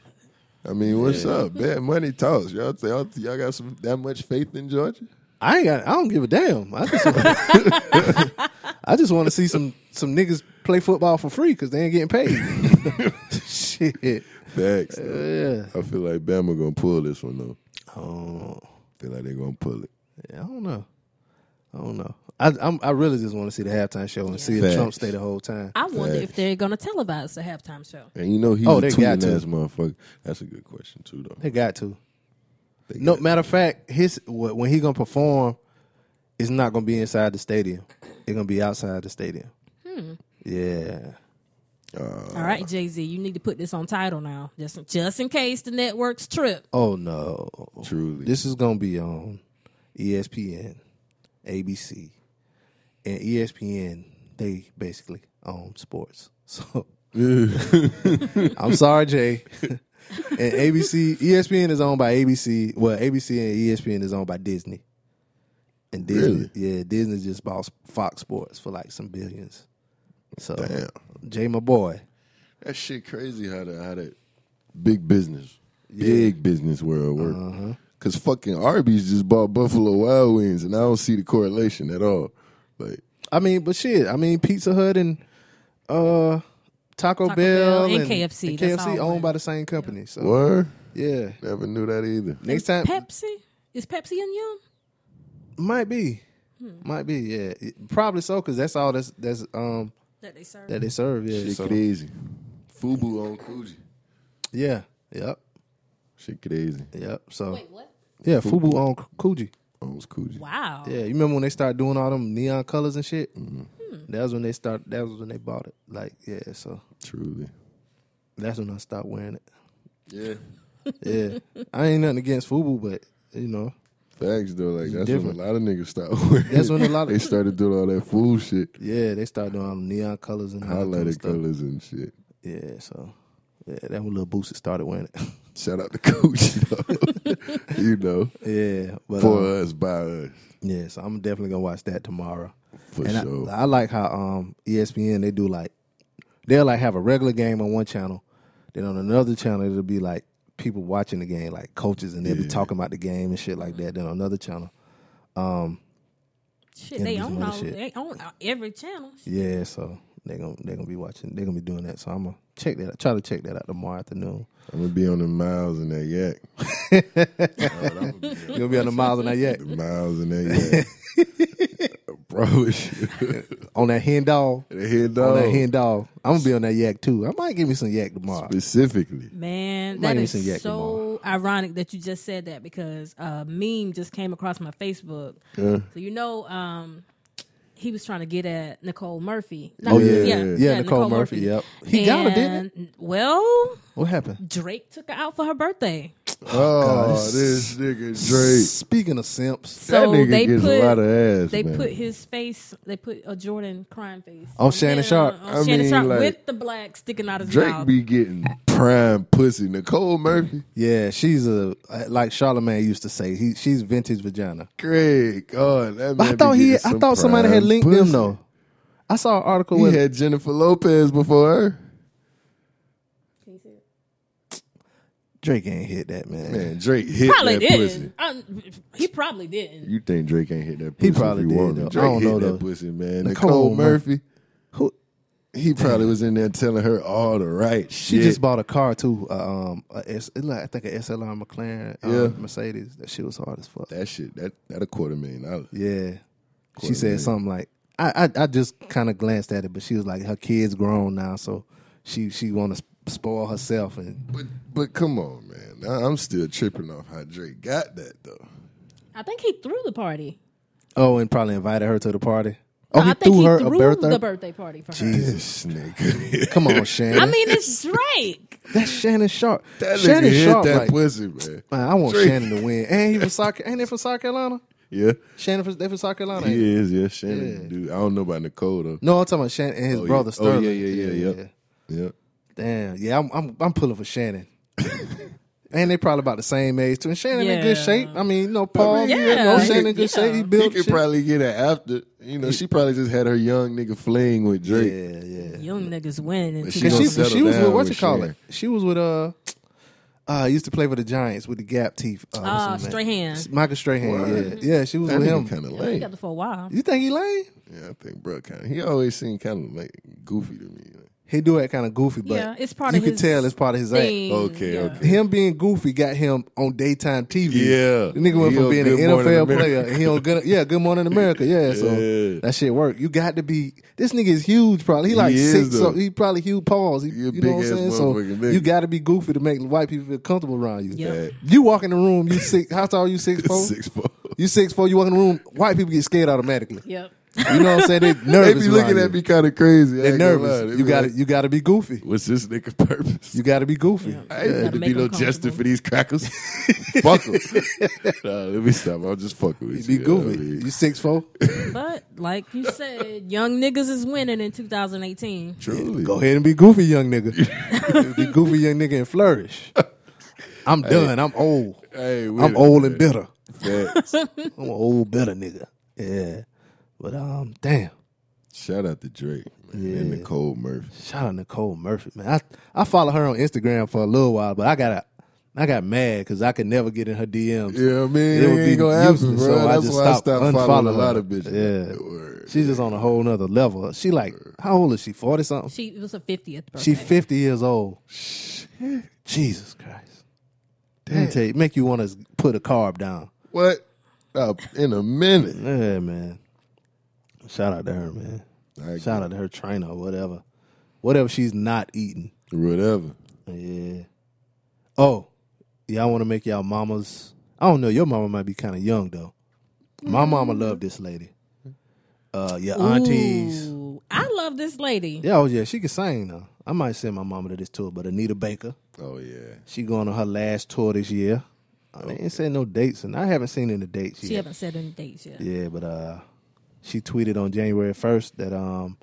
[SPEAKER 2] I mean, what's up? Bad money talks. Y'all, y'all, y'all got some that much faith in Georgia?
[SPEAKER 1] I ain't got. I don't give a damn. I just. I just want to see some some niggas play football for free because they ain't getting paid. Shit.
[SPEAKER 2] Facts. though.
[SPEAKER 1] Yeah.
[SPEAKER 2] I feel like Bama gonna pull this one though.
[SPEAKER 1] Oh.
[SPEAKER 2] Feel like they gonna pull it.
[SPEAKER 1] Yeah, I don't know. I don't know. I I'm, I really just want to see the halftime show and see if
[SPEAKER 2] Facts.
[SPEAKER 1] Trump stay the whole time.
[SPEAKER 3] I wonder
[SPEAKER 2] Facts.
[SPEAKER 3] if they're gonna televise the halftime show.
[SPEAKER 2] And you know he's
[SPEAKER 1] Oh,
[SPEAKER 2] a
[SPEAKER 1] they
[SPEAKER 2] tweeting
[SPEAKER 1] got to.
[SPEAKER 2] ass motherfucker. That's a good question too though.
[SPEAKER 1] They got to.
[SPEAKER 2] They
[SPEAKER 1] No
[SPEAKER 2] got-
[SPEAKER 1] matter of fact, his wh- when he gonna perform, it's not gonna be inside the stadium. It's gonna be outside the stadium. Yeah.
[SPEAKER 2] Uh,
[SPEAKER 3] All
[SPEAKER 1] Uh.
[SPEAKER 3] right, Jay Z, you need to put this on title now, just just in case the networks trip.
[SPEAKER 1] Oh no.
[SPEAKER 2] Truly.
[SPEAKER 1] This is gonna be on E ESPN, ABC, and E ESPN. They basically own sports. So I'm sorry, Jay. and ABC, ESPN is owned by ABC. Well, ABC and E ESPN is owned by Disney. And Disney, yeah, Disney just bought Fox Sports for like some billions. So,
[SPEAKER 2] Damn.
[SPEAKER 1] Jay, my boy,
[SPEAKER 2] That shit crazy how that how that big business, big business world work.
[SPEAKER 1] Uh-huh.
[SPEAKER 2] Cause fucking Arby's just bought Buffalo Wild Wings, and I don't see the correlation at all. Like
[SPEAKER 1] I mean, but shit. I mean, Pizza Hut and uh, Taco,
[SPEAKER 3] Taco
[SPEAKER 1] Bell
[SPEAKER 3] Bell and KFC,
[SPEAKER 1] and
[SPEAKER 3] that's
[SPEAKER 1] KFC
[SPEAKER 3] all
[SPEAKER 1] owned
[SPEAKER 3] one.
[SPEAKER 1] by the same company. So
[SPEAKER 2] what?
[SPEAKER 1] yeah,
[SPEAKER 2] Never knew that either.
[SPEAKER 1] next time
[SPEAKER 3] Pepsi is Pepsi and Yum.
[SPEAKER 1] might be,
[SPEAKER 3] Hmm.
[SPEAKER 1] might be. Yeah, It- probably so because that's all that's that's um
[SPEAKER 3] That they serve.
[SPEAKER 1] that they serve. Yeah,
[SPEAKER 2] Shit
[SPEAKER 1] so-
[SPEAKER 2] crazy. Fubu on Coogee.
[SPEAKER 1] yeah, yep,
[SPEAKER 2] Shit crazy.
[SPEAKER 1] yep. So
[SPEAKER 3] Wait, what?
[SPEAKER 1] yeah, Fubu on Coogee.
[SPEAKER 2] Owns Coogee.
[SPEAKER 3] Wow.
[SPEAKER 1] Yeah, you remember when they started doing all them neon colors and shit?
[SPEAKER 2] Mm-hmm.
[SPEAKER 3] Hmm.
[SPEAKER 1] That was when they start. That was when they bought it. Like yeah, so
[SPEAKER 2] Truly.
[SPEAKER 1] that's when I stopped wearing it.
[SPEAKER 2] Yeah.
[SPEAKER 1] Yeah, I ain't nothing against Fubu, but you know.
[SPEAKER 2] Facts though, like that's
[SPEAKER 1] different.
[SPEAKER 2] when a lot of niggas stopped wearing.
[SPEAKER 1] That's when a lot of-
[SPEAKER 2] they started doing all that fool shit,
[SPEAKER 1] Yeah, they start doing all the neon colors and all that kind of
[SPEAKER 2] highlighted
[SPEAKER 1] stuff.
[SPEAKER 2] colors and shit.
[SPEAKER 1] Yeah, so yeah, that when little Boosie started wearing it.
[SPEAKER 2] Shout out to Coach, though. you know,
[SPEAKER 1] yeah, but
[SPEAKER 2] for
[SPEAKER 1] um,
[SPEAKER 2] us by us
[SPEAKER 1] yeah, so I'm definitely gonna watch that tomorrow.
[SPEAKER 2] for
[SPEAKER 1] and
[SPEAKER 2] sure.
[SPEAKER 1] I, I like how um ESPN they do like they'll like have a regular game on one channel, then on another channel it'll be like people watching the game, like coaches, and they'll be
[SPEAKER 2] Yeah.
[SPEAKER 1] talking about the game and shit like that. Then on another channel,
[SPEAKER 3] Shit,
[SPEAKER 1] Yeah,
[SPEAKER 3] they
[SPEAKER 1] do some
[SPEAKER 3] own
[SPEAKER 1] other
[SPEAKER 3] all,
[SPEAKER 1] shit.
[SPEAKER 3] they own all- every channel.
[SPEAKER 1] yeah, so they gonna they gonna be watching, they gonna be doing that. So I'm gonna check that, out, try to check that out tomorrow afternoon.
[SPEAKER 2] I'm gonna be on the miles in that yak. Alright, I'm gonna be on
[SPEAKER 1] You gonna be on the miles on that yak,
[SPEAKER 2] the miles in that yak. I promise you.
[SPEAKER 1] on that hen dog,
[SPEAKER 2] The head
[SPEAKER 1] on
[SPEAKER 2] dog
[SPEAKER 1] that hen dog. I'm gonna be on that yak too. I might give me some yak tomorrow.
[SPEAKER 2] specifically.
[SPEAKER 3] Man,
[SPEAKER 1] Might
[SPEAKER 3] that
[SPEAKER 1] even
[SPEAKER 3] is
[SPEAKER 1] see Yak
[SPEAKER 3] so ironic that you just said that because a meme just came across my Facebook.
[SPEAKER 1] Uh-huh.
[SPEAKER 3] So you know, um, he was trying to get at Nicole Murphy.
[SPEAKER 1] Oh
[SPEAKER 3] Not-
[SPEAKER 1] yeah,
[SPEAKER 2] yeah,
[SPEAKER 1] yeah,
[SPEAKER 2] yeah,
[SPEAKER 1] Nicole, Murphy. Yep, he got her, didn't he?
[SPEAKER 3] And, Well,
[SPEAKER 1] What happened?
[SPEAKER 3] Drake took her out for her birthday.
[SPEAKER 2] Oh, this nigga Drake.
[SPEAKER 1] Speaking of simps,
[SPEAKER 3] So
[SPEAKER 2] that nigga
[SPEAKER 3] they
[SPEAKER 2] gets
[SPEAKER 3] put
[SPEAKER 2] a lot of ass.
[SPEAKER 3] they
[SPEAKER 2] man.
[SPEAKER 3] put his face. They put a Jordan crying face
[SPEAKER 1] On Oh, Shannon
[SPEAKER 3] him,
[SPEAKER 1] Sharp.
[SPEAKER 3] On
[SPEAKER 2] I
[SPEAKER 3] Shannon
[SPEAKER 2] mean,
[SPEAKER 3] Sharp
[SPEAKER 2] like,
[SPEAKER 3] with the black sticking out his
[SPEAKER 2] Drake
[SPEAKER 3] mouth.
[SPEAKER 2] be getting prime pussy. Nicole Murphy,
[SPEAKER 1] yeah, she's a like Charlemagne used to say. He, she's vintage vagina.
[SPEAKER 2] Great God, that
[SPEAKER 1] But
[SPEAKER 2] man
[SPEAKER 1] I
[SPEAKER 2] be
[SPEAKER 1] thought he, I
[SPEAKER 2] getting some
[SPEAKER 1] thought somebody had
[SPEAKER 2] prime
[SPEAKER 1] linked
[SPEAKER 2] pussy.
[SPEAKER 1] them though. I saw an article
[SPEAKER 2] He
[SPEAKER 1] with
[SPEAKER 2] had Jennifer Lopez before her.
[SPEAKER 1] Drake ain't hit that man.
[SPEAKER 2] Man, Drake hit
[SPEAKER 3] probably
[SPEAKER 2] that pussy.
[SPEAKER 3] didn't. I, he probably didn't.
[SPEAKER 2] You think Drake ain't hit that pussy?
[SPEAKER 1] probably
[SPEAKER 2] if he
[SPEAKER 1] did,
[SPEAKER 2] wanted.
[SPEAKER 1] though. I
[SPEAKER 2] Drake
[SPEAKER 1] don't
[SPEAKER 2] hit
[SPEAKER 1] know,
[SPEAKER 2] that
[SPEAKER 1] though.
[SPEAKER 2] pussy, man. Nicole,
[SPEAKER 1] Nicole
[SPEAKER 2] Murphy.
[SPEAKER 1] Who?
[SPEAKER 2] He probably was in there telling her all the right
[SPEAKER 1] She
[SPEAKER 2] shit.
[SPEAKER 1] just bought a car too. Uh, um, a S, it's like, I think a SLR McLaren, um,
[SPEAKER 2] Yeah.
[SPEAKER 1] Mercedes. That shit was hard as fuck.
[SPEAKER 2] that shit. That that a quarter million dollars.
[SPEAKER 1] Yeah, she
[SPEAKER 2] Quarter
[SPEAKER 1] said
[SPEAKER 2] million.
[SPEAKER 1] something like, I, I, I just kind of glanced at it, but she was like, her kids grown now, so she, she want to spoil herself and
[SPEAKER 2] But but come on, man. I- I'm still tripping off how Drake got that though.
[SPEAKER 3] I think he threw the party.
[SPEAKER 1] oh, and probably invited her to the party. Oh,
[SPEAKER 3] I
[SPEAKER 1] he
[SPEAKER 3] think
[SPEAKER 1] threw
[SPEAKER 3] he
[SPEAKER 1] her
[SPEAKER 3] threw
[SPEAKER 1] a birthday.
[SPEAKER 3] the birthday party for her.
[SPEAKER 2] This nigga.
[SPEAKER 1] Come on, Shannon.
[SPEAKER 3] I mean, it's Drake.
[SPEAKER 1] that's Shannon Sharp.
[SPEAKER 2] That nigga
[SPEAKER 1] Shannon
[SPEAKER 2] hit
[SPEAKER 1] Sharp,
[SPEAKER 2] that
[SPEAKER 1] like,
[SPEAKER 2] pussy, man.
[SPEAKER 1] man, I want
[SPEAKER 2] Drake.
[SPEAKER 1] Shannon to win. And he from South, ain't they from South Carolina?
[SPEAKER 2] Yeah.
[SPEAKER 1] Shannon, from, they from South Carolina. ain't they?
[SPEAKER 2] He is, yeah. Shannon,
[SPEAKER 1] Yeah.
[SPEAKER 2] dude. I don't know about Nicole though.
[SPEAKER 1] No, I'm talking about Shannon and his
[SPEAKER 2] Oh, yeah.
[SPEAKER 1] brother
[SPEAKER 2] Oh, yeah,
[SPEAKER 1] Sterling.
[SPEAKER 2] yeah, yeah, yeah. Yeah.
[SPEAKER 1] Damn, yeah, I'm I'm, I'm pulling for Shannon. and they probably about the same age too. And Shannon in good
[SPEAKER 3] Yeah.
[SPEAKER 1] shape. I mean, you know, Paul,
[SPEAKER 2] mean,
[SPEAKER 1] you
[SPEAKER 3] yeah,
[SPEAKER 1] know,
[SPEAKER 3] he-
[SPEAKER 1] Shannon in good
[SPEAKER 3] yeah.
[SPEAKER 1] shape. He
[SPEAKER 2] He
[SPEAKER 1] built
[SPEAKER 2] could
[SPEAKER 1] shit.
[SPEAKER 2] probably get it after. You know, she probably just had her young nigga fling with Drake.
[SPEAKER 1] yeah, yeah.
[SPEAKER 3] Young niggas winning. in
[SPEAKER 2] But she
[SPEAKER 1] 'Cause
[SPEAKER 2] gonna
[SPEAKER 1] she,
[SPEAKER 3] 2000.
[SPEAKER 1] she,
[SPEAKER 2] settle
[SPEAKER 1] was with
[SPEAKER 2] down
[SPEAKER 1] what you
[SPEAKER 2] with
[SPEAKER 1] call
[SPEAKER 2] Shannon.
[SPEAKER 1] it? She was with uh, uh, used to play for the Giants with the gap teeth. Uh, what's
[SPEAKER 3] Ah,
[SPEAKER 1] his name?
[SPEAKER 3] Strahan.
[SPEAKER 1] Michael Strahan.
[SPEAKER 2] Word.
[SPEAKER 1] Yeah, yeah, she was
[SPEAKER 2] That
[SPEAKER 1] with
[SPEAKER 2] nigga
[SPEAKER 1] him.
[SPEAKER 2] kind of
[SPEAKER 3] They
[SPEAKER 2] lame.
[SPEAKER 3] together for a while.
[SPEAKER 1] You think he lame?
[SPEAKER 2] Yeah, I think bro kind of. He always seemed kind of like goofy to me. Like,
[SPEAKER 1] He do that kind of goofy, but
[SPEAKER 3] Yeah, it's part
[SPEAKER 1] you
[SPEAKER 3] of
[SPEAKER 1] can
[SPEAKER 3] his
[SPEAKER 1] tell it's part of his act.
[SPEAKER 3] Thing,
[SPEAKER 2] Okay,
[SPEAKER 3] yeah.
[SPEAKER 2] okay.
[SPEAKER 1] Him being goofy got him on daytime TV.
[SPEAKER 2] Yeah.
[SPEAKER 1] the nigga went
[SPEAKER 2] He
[SPEAKER 1] from
[SPEAKER 2] on
[SPEAKER 1] being an
[SPEAKER 2] Good Morning
[SPEAKER 1] NFL
[SPEAKER 2] America.
[SPEAKER 1] player. and He on good, yeah, Good Morning America. Yeah, so
[SPEAKER 2] Yeah.
[SPEAKER 1] that shit work. You got to be. This nigga is huge. Probably he like
[SPEAKER 2] is,
[SPEAKER 1] six. So
[SPEAKER 2] though.
[SPEAKER 1] he probably huge paws. He,
[SPEAKER 2] He a
[SPEAKER 1] you
[SPEAKER 2] big
[SPEAKER 1] know what I'm
[SPEAKER 2] ass
[SPEAKER 1] saying? So
[SPEAKER 2] motherfucking nigga.
[SPEAKER 1] you got to be goofy to make white people feel comfortable around you.
[SPEAKER 3] Yeah.
[SPEAKER 2] Fact.
[SPEAKER 1] You walk in the room. You six. How tall you? Six four.
[SPEAKER 2] Six four.
[SPEAKER 1] You six four. You walk in the room. White people get scared automatically.
[SPEAKER 3] Yep.
[SPEAKER 1] You know what I'm saying? They
[SPEAKER 2] They
[SPEAKER 1] nervous.
[SPEAKER 2] be looking
[SPEAKER 1] around
[SPEAKER 2] at
[SPEAKER 1] you.
[SPEAKER 2] me kind of crazy. I
[SPEAKER 1] They're
[SPEAKER 2] ain't gonna lie. They
[SPEAKER 1] nervous.
[SPEAKER 2] be
[SPEAKER 1] You got to
[SPEAKER 2] like,
[SPEAKER 1] You got to be goofy.
[SPEAKER 2] What's this nigga purpose?
[SPEAKER 1] You got to be goofy.
[SPEAKER 2] I ain't
[SPEAKER 3] Gotta
[SPEAKER 2] finna be
[SPEAKER 3] make
[SPEAKER 2] no
[SPEAKER 3] 'em
[SPEAKER 2] jester
[SPEAKER 3] comfortable.
[SPEAKER 2] for these crackers. Fuck 'em. nah, let me stop. I'm just fucking with
[SPEAKER 1] Be
[SPEAKER 2] you. you know what
[SPEAKER 1] goofy.
[SPEAKER 2] I mean?
[SPEAKER 1] You six four.
[SPEAKER 3] But like you said, young niggas is winning in 2018.
[SPEAKER 2] Truly.
[SPEAKER 1] Go ahead and be goofy, young nigga. be goofy, young nigga, and flourish. I'm done. I'm old.
[SPEAKER 2] Hey, wait
[SPEAKER 1] I'm
[SPEAKER 2] a
[SPEAKER 1] old and
[SPEAKER 2] minute.
[SPEAKER 1] bitter.
[SPEAKER 2] Facts.
[SPEAKER 1] I'm an old bitter nigga. Yeah. But um, damn.
[SPEAKER 2] Shout out to Drake man, and Nicole Murphy.
[SPEAKER 1] Shout out Nicole Murphy, man. I I follow her on Instagram for a little while, but I got I got mad because I could never get in her DMs.
[SPEAKER 2] Yeah, I mean,
[SPEAKER 1] It
[SPEAKER 2] it
[SPEAKER 1] would be
[SPEAKER 2] ain't gonna happen,
[SPEAKER 1] useless,
[SPEAKER 2] bro.
[SPEAKER 1] so I
[SPEAKER 2] That's
[SPEAKER 1] just
[SPEAKER 2] why I
[SPEAKER 1] stopped
[SPEAKER 2] stopped following a
[SPEAKER 1] unfollowing
[SPEAKER 2] lot
[SPEAKER 1] her.
[SPEAKER 2] of bitches.
[SPEAKER 1] Yeah.
[SPEAKER 2] Word.
[SPEAKER 1] She's just on a whole nother level. She like, how old is she? Forty something.
[SPEAKER 3] She it was her 50th birthday.
[SPEAKER 1] She fifty years old. Jesus Christ! Let me tell you, make you want to put a carb down.
[SPEAKER 2] What? Uh, in a minute.
[SPEAKER 1] Yeah, man. Shout out to her, man.
[SPEAKER 2] I agree.
[SPEAKER 1] Shout out to her trainer, or whatever, whatever she's not eating.
[SPEAKER 2] Whatever.
[SPEAKER 1] Yeah. Oh, y'all want to make y'all mamas? I don't know. Your mama might be kind of young though. My mama loved this lady. Uh, your aunties.
[SPEAKER 3] Ooh, I love this lady.
[SPEAKER 1] Yeah, oh yeah, she can sing now. I might send my mama to this tour, but Anita Baker,
[SPEAKER 2] Oh yeah.
[SPEAKER 1] she going on her last tour this year. I ain't saying no dates, and I haven't seen any dates
[SPEAKER 3] She
[SPEAKER 1] yet.
[SPEAKER 3] haven't set any dates yet.
[SPEAKER 1] Yeah, but uh, she tweeted on January first that um,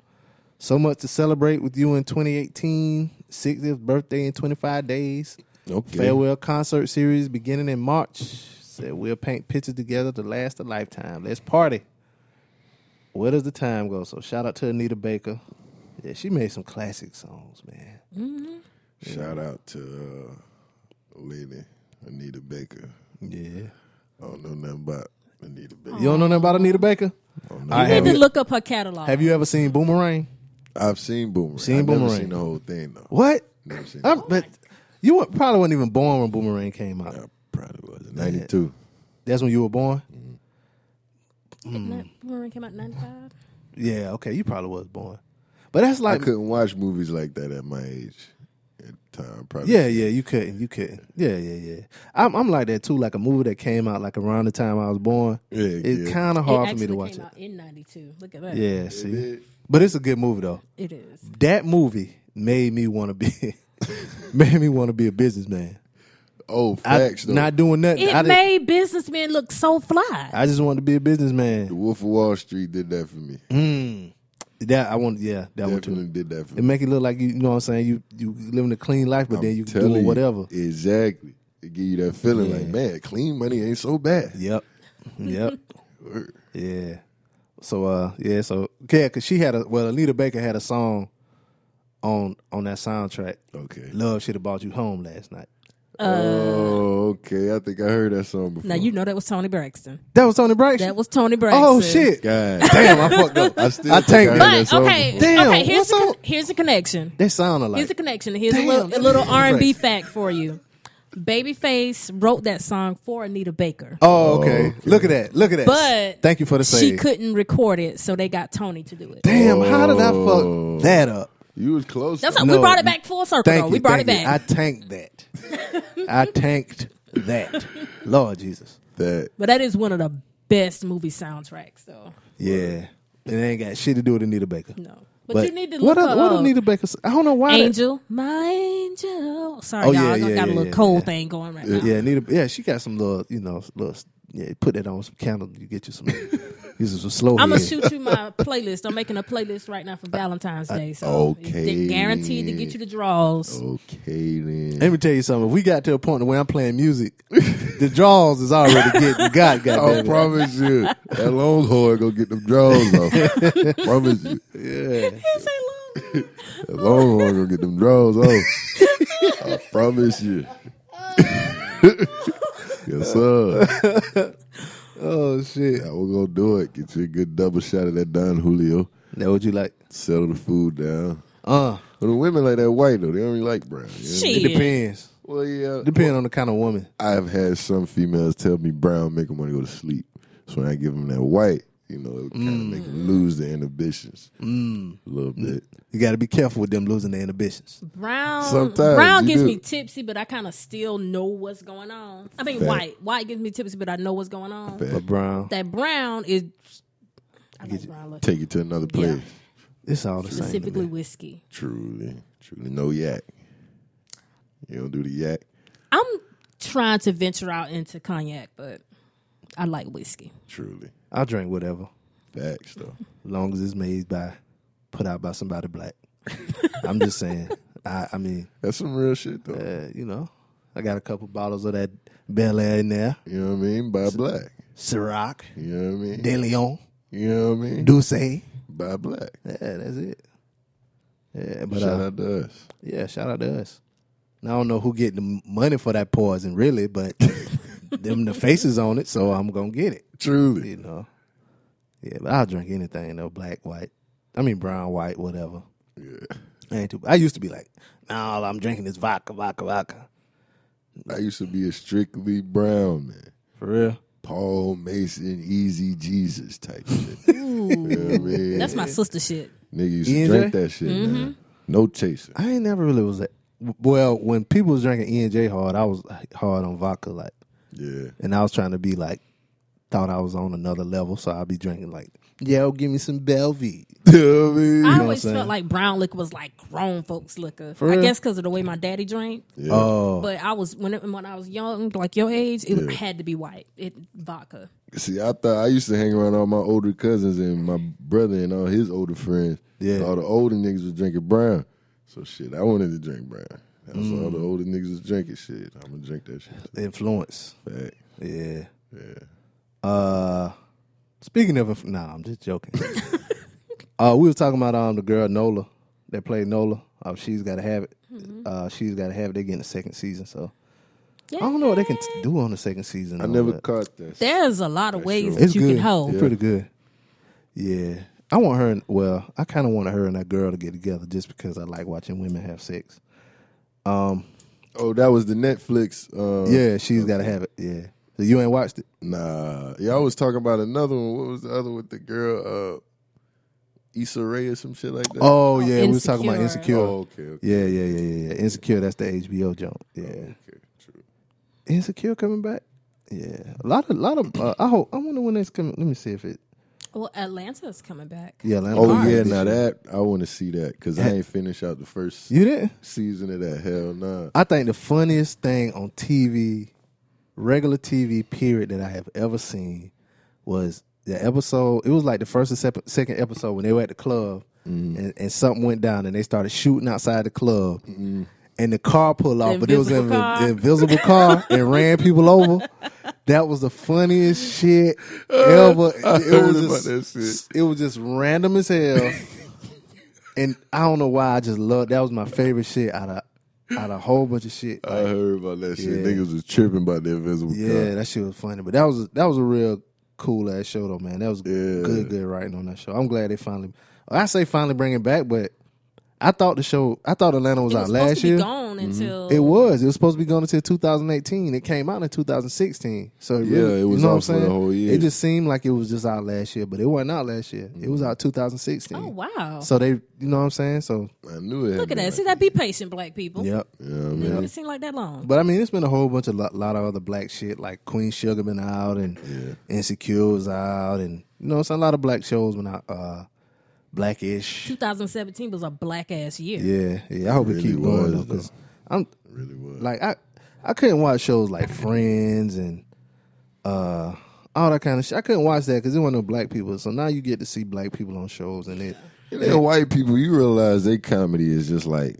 [SPEAKER 1] so much to celebrate with you in 2018, 60th birthday in 25 days.
[SPEAKER 2] Okay.
[SPEAKER 1] Farewell concert series beginning in March. Said we'll paint pictures together to last a lifetime. Let's party. Where does the time go? So shout out to Anita Baker. Yeah, she made some classic songs, man.
[SPEAKER 2] Shout out to uh, lady Anita Baker.
[SPEAKER 1] Yeah.
[SPEAKER 2] I don't know nothing about Anita Baker.
[SPEAKER 1] You don't know nothing about Anita Baker?
[SPEAKER 2] don't know.
[SPEAKER 1] Oh, I
[SPEAKER 3] You
[SPEAKER 1] have,
[SPEAKER 3] need to
[SPEAKER 1] you,
[SPEAKER 3] look up her catalog.
[SPEAKER 1] have you ever seen Boomerang?
[SPEAKER 2] I've seen Boomerang.
[SPEAKER 1] Seen
[SPEAKER 2] I've
[SPEAKER 1] Boomerang.
[SPEAKER 2] Never seen the whole thing though.
[SPEAKER 1] What?
[SPEAKER 2] Never seen.
[SPEAKER 1] I'm- Uh, but you were, probably weren't even born when Boomerang came out.
[SPEAKER 2] I probably was ninety two.
[SPEAKER 1] That's when you were born.
[SPEAKER 3] Nin- Boomerang came out in 95?
[SPEAKER 1] Yeah. Okay. You probably was born. But that's
[SPEAKER 2] I
[SPEAKER 1] like.
[SPEAKER 2] couldn't watch movies like that at my age. At the time, probably.
[SPEAKER 1] Yeah, yeah, you couldn't, you couldn't. Yeah, yeah, yeah. I'm, I'm like that too. Like a movie that came out like around the time I was born.
[SPEAKER 2] Yeah,
[SPEAKER 1] it's
[SPEAKER 2] yeah.
[SPEAKER 1] kind of hard
[SPEAKER 3] it
[SPEAKER 1] for me to
[SPEAKER 3] actually
[SPEAKER 1] watch
[SPEAKER 3] came
[SPEAKER 1] it.
[SPEAKER 3] out in 92. Look at that.
[SPEAKER 1] Yeah, see,
[SPEAKER 2] did.
[SPEAKER 1] but it's a good movie though.
[SPEAKER 3] It is.
[SPEAKER 1] That movie made me want to be, made me want to be a businessman.
[SPEAKER 2] Oh,
[SPEAKER 1] I-
[SPEAKER 2] facts though.
[SPEAKER 1] not doing nothing.
[SPEAKER 3] It
[SPEAKER 1] I, didn't-
[SPEAKER 3] made businessmen look so fly.
[SPEAKER 1] I just wanted to be a
[SPEAKER 2] the
[SPEAKER 1] businessman.
[SPEAKER 2] Wolf of Wall Street did that for me.
[SPEAKER 1] That I want. Yeah, that one
[SPEAKER 2] Definitely
[SPEAKER 1] too.
[SPEAKER 2] did that for
[SPEAKER 1] It
[SPEAKER 2] me.
[SPEAKER 1] make it look like you, you know what I'm saying. You you living a clean life, but then you
[SPEAKER 2] Telling
[SPEAKER 1] doing
[SPEAKER 2] you,
[SPEAKER 1] whatever.
[SPEAKER 2] Exactly. It give you that feeling like, man, clean money ain't so bad.
[SPEAKER 1] Yep. Yep. yeah. So uh yeah, so yeah, cause she had a well Anita Baker had a song on on that soundtrack.
[SPEAKER 2] Okay.
[SPEAKER 1] Love should have brought you home last night.
[SPEAKER 2] oh, okay. I think I heard that song before.
[SPEAKER 3] Uh, now, you know that was Tony Braxton.
[SPEAKER 1] That was Tony Braxton.
[SPEAKER 3] That was Tony Braxton.
[SPEAKER 1] oh shit.
[SPEAKER 2] God
[SPEAKER 1] Damn, I fucked up.
[SPEAKER 2] I still
[SPEAKER 1] I
[SPEAKER 2] think
[SPEAKER 1] tanked it.
[SPEAKER 2] I heard that
[SPEAKER 3] But,
[SPEAKER 2] song
[SPEAKER 3] okay,
[SPEAKER 2] before.
[SPEAKER 1] Damn,
[SPEAKER 3] okay. Here's
[SPEAKER 1] what's
[SPEAKER 3] a, con-
[SPEAKER 1] up?
[SPEAKER 3] here's a connection.
[SPEAKER 1] They sound alike.
[SPEAKER 3] Here's a connection. Here's
[SPEAKER 1] Damn,
[SPEAKER 3] a little,
[SPEAKER 1] that
[SPEAKER 3] a little
[SPEAKER 1] is
[SPEAKER 3] R and B
[SPEAKER 1] great.
[SPEAKER 3] fact for you. Babyface wrote that song for Anita Baker,
[SPEAKER 1] oh, okay. Look at that. Look at that.
[SPEAKER 3] but
[SPEAKER 1] thank you for the
[SPEAKER 3] she
[SPEAKER 1] save.
[SPEAKER 3] couldn't record it, so they got Tony to do it.
[SPEAKER 1] Damn, how did I fuck that up?
[SPEAKER 2] You was close.
[SPEAKER 3] That's
[SPEAKER 2] though.
[SPEAKER 3] how,
[SPEAKER 1] No,
[SPEAKER 3] we brought
[SPEAKER 1] you-
[SPEAKER 3] it back full circle.
[SPEAKER 1] Thank
[SPEAKER 3] though.
[SPEAKER 1] you.
[SPEAKER 3] we brought it
[SPEAKER 1] thank
[SPEAKER 3] back.
[SPEAKER 1] you. I tanked that. I tanked that. Lord Jesus.
[SPEAKER 2] that.
[SPEAKER 3] but that is one of the best movie soundtracks. So
[SPEAKER 1] Yeah. It ain't got shit to do with Anita Baker.
[SPEAKER 3] no, but, you need to
[SPEAKER 1] what
[SPEAKER 3] look what
[SPEAKER 1] a- what
[SPEAKER 3] up uh,
[SPEAKER 1] Anita Baker? I don't know why. that-
[SPEAKER 3] Angel, my angel. Sorry,
[SPEAKER 1] Oh,
[SPEAKER 3] y'all.
[SPEAKER 1] yeah,
[SPEAKER 3] I got
[SPEAKER 1] yeah,
[SPEAKER 3] a
[SPEAKER 1] yeah,
[SPEAKER 3] little
[SPEAKER 1] yeah,
[SPEAKER 3] cold
[SPEAKER 1] yeah.
[SPEAKER 3] thing going right now.
[SPEAKER 1] Yeah, Anita. Yeah, she got some little, you know, little. Yeah, put that on some candle. You get you some. This is some slow.
[SPEAKER 3] I'm gonna
[SPEAKER 1] head.
[SPEAKER 3] shoot you my playlist. I'm making a playlist right now for Valentine's Day. So
[SPEAKER 2] okay.
[SPEAKER 3] they're guaranteed to get you the draws.
[SPEAKER 2] Okay then.
[SPEAKER 1] Let me tell you something. If we got to a point where I'm playing music, the draws is already getting God
[SPEAKER 2] I
[SPEAKER 1] goddamn. it.
[SPEAKER 2] promise you, that Longhorn gonna get them draws off. promise you, that Longhorn gonna get them draws off. I promise you. yes, sir.
[SPEAKER 1] Oh shit!
[SPEAKER 2] Yeah, we're gonna do it. Get you a good double shot of that Don Julio.
[SPEAKER 1] That what you like?
[SPEAKER 2] Settle the food down.
[SPEAKER 1] Uh,
[SPEAKER 2] But the women like that white though. They don't really like brown. You know?
[SPEAKER 1] it
[SPEAKER 3] Shit.
[SPEAKER 1] depends.
[SPEAKER 2] Well, yeah.
[SPEAKER 1] Depend on the kind of woman.
[SPEAKER 2] I've had some females tell me brown make them want to go to sleep. So when I give them that white, you know, it kind of
[SPEAKER 3] Mm.
[SPEAKER 2] make them lose their inhibitions a little bit.
[SPEAKER 1] You got to be careful with them losing their inhibitions.
[SPEAKER 3] Brown
[SPEAKER 2] Sometimes
[SPEAKER 3] brown
[SPEAKER 2] you
[SPEAKER 3] gets
[SPEAKER 2] do.
[SPEAKER 3] me tipsy, but I kind of still know what's going on. I mean,
[SPEAKER 2] Fact.
[SPEAKER 3] white white gets me tipsy, but I know what's going on.
[SPEAKER 2] Fact.
[SPEAKER 1] But Brown,
[SPEAKER 3] That brown is. I like brown liquor.
[SPEAKER 2] Take it to another place.
[SPEAKER 3] Yeah.
[SPEAKER 1] it's all the same. to
[SPEAKER 3] specifically
[SPEAKER 1] me.
[SPEAKER 3] whiskey.
[SPEAKER 2] Truly, truly, no yak. You don't do the yak.
[SPEAKER 3] I'm trying to venture out into cognac, but I like whiskey.
[SPEAKER 2] Truly,
[SPEAKER 1] I'll drink whatever,
[SPEAKER 2] facts though.
[SPEAKER 1] as long as it's made by, put out by somebody black. I'm just saying. I, I mean.
[SPEAKER 2] That's some real shit though.
[SPEAKER 1] uh, you know, I got a couple bottles of that Bel Air in there,
[SPEAKER 2] You know what I mean? By black.
[SPEAKER 1] Ciroc,
[SPEAKER 2] You know what I mean?
[SPEAKER 1] De Leon,
[SPEAKER 2] You know what I mean?
[SPEAKER 1] Douce. Yeah,
[SPEAKER 2] By black.
[SPEAKER 1] that's it. Yeah, but
[SPEAKER 2] Shout
[SPEAKER 1] uh,
[SPEAKER 2] out to us.
[SPEAKER 1] yeah, shout out to us. And I don't know who getting the money for that poison really, but them the faces on it, so I'm gonna get it.
[SPEAKER 2] Truly,
[SPEAKER 1] You know. Yeah, but I'll drink anything though, black, white. I mean brown, white, whatever. Yeah. I ain't too I used to be like, nah, all I'm drinking is vodka, vodka, vodka.
[SPEAKER 2] I used to be a strictly brown man.
[SPEAKER 1] For real.
[SPEAKER 2] Paul Mason, Easy Jesus type shit. You know what I mean?
[SPEAKER 3] That's my sister shit.
[SPEAKER 2] Nigga used to
[SPEAKER 1] E&J?
[SPEAKER 2] drink that shit,
[SPEAKER 1] Mm-hmm.
[SPEAKER 2] man. No chaser.
[SPEAKER 1] I ain't never really was that. Well, when people was drinking E and J hard, I was hard on vodka, like,
[SPEAKER 2] Yeah.
[SPEAKER 1] and I was trying to be like thought I was on another level, so I'd be drinking like, yo, give me some Belvie.
[SPEAKER 2] You know what I mean?
[SPEAKER 1] what
[SPEAKER 3] I
[SPEAKER 1] I'm
[SPEAKER 3] always
[SPEAKER 1] saying?
[SPEAKER 3] felt like brown liquor was like grown folks liquor.
[SPEAKER 1] For
[SPEAKER 3] I
[SPEAKER 1] real?
[SPEAKER 3] guess because of the way my daddy drank.
[SPEAKER 2] Yeah.
[SPEAKER 1] Oh,
[SPEAKER 3] But I was when it, when I was young, like your age, it had to be white. It vodka.
[SPEAKER 2] See, I thought I used to hang around all my older cousins and my brother and all his older friends.
[SPEAKER 1] Yeah.
[SPEAKER 2] All the older niggas was drinking brown. So shit, I wanted to drink brown. That's
[SPEAKER 1] Mm.
[SPEAKER 2] all the older niggas was drinking shit. I'm gonna drink that shit.
[SPEAKER 1] influence.
[SPEAKER 2] Fact.
[SPEAKER 1] Yeah.
[SPEAKER 2] Yeah.
[SPEAKER 1] Uh, speaking of, inf- nah, I'm just joking. uh, we was talking about um the girl Nola that played Nola. Uh, she's got to have it.
[SPEAKER 3] Mm-hmm.
[SPEAKER 1] Uh, she's got to have it. They getting the second season, so I don't know what they can t- do on the second season.
[SPEAKER 2] I
[SPEAKER 1] though,
[SPEAKER 2] never
[SPEAKER 1] but
[SPEAKER 2] caught that.
[SPEAKER 3] There's a lot of ways
[SPEAKER 2] sure.
[SPEAKER 3] that
[SPEAKER 1] It's
[SPEAKER 3] you
[SPEAKER 1] good.
[SPEAKER 3] can hold.
[SPEAKER 1] It's pretty good. Yeah, I want her. And, well, I kind of want her and that girl to get together just because I like watching women have sex.
[SPEAKER 2] oh, that was the Netflix. Uh,
[SPEAKER 1] yeah, she's got to have it. Yeah, so you ain't watched it.
[SPEAKER 2] Nah. Y'all was talking about another one. What was the other with the girl? Uh, Issa Rae or some shit like that.
[SPEAKER 1] Oh yeah, we was talking about
[SPEAKER 3] Insecure.
[SPEAKER 1] insecure.
[SPEAKER 2] Oh, okay. okay.
[SPEAKER 1] Yeah, yeah, yeah, yeah, yeah. Insecure. That's the HBO jump. Yeah.
[SPEAKER 2] Okay. True.
[SPEAKER 1] Insecure coming back. Yeah, a lot of, lot of. Uh, I hope. I wonder when that's coming. Let me see if it.
[SPEAKER 3] Well, Atlanta's coming back.
[SPEAKER 1] Yeah, Atlanta.
[SPEAKER 2] Oh
[SPEAKER 1] Alright.
[SPEAKER 2] yeah, now that I want to see that because I ain't finished out the first
[SPEAKER 1] You did.
[SPEAKER 2] season of that. Hell nah.
[SPEAKER 1] I think the funniest thing on TV, regular TV period that I have ever seen, was the episode. It was like the first and sep- second episode when they were at the club,
[SPEAKER 2] Mm.
[SPEAKER 1] and, and something went down, and they started shooting outside the club.
[SPEAKER 2] Mm.
[SPEAKER 1] And the car pulled off,
[SPEAKER 3] The
[SPEAKER 1] but it was an
[SPEAKER 3] invisible car.
[SPEAKER 1] invisible car and ran people over. That was the funniest shit ever.
[SPEAKER 2] Uh, I
[SPEAKER 1] it
[SPEAKER 2] heard
[SPEAKER 1] was
[SPEAKER 2] about
[SPEAKER 1] just,
[SPEAKER 2] that shit.
[SPEAKER 1] it was just random as hell. and I don't know why I just loved that was my favorite shit out of out of a whole bunch of shit.
[SPEAKER 2] I heard about that shit.
[SPEAKER 1] Yeah.
[SPEAKER 2] Niggas was tripping about the invisible
[SPEAKER 1] Yeah,
[SPEAKER 2] cup.
[SPEAKER 1] that shit was funny. But that was that was a real cool ass show though, man. That was
[SPEAKER 2] Yeah.
[SPEAKER 1] good, good writing on that show. I'm glad they finally I say finally bring it back, but I thought the show I thought Atlanta was,
[SPEAKER 3] It was
[SPEAKER 1] out
[SPEAKER 3] supposed
[SPEAKER 1] last
[SPEAKER 3] to be
[SPEAKER 1] year. Mm-hmm.
[SPEAKER 3] gone until
[SPEAKER 1] It was. It was supposed to be going until 2018. It came out in 2016. So it
[SPEAKER 2] Yeah,
[SPEAKER 1] really,
[SPEAKER 2] it was
[SPEAKER 1] you know
[SPEAKER 2] out
[SPEAKER 1] what I'm
[SPEAKER 2] for the
[SPEAKER 1] saying?
[SPEAKER 2] whole year.
[SPEAKER 1] It just seemed like it was just out last year, but it wasn't out last year. It
[SPEAKER 2] Mm-hmm.
[SPEAKER 1] was out 2016.
[SPEAKER 3] Oh wow!
[SPEAKER 1] So they, you know what I'm saying? So
[SPEAKER 2] I knew it. had
[SPEAKER 3] Look at
[SPEAKER 2] been
[SPEAKER 3] that.
[SPEAKER 2] like
[SPEAKER 3] See that? Be patient, black people.
[SPEAKER 1] yep.
[SPEAKER 2] Yeah, man.
[SPEAKER 3] It doesn't seem like that long.
[SPEAKER 1] But I mean, it's been a whole bunch of lot, lot of other black shit, like Queen Sugar been out and Insecure was out, and you know, it's a lot of black shows when I uh, blackish.
[SPEAKER 3] 2017 was a black ass year.
[SPEAKER 1] Yeah, yeah. I hope it
[SPEAKER 2] Really
[SPEAKER 1] keep going
[SPEAKER 2] was,
[SPEAKER 1] though, because I'm
[SPEAKER 2] really was.
[SPEAKER 1] like I I couldn't watch shows like Friends and uh all that kind of shit. I couldn't watch that because it wasn't no black people. So now you get to see black people on shows, and it
[SPEAKER 2] And then white people, you realize their comedy is just like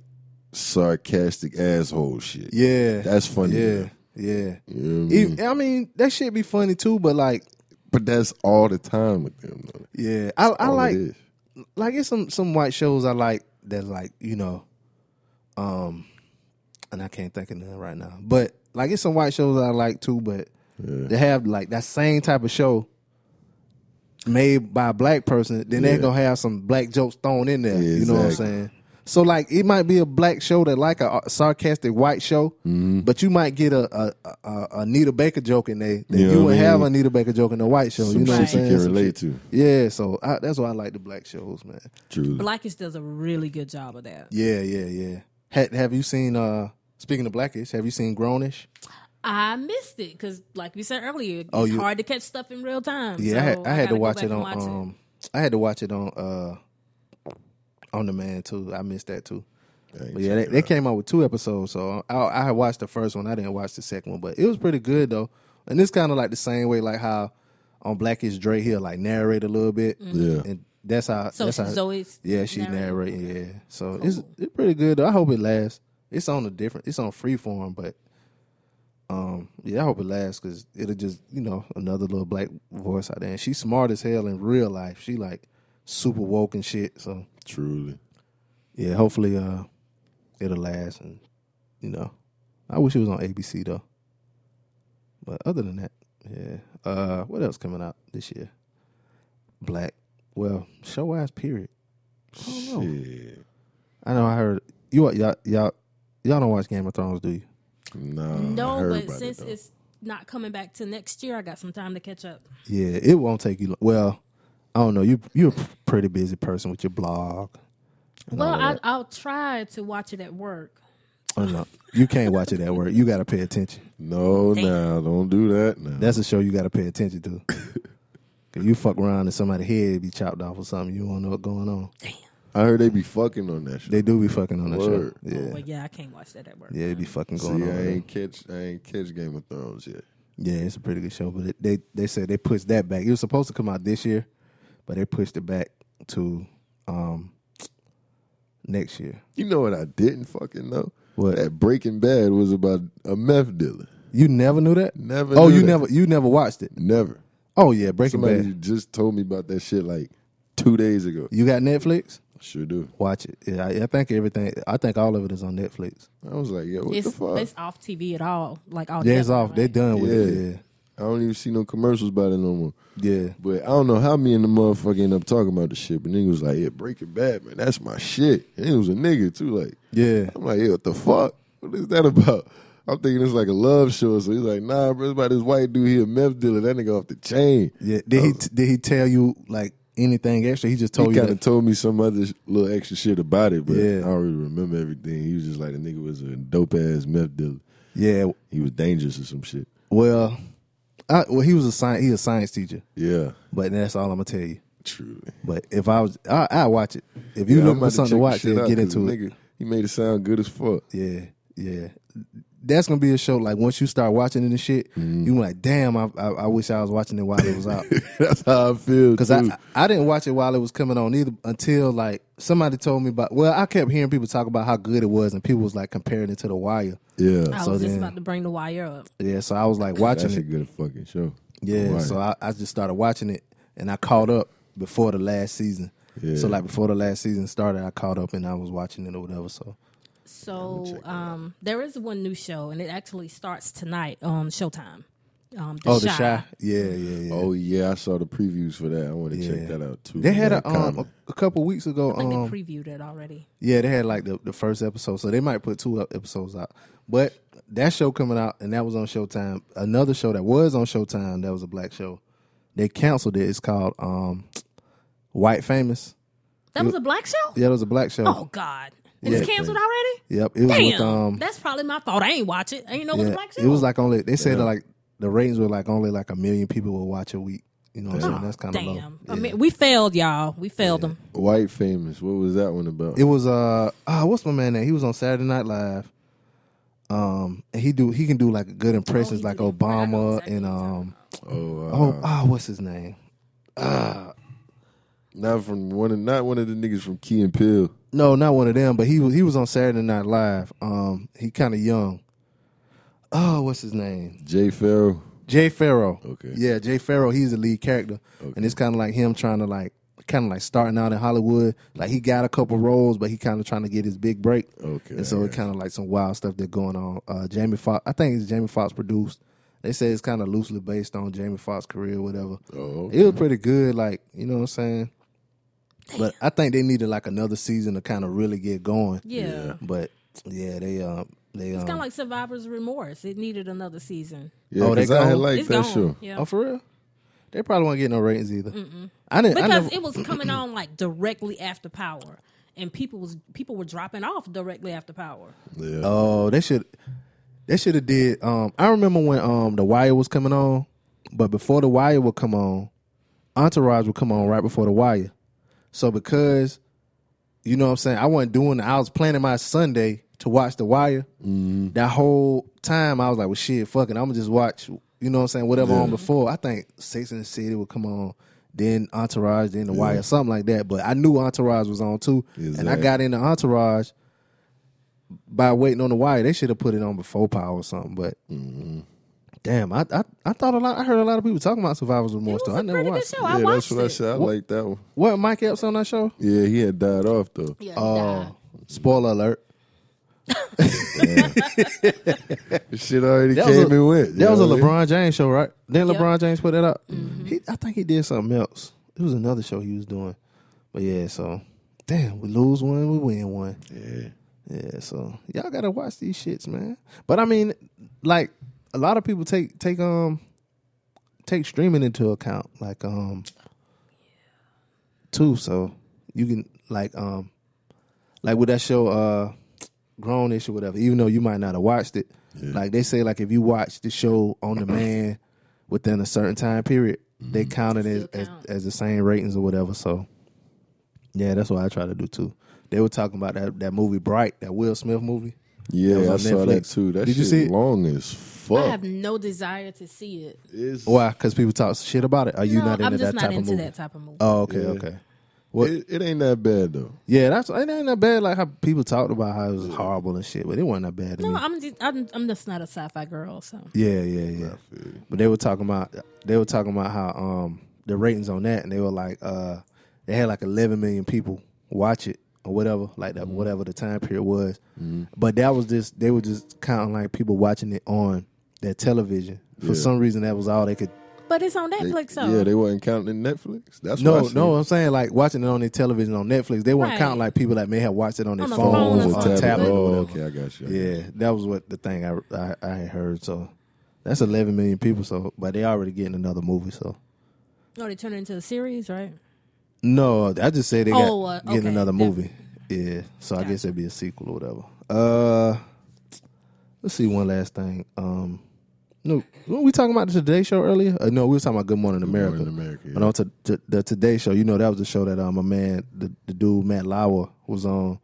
[SPEAKER 2] sarcastic asshole shit.
[SPEAKER 1] yeah,
[SPEAKER 2] That's funny.
[SPEAKER 1] Yeah, yeah.
[SPEAKER 2] You know what I mean?
[SPEAKER 1] Even- I mean, that shit be funny too, but like,
[SPEAKER 2] But that's all the time with them though.
[SPEAKER 1] yeah, I I
[SPEAKER 2] All
[SPEAKER 1] like
[SPEAKER 2] Oh, it is.
[SPEAKER 1] like it's some some white shows I like that's like you know, um, and I can't think of none right now. But like it's some white shows I like too, but they have like that same type of show made by a black person. Then they're gonna have some black jokes thrown in there.
[SPEAKER 2] Yeah,
[SPEAKER 1] you know what I'm
[SPEAKER 2] exactly.
[SPEAKER 1] saying? So like it might be a black show that like a, a sarcastic white show,
[SPEAKER 2] Mm-hmm.
[SPEAKER 1] but you might get a a, a, a Anita Baker joke in there that
[SPEAKER 2] You
[SPEAKER 1] you,
[SPEAKER 2] know what
[SPEAKER 1] would
[SPEAKER 2] I
[SPEAKER 1] have
[SPEAKER 2] mean?
[SPEAKER 1] Anita Baker joke in the white show.
[SPEAKER 2] Some
[SPEAKER 1] you know what I'm
[SPEAKER 2] shit you
[SPEAKER 1] saying?
[SPEAKER 2] can
[SPEAKER 1] Some
[SPEAKER 2] relate
[SPEAKER 1] shit-
[SPEAKER 2] to.
[SPEAKER 1] yeah, so I, that's why I like the black shows, man.
[SPEAKER 2] Truly.
[SPEAKER 3] Blackish does a really good job of that.
[SPEAKER 1] Yeah, yeah, yeah. Ha- have you seen? uh Speaking of blackish, have you seen Grownish?
[SPEAKER 3] I missed it because, like we said earlier, it's
[SPEAKER 1] Oh, you-
[SPEAKER 3] hard to catch stuff in real time.
[SPEAKER 1] Yeah, I had,
[SPEAKER 3] so
[SPEAKER 1] I had
[SPEAKER 3] gotta
[SPEAKER 1] to
[SPEAKER 3] go
[SPEAKER 1] watch
[SPEAKER 3] back
[SPEAKER 1] it
[SPEAKER 3] and
[SPEAKER 1] on.
[SPEAKER 3] watch
[SPEAKER 1] um, I had to watch it on uh on demand too. I missed that too. But yeah, they, they came out with two episodes, so I, I had watched the first one. I didn't watch the second one, but it was pretty good though. And it's kind of like the same way, like how on Blackish Dre Hill like narrate a little bit.
[SPEAKER 2] Yeah.
[SPEAKER 1] and that's how.
[SPEAKER 3] Mm-hmm. So
[SPEAKER 1] that's how,
[SPEAKER 3] Zoe's
[SPEAKER 1] Yeah, she
[SPEAKER 3] narrating.
[SPEAKER 1] narrating. Yeah, so it's it's pretty good. Though. I hope it lasts. It's on a different. It's on freeform, but um, yeah, I hope it lasts because it'll just you know another little black voice out there. And she's smart as hell in real life. She like super woke and shit. So
[SPEAKER 2] Truly.
[SPEAKER 1] yeah, hopefully uh, it'll last. And you know, I wish it was on ABC though. But other than that, yeah. Uh, what else coming out this year? Black. Well, show wise. Period. don't know.
[SPEAKER 2] Shit.
[SPEAKER 1] I know. I heard you. wa- Y'all, y'all, y'all don't watch Game of Thrones, do you?
[SPEAKER 2] Nah. I
[SPEAKER 3] No,
[SPEAKER 2] heard
[SPEAKER 3] but
[SPEAKER 2] about
[SPEAKER 3] since
[SPEAKER 2] it, though.
[SPEAKER 3] it's not coming back to next year, I got some time to catch up.
[SPEAKER 1] Yeah, it won't take you. Long. Well, I don't know. You you're a pretty busy person with your blog.
[SPEAKER 3] Well, I, I'll try to watch it at work
[SPEAKER 1] Oh, no. You can't watch it at work. You got to pay attention.
[SPEAKER 2] No, now don't do that. Now
[SPEAKER 1] That's a show you got to pay attention to. 'Cause you fuck around and somebody's head be chopped off or something. You don't know what's going on.
[SPEAKER 2] I heard they be fucking on that shit.
[SPEAKER 1] They do be fucking on that
[SPEAKER 2] Word.
[SPEAKER 1] show. Yeah.
[SPEAKER 3] Oh, But yeah, I can't watch that at work.
[SPEAKER 1] Yeah, they be fucking
[SPEAKER 2] See,
[SPEAKER 1] going on.
[SPEAKER 2] I
[SPEAKER 1] there.
[SPEAKER 2] ain't catch, I ain't catch Game of Thrones yet.
[SPEAKER 1] Yeah, it's a pretty good show, but it, they they said they pushed that back. It was supposed to come out this year, but they pushed it back to um next year.
[SPEAKER 2] You know what I didn't fucking know?
[SPEAKER 1] What?
[SPEAKER 2] That Breaking Bad was about a meth dealer.
[SPEAKER 1] You never knew that?
[SPEAKER 2] Never.
[SPEAKER 1] Oh,
[SPEAKER 2] knew
[SPEAKER 1] you
[SPEAKER 2] that.
[SPEAKER 1] never you never watched it.
[SPEAKER 2] Never.
[SPEAKER 1] Oh yeah, Breaking
[SPEAKER 2] Somebody
[SPEAKER 1] Bad.
[SPEAKER 2] just told me about that shit like two days ago.
[SPEAKER 1] You got Netflix?
[SPEAKER 2] Sure do.
[SPEAKER 1] Watch it. Yeah, I, I think everything. I think all of it is on Netflix.
[SPEAKER 2] I was like, yo, what
[SPEAKER 3] It's
[SPEAKER 2] the fuck?
[SPEAKER 3] it's off TV at all. Like all
[SPEAKER 1] Yeah, it's
[SPEAKER 3] together,
[SPEAKER 1] off. They're
[SPEAKER 3] right?
[SPEAKER 1] done with
[SPEAKER 2] Yeah.
[SPEAKER 1] it.
[SPEAKER 2] I don't even see no commercials about it no more.
[SPEAKER 1] Yeah, yeah.
[SPEAKER 2] But I don't know how me and the motherfucker end up talking about this shit. But nigga was like, yeah, Breaking Bad, man, that's my shit. And it was a nigga too. Like,
[SPEAKER 1] Yeah.
[SPEAKER 2] I'm like, yeah, what the fuck? What is that about? I'm thinking it's like a love show. So he's like, nah, bro, it's about this white dude here, meth dealer. That nigga off the chain.
[SPEAKER 1] Yeah. Did he did he tell you like anything extra? He just told
[SPEAKER 2] Uh, he
[SPEAKER 1] you
[SPEAKER 2] kind of
[SPEAKER 1] that.
[SPEAKER 2] told me some other sh- little extra shit about it, but
[SPEAKER 1] Yeah.
[SPEAKER 2] I don't really remember everything. He was just like, the nigga was a dope ass meth dealer.
[SPEAKER 1] yeah.
[SPEAKER 2] He was dangerous or some shit.
[SPEAKER 1] Well, I, well, he was a science. He a science teacher,
[SPEAKER 2] Yeah,
[SPEAKER 1] but that's all I'm gonna tell you.
[SPEAKER 2] truly.
[SPEAKER 1] But if I was, I, I watch it. If you
[SPEAKER 2] Yeah, I'm
[SPEAKER 1] looking
[SPEAKER 2] about
[SPEAKER 1] for
[SPEAKER 2] to
[SPEAKER 1] something to
[SPEAKER 2] check
[SPEAKER 1] watch,
[SPEAKER 2] shit
[SPEAKER 1] then
[SPEAKER 2] out
[SPEAKER 1] get
[SPEAKER 2] 'cause the
[SPEAKER 1] into it.
[SPEAKER 2] Nigga, he made it sound good as fuck.
[SPEAKER 1] Yeah, yeah. That's gonna be a show. Like once you start watching it and shit,
[SPEAKER 2] Mm-hmm.
[SPEAKER 1] you be like, damn, I, I, I wish I was watching it while it was out.
[SPEAKER 2] That's how I feel.
[SPEAKER 1] Cause I, I I didn't watch it while it was coming on either until like somebody told me about. Well, I kept hearing people talk about how good it was, and people was like comparing it to The Wire.
[SPEAKER 2] yeah,
[SPEAKER 3] I
[SPEAKER 1] So
[SPEAKER 3] was just
[SPEAKER 1] then-
[SPEAKER 3] about to bring the wire up.
[SPEAKER 1] Yeah, so I was like watching
[SPEAKER 2] that's a
[SPEAKER 1] it.
[SPEAKER 2] good fucking show.
[SPEAKER 1] Yeah,
[SPEAKER 2] Right.
[SPEAKER 1] so I, I just started watching it, and I caught up before the last season.
[SPEAKER 2] Yeah.
[SPEAKER 1] So like before the last season started, I caught up and I was watching it or whatever. So
[SPEAKER 3] So um, there is one new show, and it actually starts tonight on Showtime. Um,
[SPEAKER 1] oh, the shy, yeah, yeah, yeah.
[SPEAKER 2] Oh yeah, I saw the previews for that. I want to
[SPEAKER 1] Yeah.
[SPEAKER 2] check that out too.
[SPEAKER 1] They had
[SPEAKER 2] Not
[SPEAKER 1] a, um,
[SPEAKER 2] common.
[SPEAKER 1] a, a couple weeks ago.
[SPEAKER 3] I think
[SPEAKER 1] Um,
[SPEAKER 3] they previewed it already.
[SPEAKER 1] yeah, they had like the, the first episode, so they might put two up- episodes out. But that show coming out, and that was on Showtime. Another show that was on Showtime, that was a black show. They canceled it. It's called um, White Famous.
[SPEAKER 3] That was a black show.
[SPEAKER 1] Yeah, it was a black show.
[SPEAKER 3] Oh God, it was canceled already.
[SPEAKER 1] Yep, it was
[SPEAKER 3] Damn,
[SPEAKER 1] with um,
[SPEAKER 3] that's probably my fault. I ain't watch it. I ain't know it was a
[SPEAKER 1] yeah,
[SPEAKER 3] black show.
[SPEAKER 1] it was like only they said that like the ratings were like only like a million people will watch a week. You know what I'm saying? That's kind of
[SPEAKER 3] Oh, damn.
[SPEAKER 1] low.
[SPEAKER 3] I mean, we failed, y'all. We failed
[SPEAKER 1] Um,
[SPEAKER 3] them.
[SPEAKER 2] White famous. What was that one about?
[SPEAKER 1] It was uh ah, what's my man name? He was on Saturday Night Live. Um and he do he can do like good impressions
[SPEAKER 3] Oh, he
[SPEAKER 1] like
[SPEAKER 3] do the- I know
[SPEAKER 1] Obama
[SPEAKER 3] exactly
[SPEAKER 1] and
[SPEAKER 3] what you're
[SPEAKER 1] um
[SPEAKER 2] oh, uh,
[SPEAKER 1] oh ah what's his name?
[SPEAKER 2] not from one. Of, not one of the niggas from Key and Peele.
[SPEAKER 1] No, not one of them, but he was he was on Saturday Night Live. Um he kinda young. Oh, what's his name?
[SPEAKER 2] Jay Farrell.
[SPEAKER 1] Jay Farrow.
[SPEAKER 2] Okay.
[SPEAKER 1] Yeah, Jay Farrow, he's the lead character. And it's kinda like him trying to like kinda like starting out in Hollywood. Like he got a couple roles, but he kinda trying to get his big break.
[SPEAKER 2] Okay,
[SPEAKER 1] And so
[SPEAKER 2] I
[SPEAKER 1] it kinda like some wild stuff that going on. Uh Jamie Foxx I think it's Jamie Foxx produced. They say it's kinda loosely based on Jamie Foxx's career, whatever.
[SPEAKER 2] Oh,
[SPEAKER 1] It was pretty good, like, you know what I'm saying? But I think they needed like another season to kind of really get going.
[SPEAKER 3] Yeah.
[SPEAKER 1] But yeah, they um they um
[SPEAKER 3] It's kind of like Survivor's Remorse. It needed another season.
[SPEAKER 2] yeah,
[SPEAKER 1] Oh, they
[SPEAKER 2] 'cause I had
[SPEAKER 1] gone?
[SPEAKER 2] liked
[SPEAKER 3] It's
[SPEAKER 2] that
[SPEAKER 3] gone.
[SPEAKER 2] show.
[SPEAKER 3] Yeah.
[SPEAKER 1] Oh, for real? They probably won't get no ratings either. I didn't. I
[SPEAKER 3] because
[SPEAKER 1] never,
[SPEAKER 3] it was coming on like directly after Power, and people was people were dropping off directly after Power.
[SPEAKER 2] Yeah.
[SPEAKER 1] oh, they should. They should have did. Um, I remember when um the Wire was coming on, but before the Wire would come on, Entourage would come on right before the Wire. So because, you know, what I'm saying I wasn't doing. I was planning my Sunday to watch the Wire. That whole time I was like, well, shit, fucking, I'm gonna just watch. You know, what I'm saying whatever on before. I think Six in the City would come on. Then Entourage, then The Wire, something like that. But I knew Entourage was on too, and I
[SPEAKER 2] Exactly.
[SPEAKER 1] got into Entourage by waiting on the wire. They should have put it on before power or something. But Mm-hmm. damn, I, I I thought a lot. I heard a lot of people talking about survivors remorse.
[SPEAKER 3] It
[SPEAKER 1] Though
[SPEAKER 3] was a
[SPEAKER 1] I never
[SPEAKER 3] pretty good
[SPEAKER 1] watched.
[SPEAKER 3] show.
[SPEAKER 1] it.
[SPEAKER 3] I
[SPEAKER 2] yeah,
[SPEAKER 3] watched
[SPEAKER 2] that's what I
[SPEAKER 3] it.
[SPEAKER 2] said. I liked that one.
[SPEAKER 1] What Mike Epps on that show?
[SPEAKER 2] Yeah, he had died off though.
[SPEAKER 3] Yeah,
[SPEAKER 1] Oh,
[SPEAKER 3] nah.
[SPEAKER 1] Spoiler alert.
[SPEAKER 2] This shit already
[SPEAKER 1] That
[SPEAKER 2] came
[SPEAKER 1] was a,
[SPEAKER 2] and went. you
[SPEAKER 1] that was a
[SPEAKER 2] know what I mean?
[SPEAKER 1] LeBron James show, right? Then
[SPEAKER 3] Yep. Mm-hmm.
[SPEAKER 1] LeBron James put that up. He, I think he did something else. It was another show he was doing. But yeah, so damn, we lose one, we win one.
[SPEAKER 2] Yeah.
[SPEAKER 1] Yeah, so y'all gotta watch these shits, man. But I mean, like a lot of people take take um take streaming into account, like um too. So you can like um like with that show uh grownish or whatever, even though you might not have watched it. Like they say, like if you watch the show on demand within a certain time period, they count it as,
[SPEAKER 3] Still
[SPEAKER 1] as
[SPEAKER 3] count.
[SPEAKER 1] as the same ratings or whatever. So yeah, that's what I try to do too. They were talking about that that movie Bright, that Will Smith movie. That was
[SPEAKER 2] Yeah, I
[SPEAKER 1] on
[SPEAKER 2] saw that
[SPEAKER 1] Netflix.
[SPEAKER 2] too. That
[SPEAKER 1] Did you
[SPEAKER 2] shit
[SPEAKER 1] see it?
[SPEAKER 2] long as fuck.
[SPEAKER 3] I have no desire to see it.
[SPEAKER 2] It's-
[SPEAKER 1] Why? Because people talk shit about it. Are you
[SPEAKER 3] no,
[SPEAKER 1] not into
[SPEAKER 3] I'm just
[SPEAKER 1] that
[SPEAKER 3] not
[SPEAKER 1] type
[SPEAKER 3] into
[SPEAKER 1] of movie?
[SPEAKER 3] that type of movie.
[SPEAKER 1] Oh, okay,
[SPEAKER 2] Yeah.
[SPEAKER 1] okay. What?
[SPEAKER 2] it, it ain't that bad though.
[SPEAKER 1] yeah, that's it ain't that bad. Like how people talked about how it was horrible and shit, but it wasn't that bad. To
[SPEAKER 3] no,
[SPEAKER 1] me.
[SPEAKER 3] I'm just I'm, I'm just not a sci-fi girl. So
[SPEAKER 1] Yeah, yeah, yeah. But they were talking about they were talking about how um the ratings on that, and they were like uh they had like 11 million people watch it or whatever, like
[SPEAKER 2] Mm-hmm.
[SPEAKER 1] that whatever the time period was. But that was just they were just counting like people watching it on their television. For
[SPEAKER 2] Yeah.
[SPEAKER 1] some reason, that was all they could.
[SPEAKER 3] but it's on
[SPEAKER 2] They-
[SPEAKER 3] Netflix. so
[SPEAKER 2] yeah, they wasn't counting Netflix. That's what
[SPEAKER 1] No,
[SPEAKER 2] I
[SPEAKER 1] no, I'm saying like watching it on their television on Netflix. They weren't
[SPEAKER 3] Right.
[SPEAKER 1] counting like people that may have watched it on their
[SPEAKER 3] On the
[SPEAKER 1] phones
[SPEAKER 3] phone
[SPEAKER 1] or,
[SPEAKER 3] or
[SPEAKER 1] tablet.
[SPEAKER 3] something.
[SPEAKER 1] or
[SPEAKER 2] Oh,
[SPEAKER 1] whatever.
[SPEAKER 2] okay, I got you.
[SPEAKER 1] Yeah, that was what the thing I I, I had heard. So that's 11 million people. So, but they already getting another movie. So
[SPEAKER 3] oh, they turned it into a series, right?
[SPEAKER 1] no, I just said they got
[SPEAKER 3] Oh, uh,
[SPEAKER 1] getting
[SPEAKER 3] okay,
[SPEAKER 1] another
[SPEAKER 3] yeah.
[SPEAKER 1] movie. Yeah, so I guess it'd be a sequel or whatever. Uh, let's see one last thing. Um, no, were we talking about the Today Show earlier? Uh, no, we were talking about Good Morning America.
[SPEAKER 2] Morning America, yeah.
[SPEAKER 1] But on to, to, the Today Show, you know that was the show that um, my man, the, the dude Matt Lauer was on,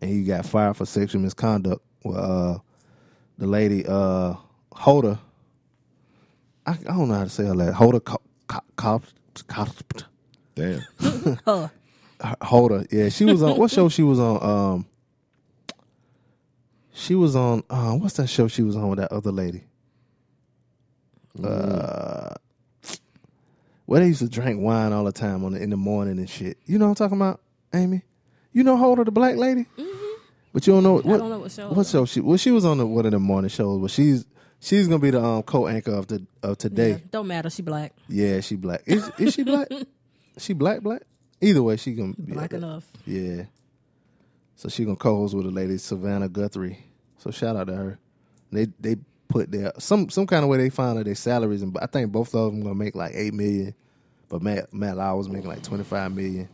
[SPEAKER 1] and he got fired for sexual misconduct. Well, uh, the lady uh Hoda, I, I don't know how to say her last Hoda Cop Cop Cop.
[SPEAKER 2] Damn.
[SPEAKER 3] Huh.
[SPEAKER 1] Holder. Yeah, she was on what show she was on? Um She was on uh what's that show she was on with that other lady?
[SPEAKER 3] Mm.
[SPEAKER 1] Uh where they used to drink wine all the time on the, in the morning and shit. You know what I'm talking about, Amy? You know Holder the black lady? But you don't know what,
[SPEAKER 3] Mm-hmm. don't know what show it
[SPEAKER 1] What
[SPEAKER 3] was.
[SPEAKER 1] show she well she was on the, one of the morning shows, but she's she's gonna be the um co anchor of the of today.
[SPEAKER 3] Yeah, don't matter. She black,
[SPEAKER 1] Yeah, she black. Is is she black? she black black? Either way, she gonna be
[SPEAKER 3] black enough.
[SPEAKER 1] Yeah. So she gonna co-host with the lady Savannah Guthrie. So shout out to her. They they put their some some kind of way they found out their salaries, and I think both of them gonna make like eight million. But Matt Matt Lau was making like twenty five million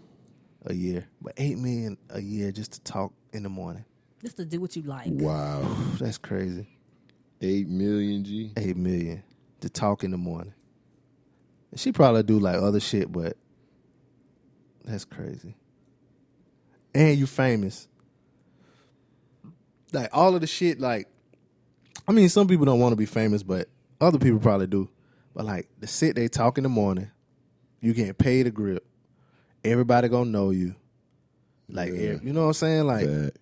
[SPEAKER 1] a year, but eight million a year just to talk in the morning.
[SPEAKER 3] Just to do what you like.
[SPEAKER 2] Wow.
[SPEAKER 1] Phew, that's crazy.
[SPEAKER 2] Eight million G.
[SPEAKER 1] Eight million to talk in the morning. She probably do like other shit, but that's crazy. And you famous. Like all of the shit, like I mean, some people don't want to be famous, but other people probably do. But like the sit they talk in the morning, you getting paid a grip. Everybody gonna know you. Like
[SPEAKER 2] Yeah.
[SPEAKER 1] you know what I'm saying? Like
[SPEAKER 2] Facts.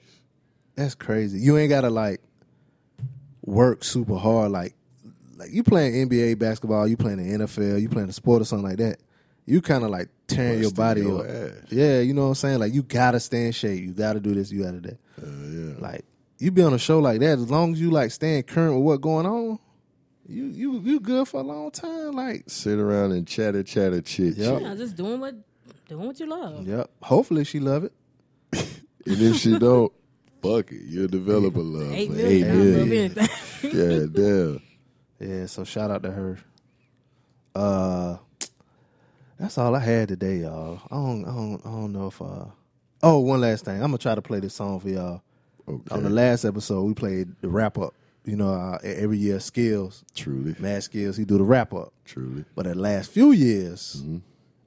[SPEAKER 1] that's crazy. You ain't gotta like work super hard. Like like you playing NBA basketball, you playing the NFL, you playing a sport or something like that. You kind of like tearing your
[SPEAKER 2] Busting
[SPEAKER 1] body
[SPEAKER 2] your
[SPEAKER 1] up.
[SPEAKER 2] ass.
[SPEAKER 1] Yeah, you know what I'm saying. Like you gotta stay in shape. You gotta do this. You gotta do that.
[SPEAKER 2] Uh, yeah.
[SPEAKER 1] Like you be on a show like that. As long as you like staying current with what's going on, you you you good for a long time. Like
[SPEAKER 2] Sit around and chatter, chatter, chit,
[SPEAKER 1] Yup.
[SPEAKER 2] chit.
[SPEAKER 3] Yeah, just doing what doing what you love.
[SPEAKER 1] yep. Hopefully she love it.
[SPEAKER 2] And if she don't, fuck it. You'll develop a love
[SPEAKER 3] Eight
[SPEAKER 2] for
[SPEAKER 3] million.
[SPEAKER 2] eight
[SPEAKER 3] I don't love
[SPEAKER 2] million.
[SPEAKER 3] anything.
[SPEAKER 2] Yeah, damn.
[SPEAKER 1] Yeah, so shout out to her. Uh that's all I had today, y'all. I don't I don't I don't know if uh Oh, one last thing. I'm gonna try to play this song for y'all.
[SPEAKER 2] Okay.
[SPEAKER 1] On the last episode we played the wrap up. You know, uh, every year skills,
[SPEAKER 2] Truly.
[SPEAKER 1] mad skills, he do the wrap up.
[SPEAKER 2] Truly.
[SPEAKER 1] But the last few years,
[SPEAKER 2] Mm-hmm.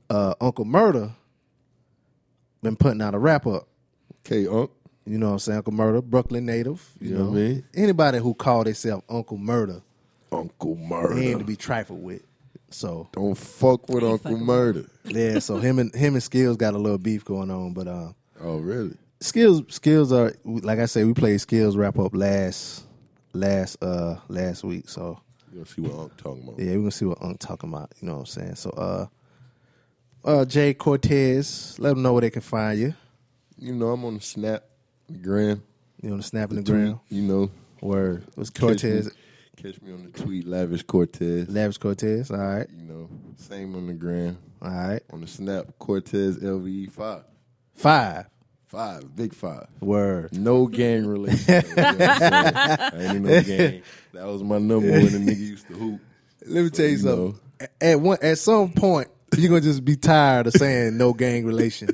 [SPEAKER 1] uh Uncle Murder been putting out a wrap up.
[SPEAKER 2] Okay, Unc.
[SPEAKER 1] You know what I'm saying? Uncle Murder, Brooklyn native. You,
[SPEAKER 2] You
[SPEAKER 1] know,
[SPEAKER 2] know what I mean?
[SPEAKER 1] Anybody who called themselves Uncle Murder,
[SPEAKER 2] Uncle
[SPEAKER 1] they ain't
[SPEAKER 2] Murder.
[SPEAKER 1] to be trifled with. So
[SPEAKER 2] Don't fuck with Uncle
[SPEAKER 3] fucking with
[SPEAKER 2] Murder.
[SPEAKER 1] Yeah, so him and him and Skills got a little beef going on, but uh,
[SPEAKER 2] Oh, really?
[SPEAKER 1] Skills Skills are like I said, we played Skills wrap up last last uh last week, so
[SPEAKER 2] You don't see what Unc talking about.
[SPEAKER 1] yeah, we're gonna see what Unc talking about. You know what I'm saying? So uh, uh Jay Cortez, let them know where they can find you.
[SPEAKER 2] You know, I'm on the snap, the gram,
[SPEAKER 1] You know, the snap in the
[SPEAKER 2] tweet,
[SPEAKER 1] ground.
[SPEAKER 2] You know,
[SPEAKER 1] Word. What's
[SPEAKER 2] Catch me-
[SPEAKER 1] Cortez?
[SPEAKER 2] Catch me on the tweet, lavish Cortez.
[SPEAKER 1] Lavish Cortez. All right,
[SPEAKER 2] You know, same on the gram.
[SPEAKER 1] all right.
[SPEAKER 2] On the snap, Cortez LVE five,
[SPEAKER 1] Five.
[SPEAKER 2] five, big five.
[SPEAKER 1] Word.
[SPEAKER 2] No gang related. though, you know what I'm saying? I ain't in no gang. That was my number when the nigga used to hoop.
[SPEAKER 1] Let me tell you
[SPEAKER 2] You
[SPEAKER 1] something. A- At one, at some point, you're gonna just be tired of saying no gang relation.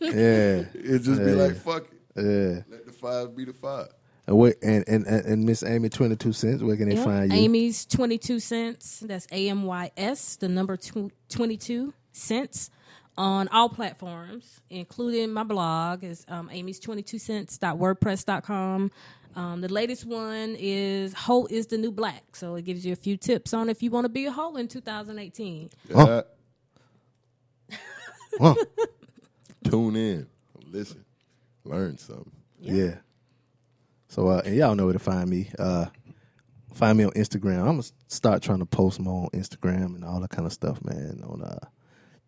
[SPEAKER 1] yeah.
[SPEAKER 2] It'd just be like, fuck it.
[SPEAKER 1] Yeah.
[SPEAKER 2] Let the five be the five.
[SPEAKER 1] And where and and and, and Miss Amy twenty two cents. Where can they
[SPEAKER 3] Yep.
[SPEAKER 1] find you?
[SPEAKER 3] Amy's 22 cents. That's A M Y S, the number tw- 22 cents on all platforms, including my blog is um, Amy's 22 cents.wordpress.com. Um, the latest one is Holt is the New Black. So it gives you a few tips on if you want to be a Holt in 2018.
[SPEAKER 1] Huh. Huh.
[SPEAKER 2] Tune in, listen, learn something.
[SPEAKER 1] Yeah. So uh, and y'all know where to find me. Uh, find me on Instagram. I'm gonna start trying to post more on Instagram and all that kind of stuff, man. On uh,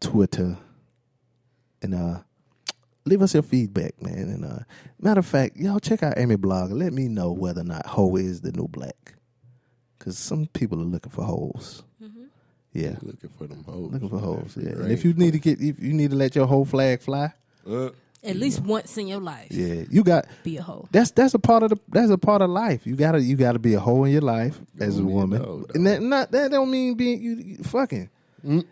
[SPEAKER 1] Twitter, and uh, leave us your feedback, man. And uh, matter of fact, y'all check out Amy blog. and Let me know whether or not Ho is the new black, because some people are looking for holes. Yeah,
[SPEAKER 2] Looking for them hoes.
[SPEAKER 1] looking for holes. Yeah, and
[SPEAKER 2] Right.
[SPEAKER 1] if you need to get, if you need to let your whole flag fly,
[SPEAKER 2] Uh,
[SPEAKER 3] At least once in your life,
[SPEAKER 1] yeah, you got
[SPEAKER 3] be a Holt.
[SPEAKER 1] that's that's a part of the that's a part of life. You gotta you gotta be a hoe in your life as a
[SPEAKER 2] be a
[SPEAKER 1] woman,
[SPEAKER 2] dog,
[SPEAKER 1] and that not that don't mean being you, you fucking.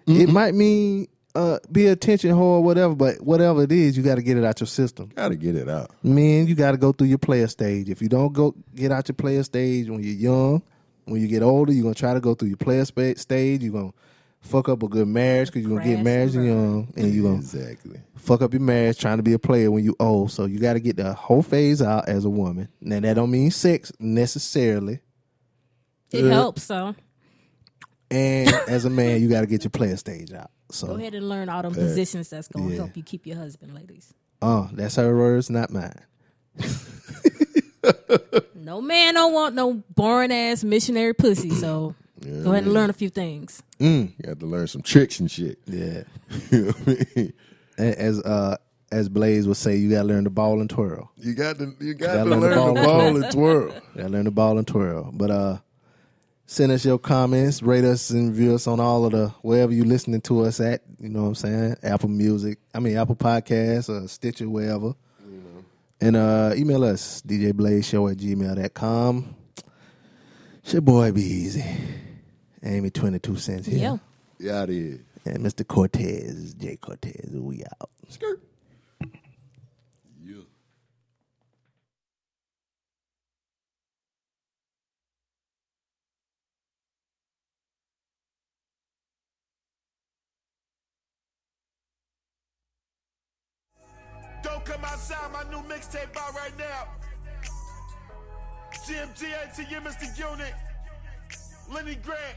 [SPEAKER 1] It might mean uh be a attention whore or whatever, but whatever it is, you gotta get it out your system.
[SPEAKER 2] gotta get it out.
[SPEAKER 1] Men, you gotta go through your player stage. If you don't go get out your player stage when you're young, when you get older, you're gonna try to go through your player spa- stage. You're gonna fuck up a good marriage because you're gonna get
[SPEAKER 3] Crash
[SPEAKER 1] married
[SPEAKER 3] the road.
[SPEAKER 1] young, and you're gonna
[SPEAKER 2] Exactly.
[SPEAKER 1] fuck up your marriage trying to be a player when you old. So you got to get the whole phase out as a woman. Now that don't mean sex necessarily.
[SPEAKER 3] It helps. So
[SPEAKER 1] And as a man, you got to get your player stage out.
[SPEAKER 3] go
[SPEAKER 1] So
[SPEAKER 3] ahead and learn all them positions that's going to
[SPEAKER 1] Uh, Yeah.
[SPEAKER 3] help you keep your husband, ladies.
[SPEAKER 1] uh, that's her words, not mine.
[SPEAKER 3] No man don't want no boring ass missionary pussy. So go ahead and learn a few things.
[SPEAKER 2] You have to learn some tricks and shit.
[SPEAKER 1] Yeah.
[SPEAKER 2] You know what I mean?
[SPEAKER 1] A- As uh as Blaze would say, you got to learn to ball and twirl.
[SPEAKER 2] You got to you
[SPEAKER 1] Gotta
[SPEAKER 2] got to
[SPEAKER 1] learn
[SPEAKER 2] learn
[SPEAKER 1] the ball
[SPEAKER 2] the
[SPEAKER 1] and
[SPEAKER 2] ball and twirl.
[SPEAKER 1] Yeah, learn to ball and twirl. But uh send us your comments, rate us and review us on all of the wherever you listening to us at, you know what I'm saying? Apple Music, I mean Apple Podcasts or Stitcher, wherever.
[SPEAKER 2] Mm-hmm.
[SPEAKER 1] And uh email us, djblazeshow at gmail.com. It's your boy be easy. Amy twenty two cents here.
[SPEAKER 3] Yeah.
[SPEAKER 2] Yeah, it is.
[SPEAKER 1] And Mr. Cortez, J Cortez, we out.
[SPEAKER 2] Skirt. Yeah.
[SPEAKER 4] Don't come outside, my new mixtape out right now. GMGA to you, Mr. Unit. Lenny Grant.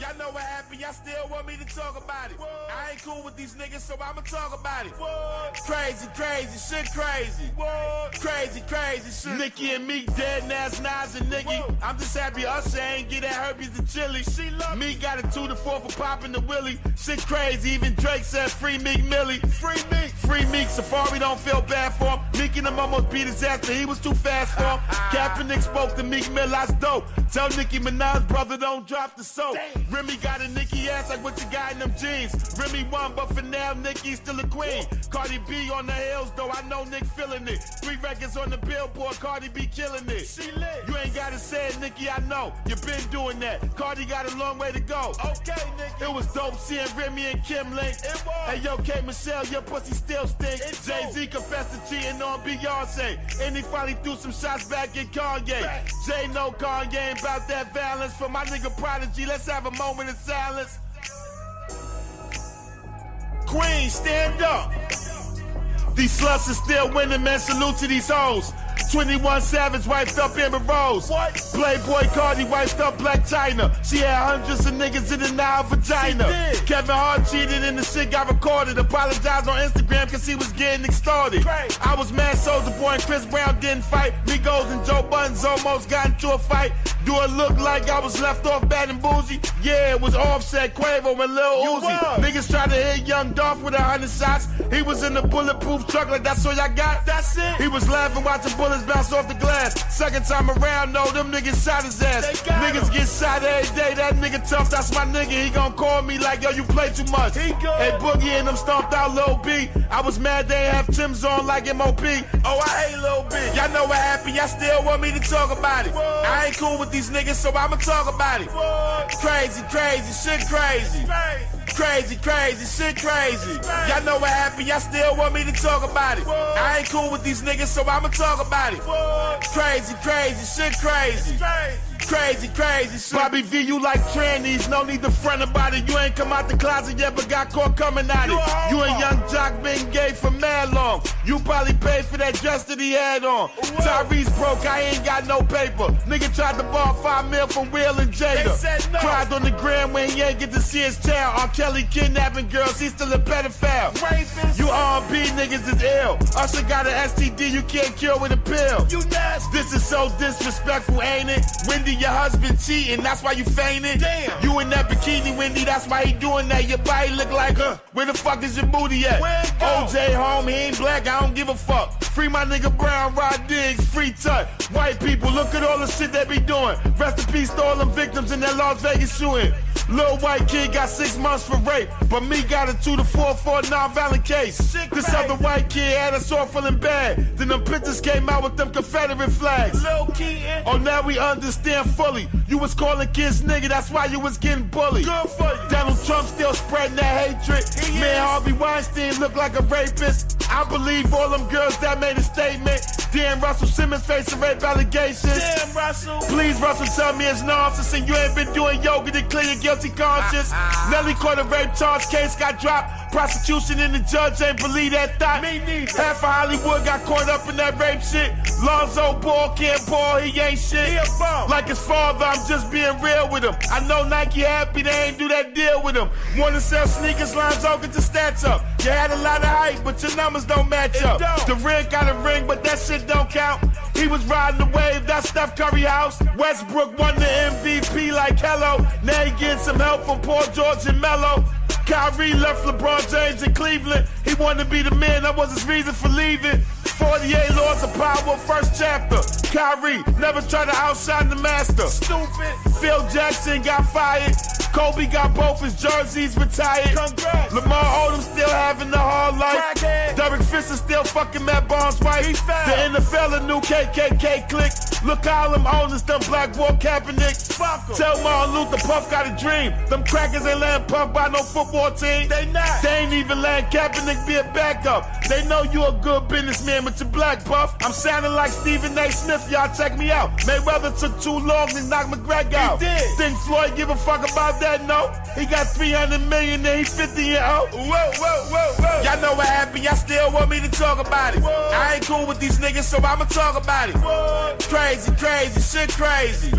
[SPEAKER 4] Y'all know what happened, y'all still want me to talk about it. I ain't cool with these niggas, so I'ma talk about it. Crazy, crazy, shit crazy. Crazy, crazy shit. Nicki and me dead, and that's Nas and Nicki. I'm just happy us ain't get that herpes and chili. She love me, got a two to four for popping the willy. Shit crazy, even Drake said free Meek Millie. Free Meek, free Meek, Safari don't feel bad for him. Meek and him almost beat his ass, but he was too fast for him. Kaepernick spoke to Meek Mill, that's dope. Tell Nicki Minaj, brother, don't drop the soap. Remy got a Nicki ass like what you got in them jeans. Remy won, but for now, Nicki's still a queen. Cardi B on the hills, though I know Nick feeling it. Three records on the billboard, Cardi B killing it. She lit. You ain't gotta say it, Nicki, I know. You been doing that. Cardi got a long way to go. Okay, Nicki. It was dope seeing Remy and Kim Link. It was. Hey, yo, K. Michelle, your pussy still stink. Jay Z confessed to cheating on Beyonce. And he finally threw some shots back at Kanye. Jay no Kanye ain't about that violence. For my nigga Prodigy, let's have a moment of silence. Queen, stand up. These sluts are still winning, man. Salute to these hoes. 21 Savage wiped up Amber Rose. What? Playboy Cardi wiped up Black China. She had hundreds of niggas in the Nile vagina. Kevin Hart cheated and the shit got recorded. Apologized on Instagram because he was getting extorted. I was mad Soldier Boy and Chris Brown didn't fight. Migos and Joe Buttons almost got into a fight. Do it look like I was left off batting boozy? Yeah, it was offset Quavo and Lil Uzi. Niggas tried to hit Young Dolph with a hundred shots. He was in the bulletproof truck like that's all y'all got. That's it. He was laughing watching bullets bounce off the glass. Second time around, no, them niggas shot his ass. Niggas get shot every day. That nigga tough, that's my nigga. He gon' call me like, yo, you play too much. He good. Hey, Boogie and them stomped out Lil B. I was mad they have Tim's on like MOP. Oh, I hate Lil B. Y'all know what happened. Y'all still want me to talk about it. I ain't cool with these niggas, so I'ma talk about it. Crazy, crazy, shit crazy. Crazy, crazy, shit crazy. Y'all know what happened, y'all still want me to talk about it. I ain't cool with these niggas, so I'ma talk about it. Crazy, crazy, shit crazy. Crazy, crazy shit. Bobby V, you like trannies, no need to front about it. You ain't come out the closet yet, but got caught coming at it. You and Young Jock been gay for mad long. You probably paid for that dress that he had on. Tyrese broke, I ain't got no paper. Nigga tried to borrow five mil from Will and Jada. Cried on the gram when he ain't get to see his town. R. Kelly kidnapping girls, he's still a pedophile. You R&B niggas is ill. Usher got an STD you can't cure with a pill. You nasty. This is so disrespectful, ain't it? Wendy, your husband cheating, that's why you fainted. Damn. You in that bikini, Wendy, that's why he doing that. Your body look like her. Where the fuck is your booty at? OJ home, he ain't black, I don't give a fuck. Free my nigga Brown, Rod Diggs, free Tut. White people, look at all the shit they be doing. Rest in peace to all them victims in that Las Vegas shooting. Little white kid got six months for rape, but me got a two to four for a non-violent case. This other white kid had us all feeling bad. Then them pictures came out with them Confederate flags. Oh, now we understand fully. You was calling kids nigga, that's why you was getting bullied. Donald Trump still spreading that hatred. Man, Harvey Weinstein look like a rapist. I believe all them girls that made a statement. Damn, Russell Simmons facing rape allegations. Damn, Russell. Please, Russell, tell me it's nonsense and you ain't been doing yoga to clear your guilty conscience. Nelly caught a rape charge, case got dropped. Prosecution and the judge ain't believe that thought. Me neither. Half of Hollywood got caught up in that rape shit. Lonzo Ball can't ball, he ain't shit. Like his father, I'm just being real with him. I know Nike happy they ain't do that deal with him. Wanna sell sneakers, Lonzo get the stats up. You had a lot of hype, but your numbers don't match up. The ring got a ring, but that shit don't count. He was riding the wave, that's Steph Curry house. Westbrook won the MVP like hello. Now he getting some help from Paul George and Melo. Kyrie left LeBron James in Cleveland. He wanted to be the man, that was his reason for leaving. 48 Laws of Power, first chapter. Kyrie, never try to outshine the master. Stupid. Phil Jackson got fired. Kobe got both his jerseys retired. Congrats. Lamar Odom still having the hard life. Derek Fisher still fucking Matt Barnes' wife. The NFL a new KKK clique. Look how them owners, them black war Kaepernick. Tell Martin Luther Puff got a dream. Them crackers ain't letting Puff by no football team. They not. They ain't even letting Kaepernick be a backup. They know you a good businessman, but you black Puff. I'm sounding like Stephen A. Smith, y'all check me out. Mayweather took too long to knock McGregor out. He did. Think Floyd give a fuck about that? No. He got 300 million and he 50 and out. Whoa, whoa, whoa, whoa. Y'all know what happened. Y'all still want me to talk about it. I ain't cool with these niggas, so I'ma talk about it. Crazy, crazy, shit crazy.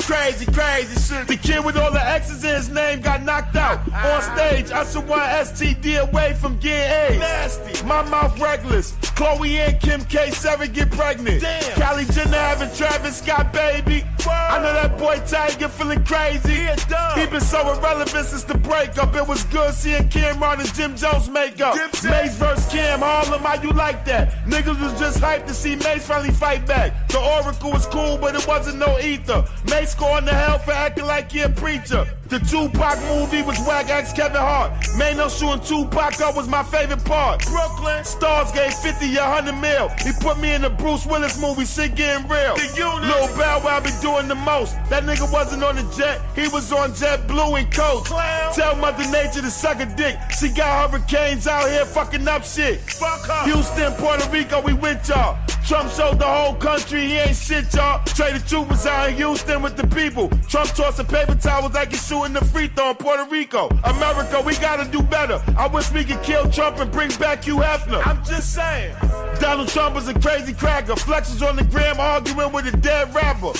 [SPEAKER 4] Crazy, crazy shit. Ah. The kid with all the X's in his name got knocked out on stage. Usher one STD away from getting AIDS. Nasty. My mouth reckless. Chloe and Kim K7 get pregnant. Damn. Kylie Jenner having Travis Scott baby. I know that boy Tiger feeling crazy. He, he been so irrelevant since the breakup. It was good seeing Cameron and Jim Jones make up. Maze versus Kim, Harlem, how you like that? Niggas was just hyped to see Maze finally fight back. The Oracle was cool, but it wasn't no ether. Maze scoring the hell for acting like he a preacher. The Tupac movie was whack, ex Kevin Hart. Man, no shooting Tupac up was my favorite part. Brooklyn Stars gave 50 a 100 mil. He put me in the Bruce Willis movie, shit getting real. The unit. Lil Bow Wow be doing the most. That nigga wasn't on the jet, he was on Jet Blue and Coach. Tell Mother Nature to suck a dick. She got hurricanes out here fucking up shit. Fuck her. Houston, Puerto Rico, we with y'all. Trump showed the whole country he ain't shit, y'all. Trade the troopers out in Houston with the people. Trump tossing paper towels like he's shooting the free throw in Puerto Rico. America, we gotta do better. I wish we could kill Trump and bring back Hugh Hefner. I'm just saying. Donald Trump is a crazy cracker. Flexes on the gram arguing with a dead rapper.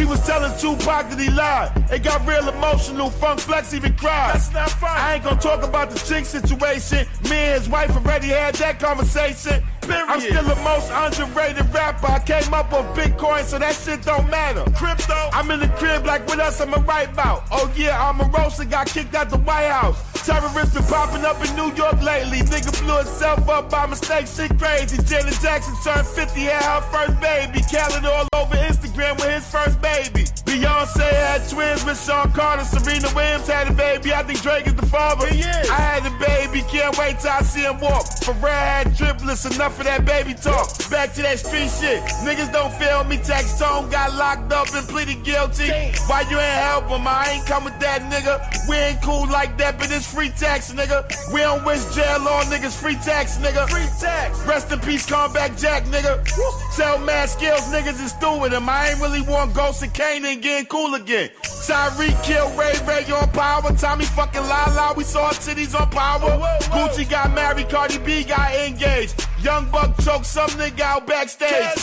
[SPEAKER 4] He was telling Tupac that he lied. It got real emotional. Funk Flex even cried. That's not fun. I ain't gonna talk about the chick situation. Me and his wife already had that conversation. I'm still the most underrated rapper. I came up on Bitcoin, so that shit don't matter. Crypto. I'm in the crib like what else I'ma write about? Oh yeah, I'm a roaster, got kicked out the White House. Terrorists been popping up in New York lately. Nigga blew himself up by mistake, shit crazy. Janet Jackson turned 50, had her first baby. Khaled all over Instagram with his first baby. Beyonce Beyonce had twins with Sean Carter. Serena Williams had a baby. I think Drake is the father.
[SPEAKER 5] He is.
[SPEAKER 4] I had a baby. Can't wait till I see him walk. Pharrell had triplets. Enough of that baby talk. Back to that street shit. Niggas don't feel me. Tax Tone got locked up and pleaded guilty. Why you ain't help him? I ain't come with that nigga. We ain't cool like that, but it's free tax, nigga. We don't wish jail on niggas. Free tax, nigga. Free tax. Rest in peace, Combat Jack, nigga. Sell mad skills, niggas is through with him. I ain't really want Ghost and Kanan getting cool again. Tyreek killed Ray Ray on power. Tommy fucking Lala, we saw her titties on power. Gucci got married, Cardi B got engaged. Young Buck choked some nigga out backstage.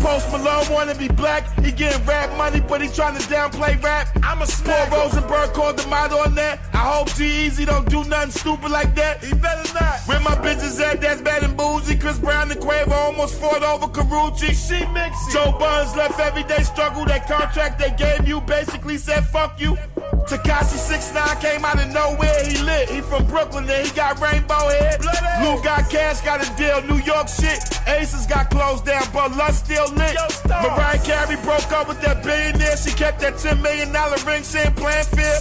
[SPEAKER 4] Post Malone wanna be black. He getting rap money, but he tryna downplay rap. I'm a small Rosenberg called the model on that. I hope G Easy don't do nothing stupid like that. He better not. Where my bitches at? That's bad and bougie. Chris Brown and Quavo almost fought over Carucci. She mixy. Joe Buns left everyday struggle. That contract they gave you basically said fuck you. Takashi 69 came out of nowhere. He lit. He from Brooklyn and he got rainbow head. Lou got cash, got a deal. New York shit. Aces got closed down, but Lust still lit. Mariah Carey broke up with that billionaire. She kept that $10 million ring saying plan fair.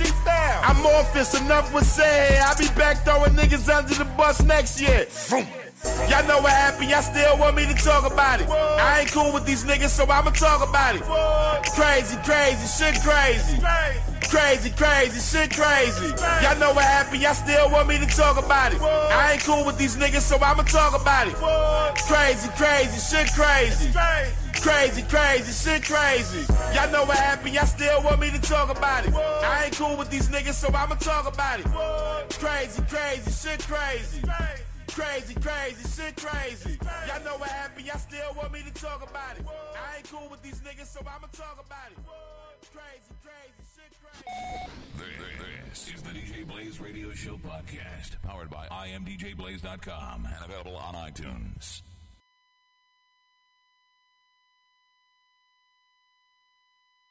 [SPEAKER 4] I'm Morpheus, enough was said. I'll be back throwing niggas under the bus next year. Vroom. Y'all know what happened, y'all still want me to talk about it. I ain't cool with these niggas, so I'ma talk about it. Crazy, crazy, shit crazy. Crazy, crazy, shit crazy. Y'all know what happened, y'all still want me to talk about it. I ain't cool with these niggas, so I'ma talk about it. Crazy, crazy, shit crazy. Crazy, crazy, shit crazy. Y'all know what happened, y'all still want me to talk about it. I ain't cool with these niggas, so I'ma talk about it. Crazy, crazy, shit crazy. Crazy, crazy, shit crazy. Y'all know what happened, y'all still want me to talk about it. I ain't cool with these niggas, so I'ma talk about it. Crazy, crazy, shit crazy.
[SPEAKER 6] This is the DJ Blaze Radio Show podcast, powered by imdjblaze.com and available on iTunes.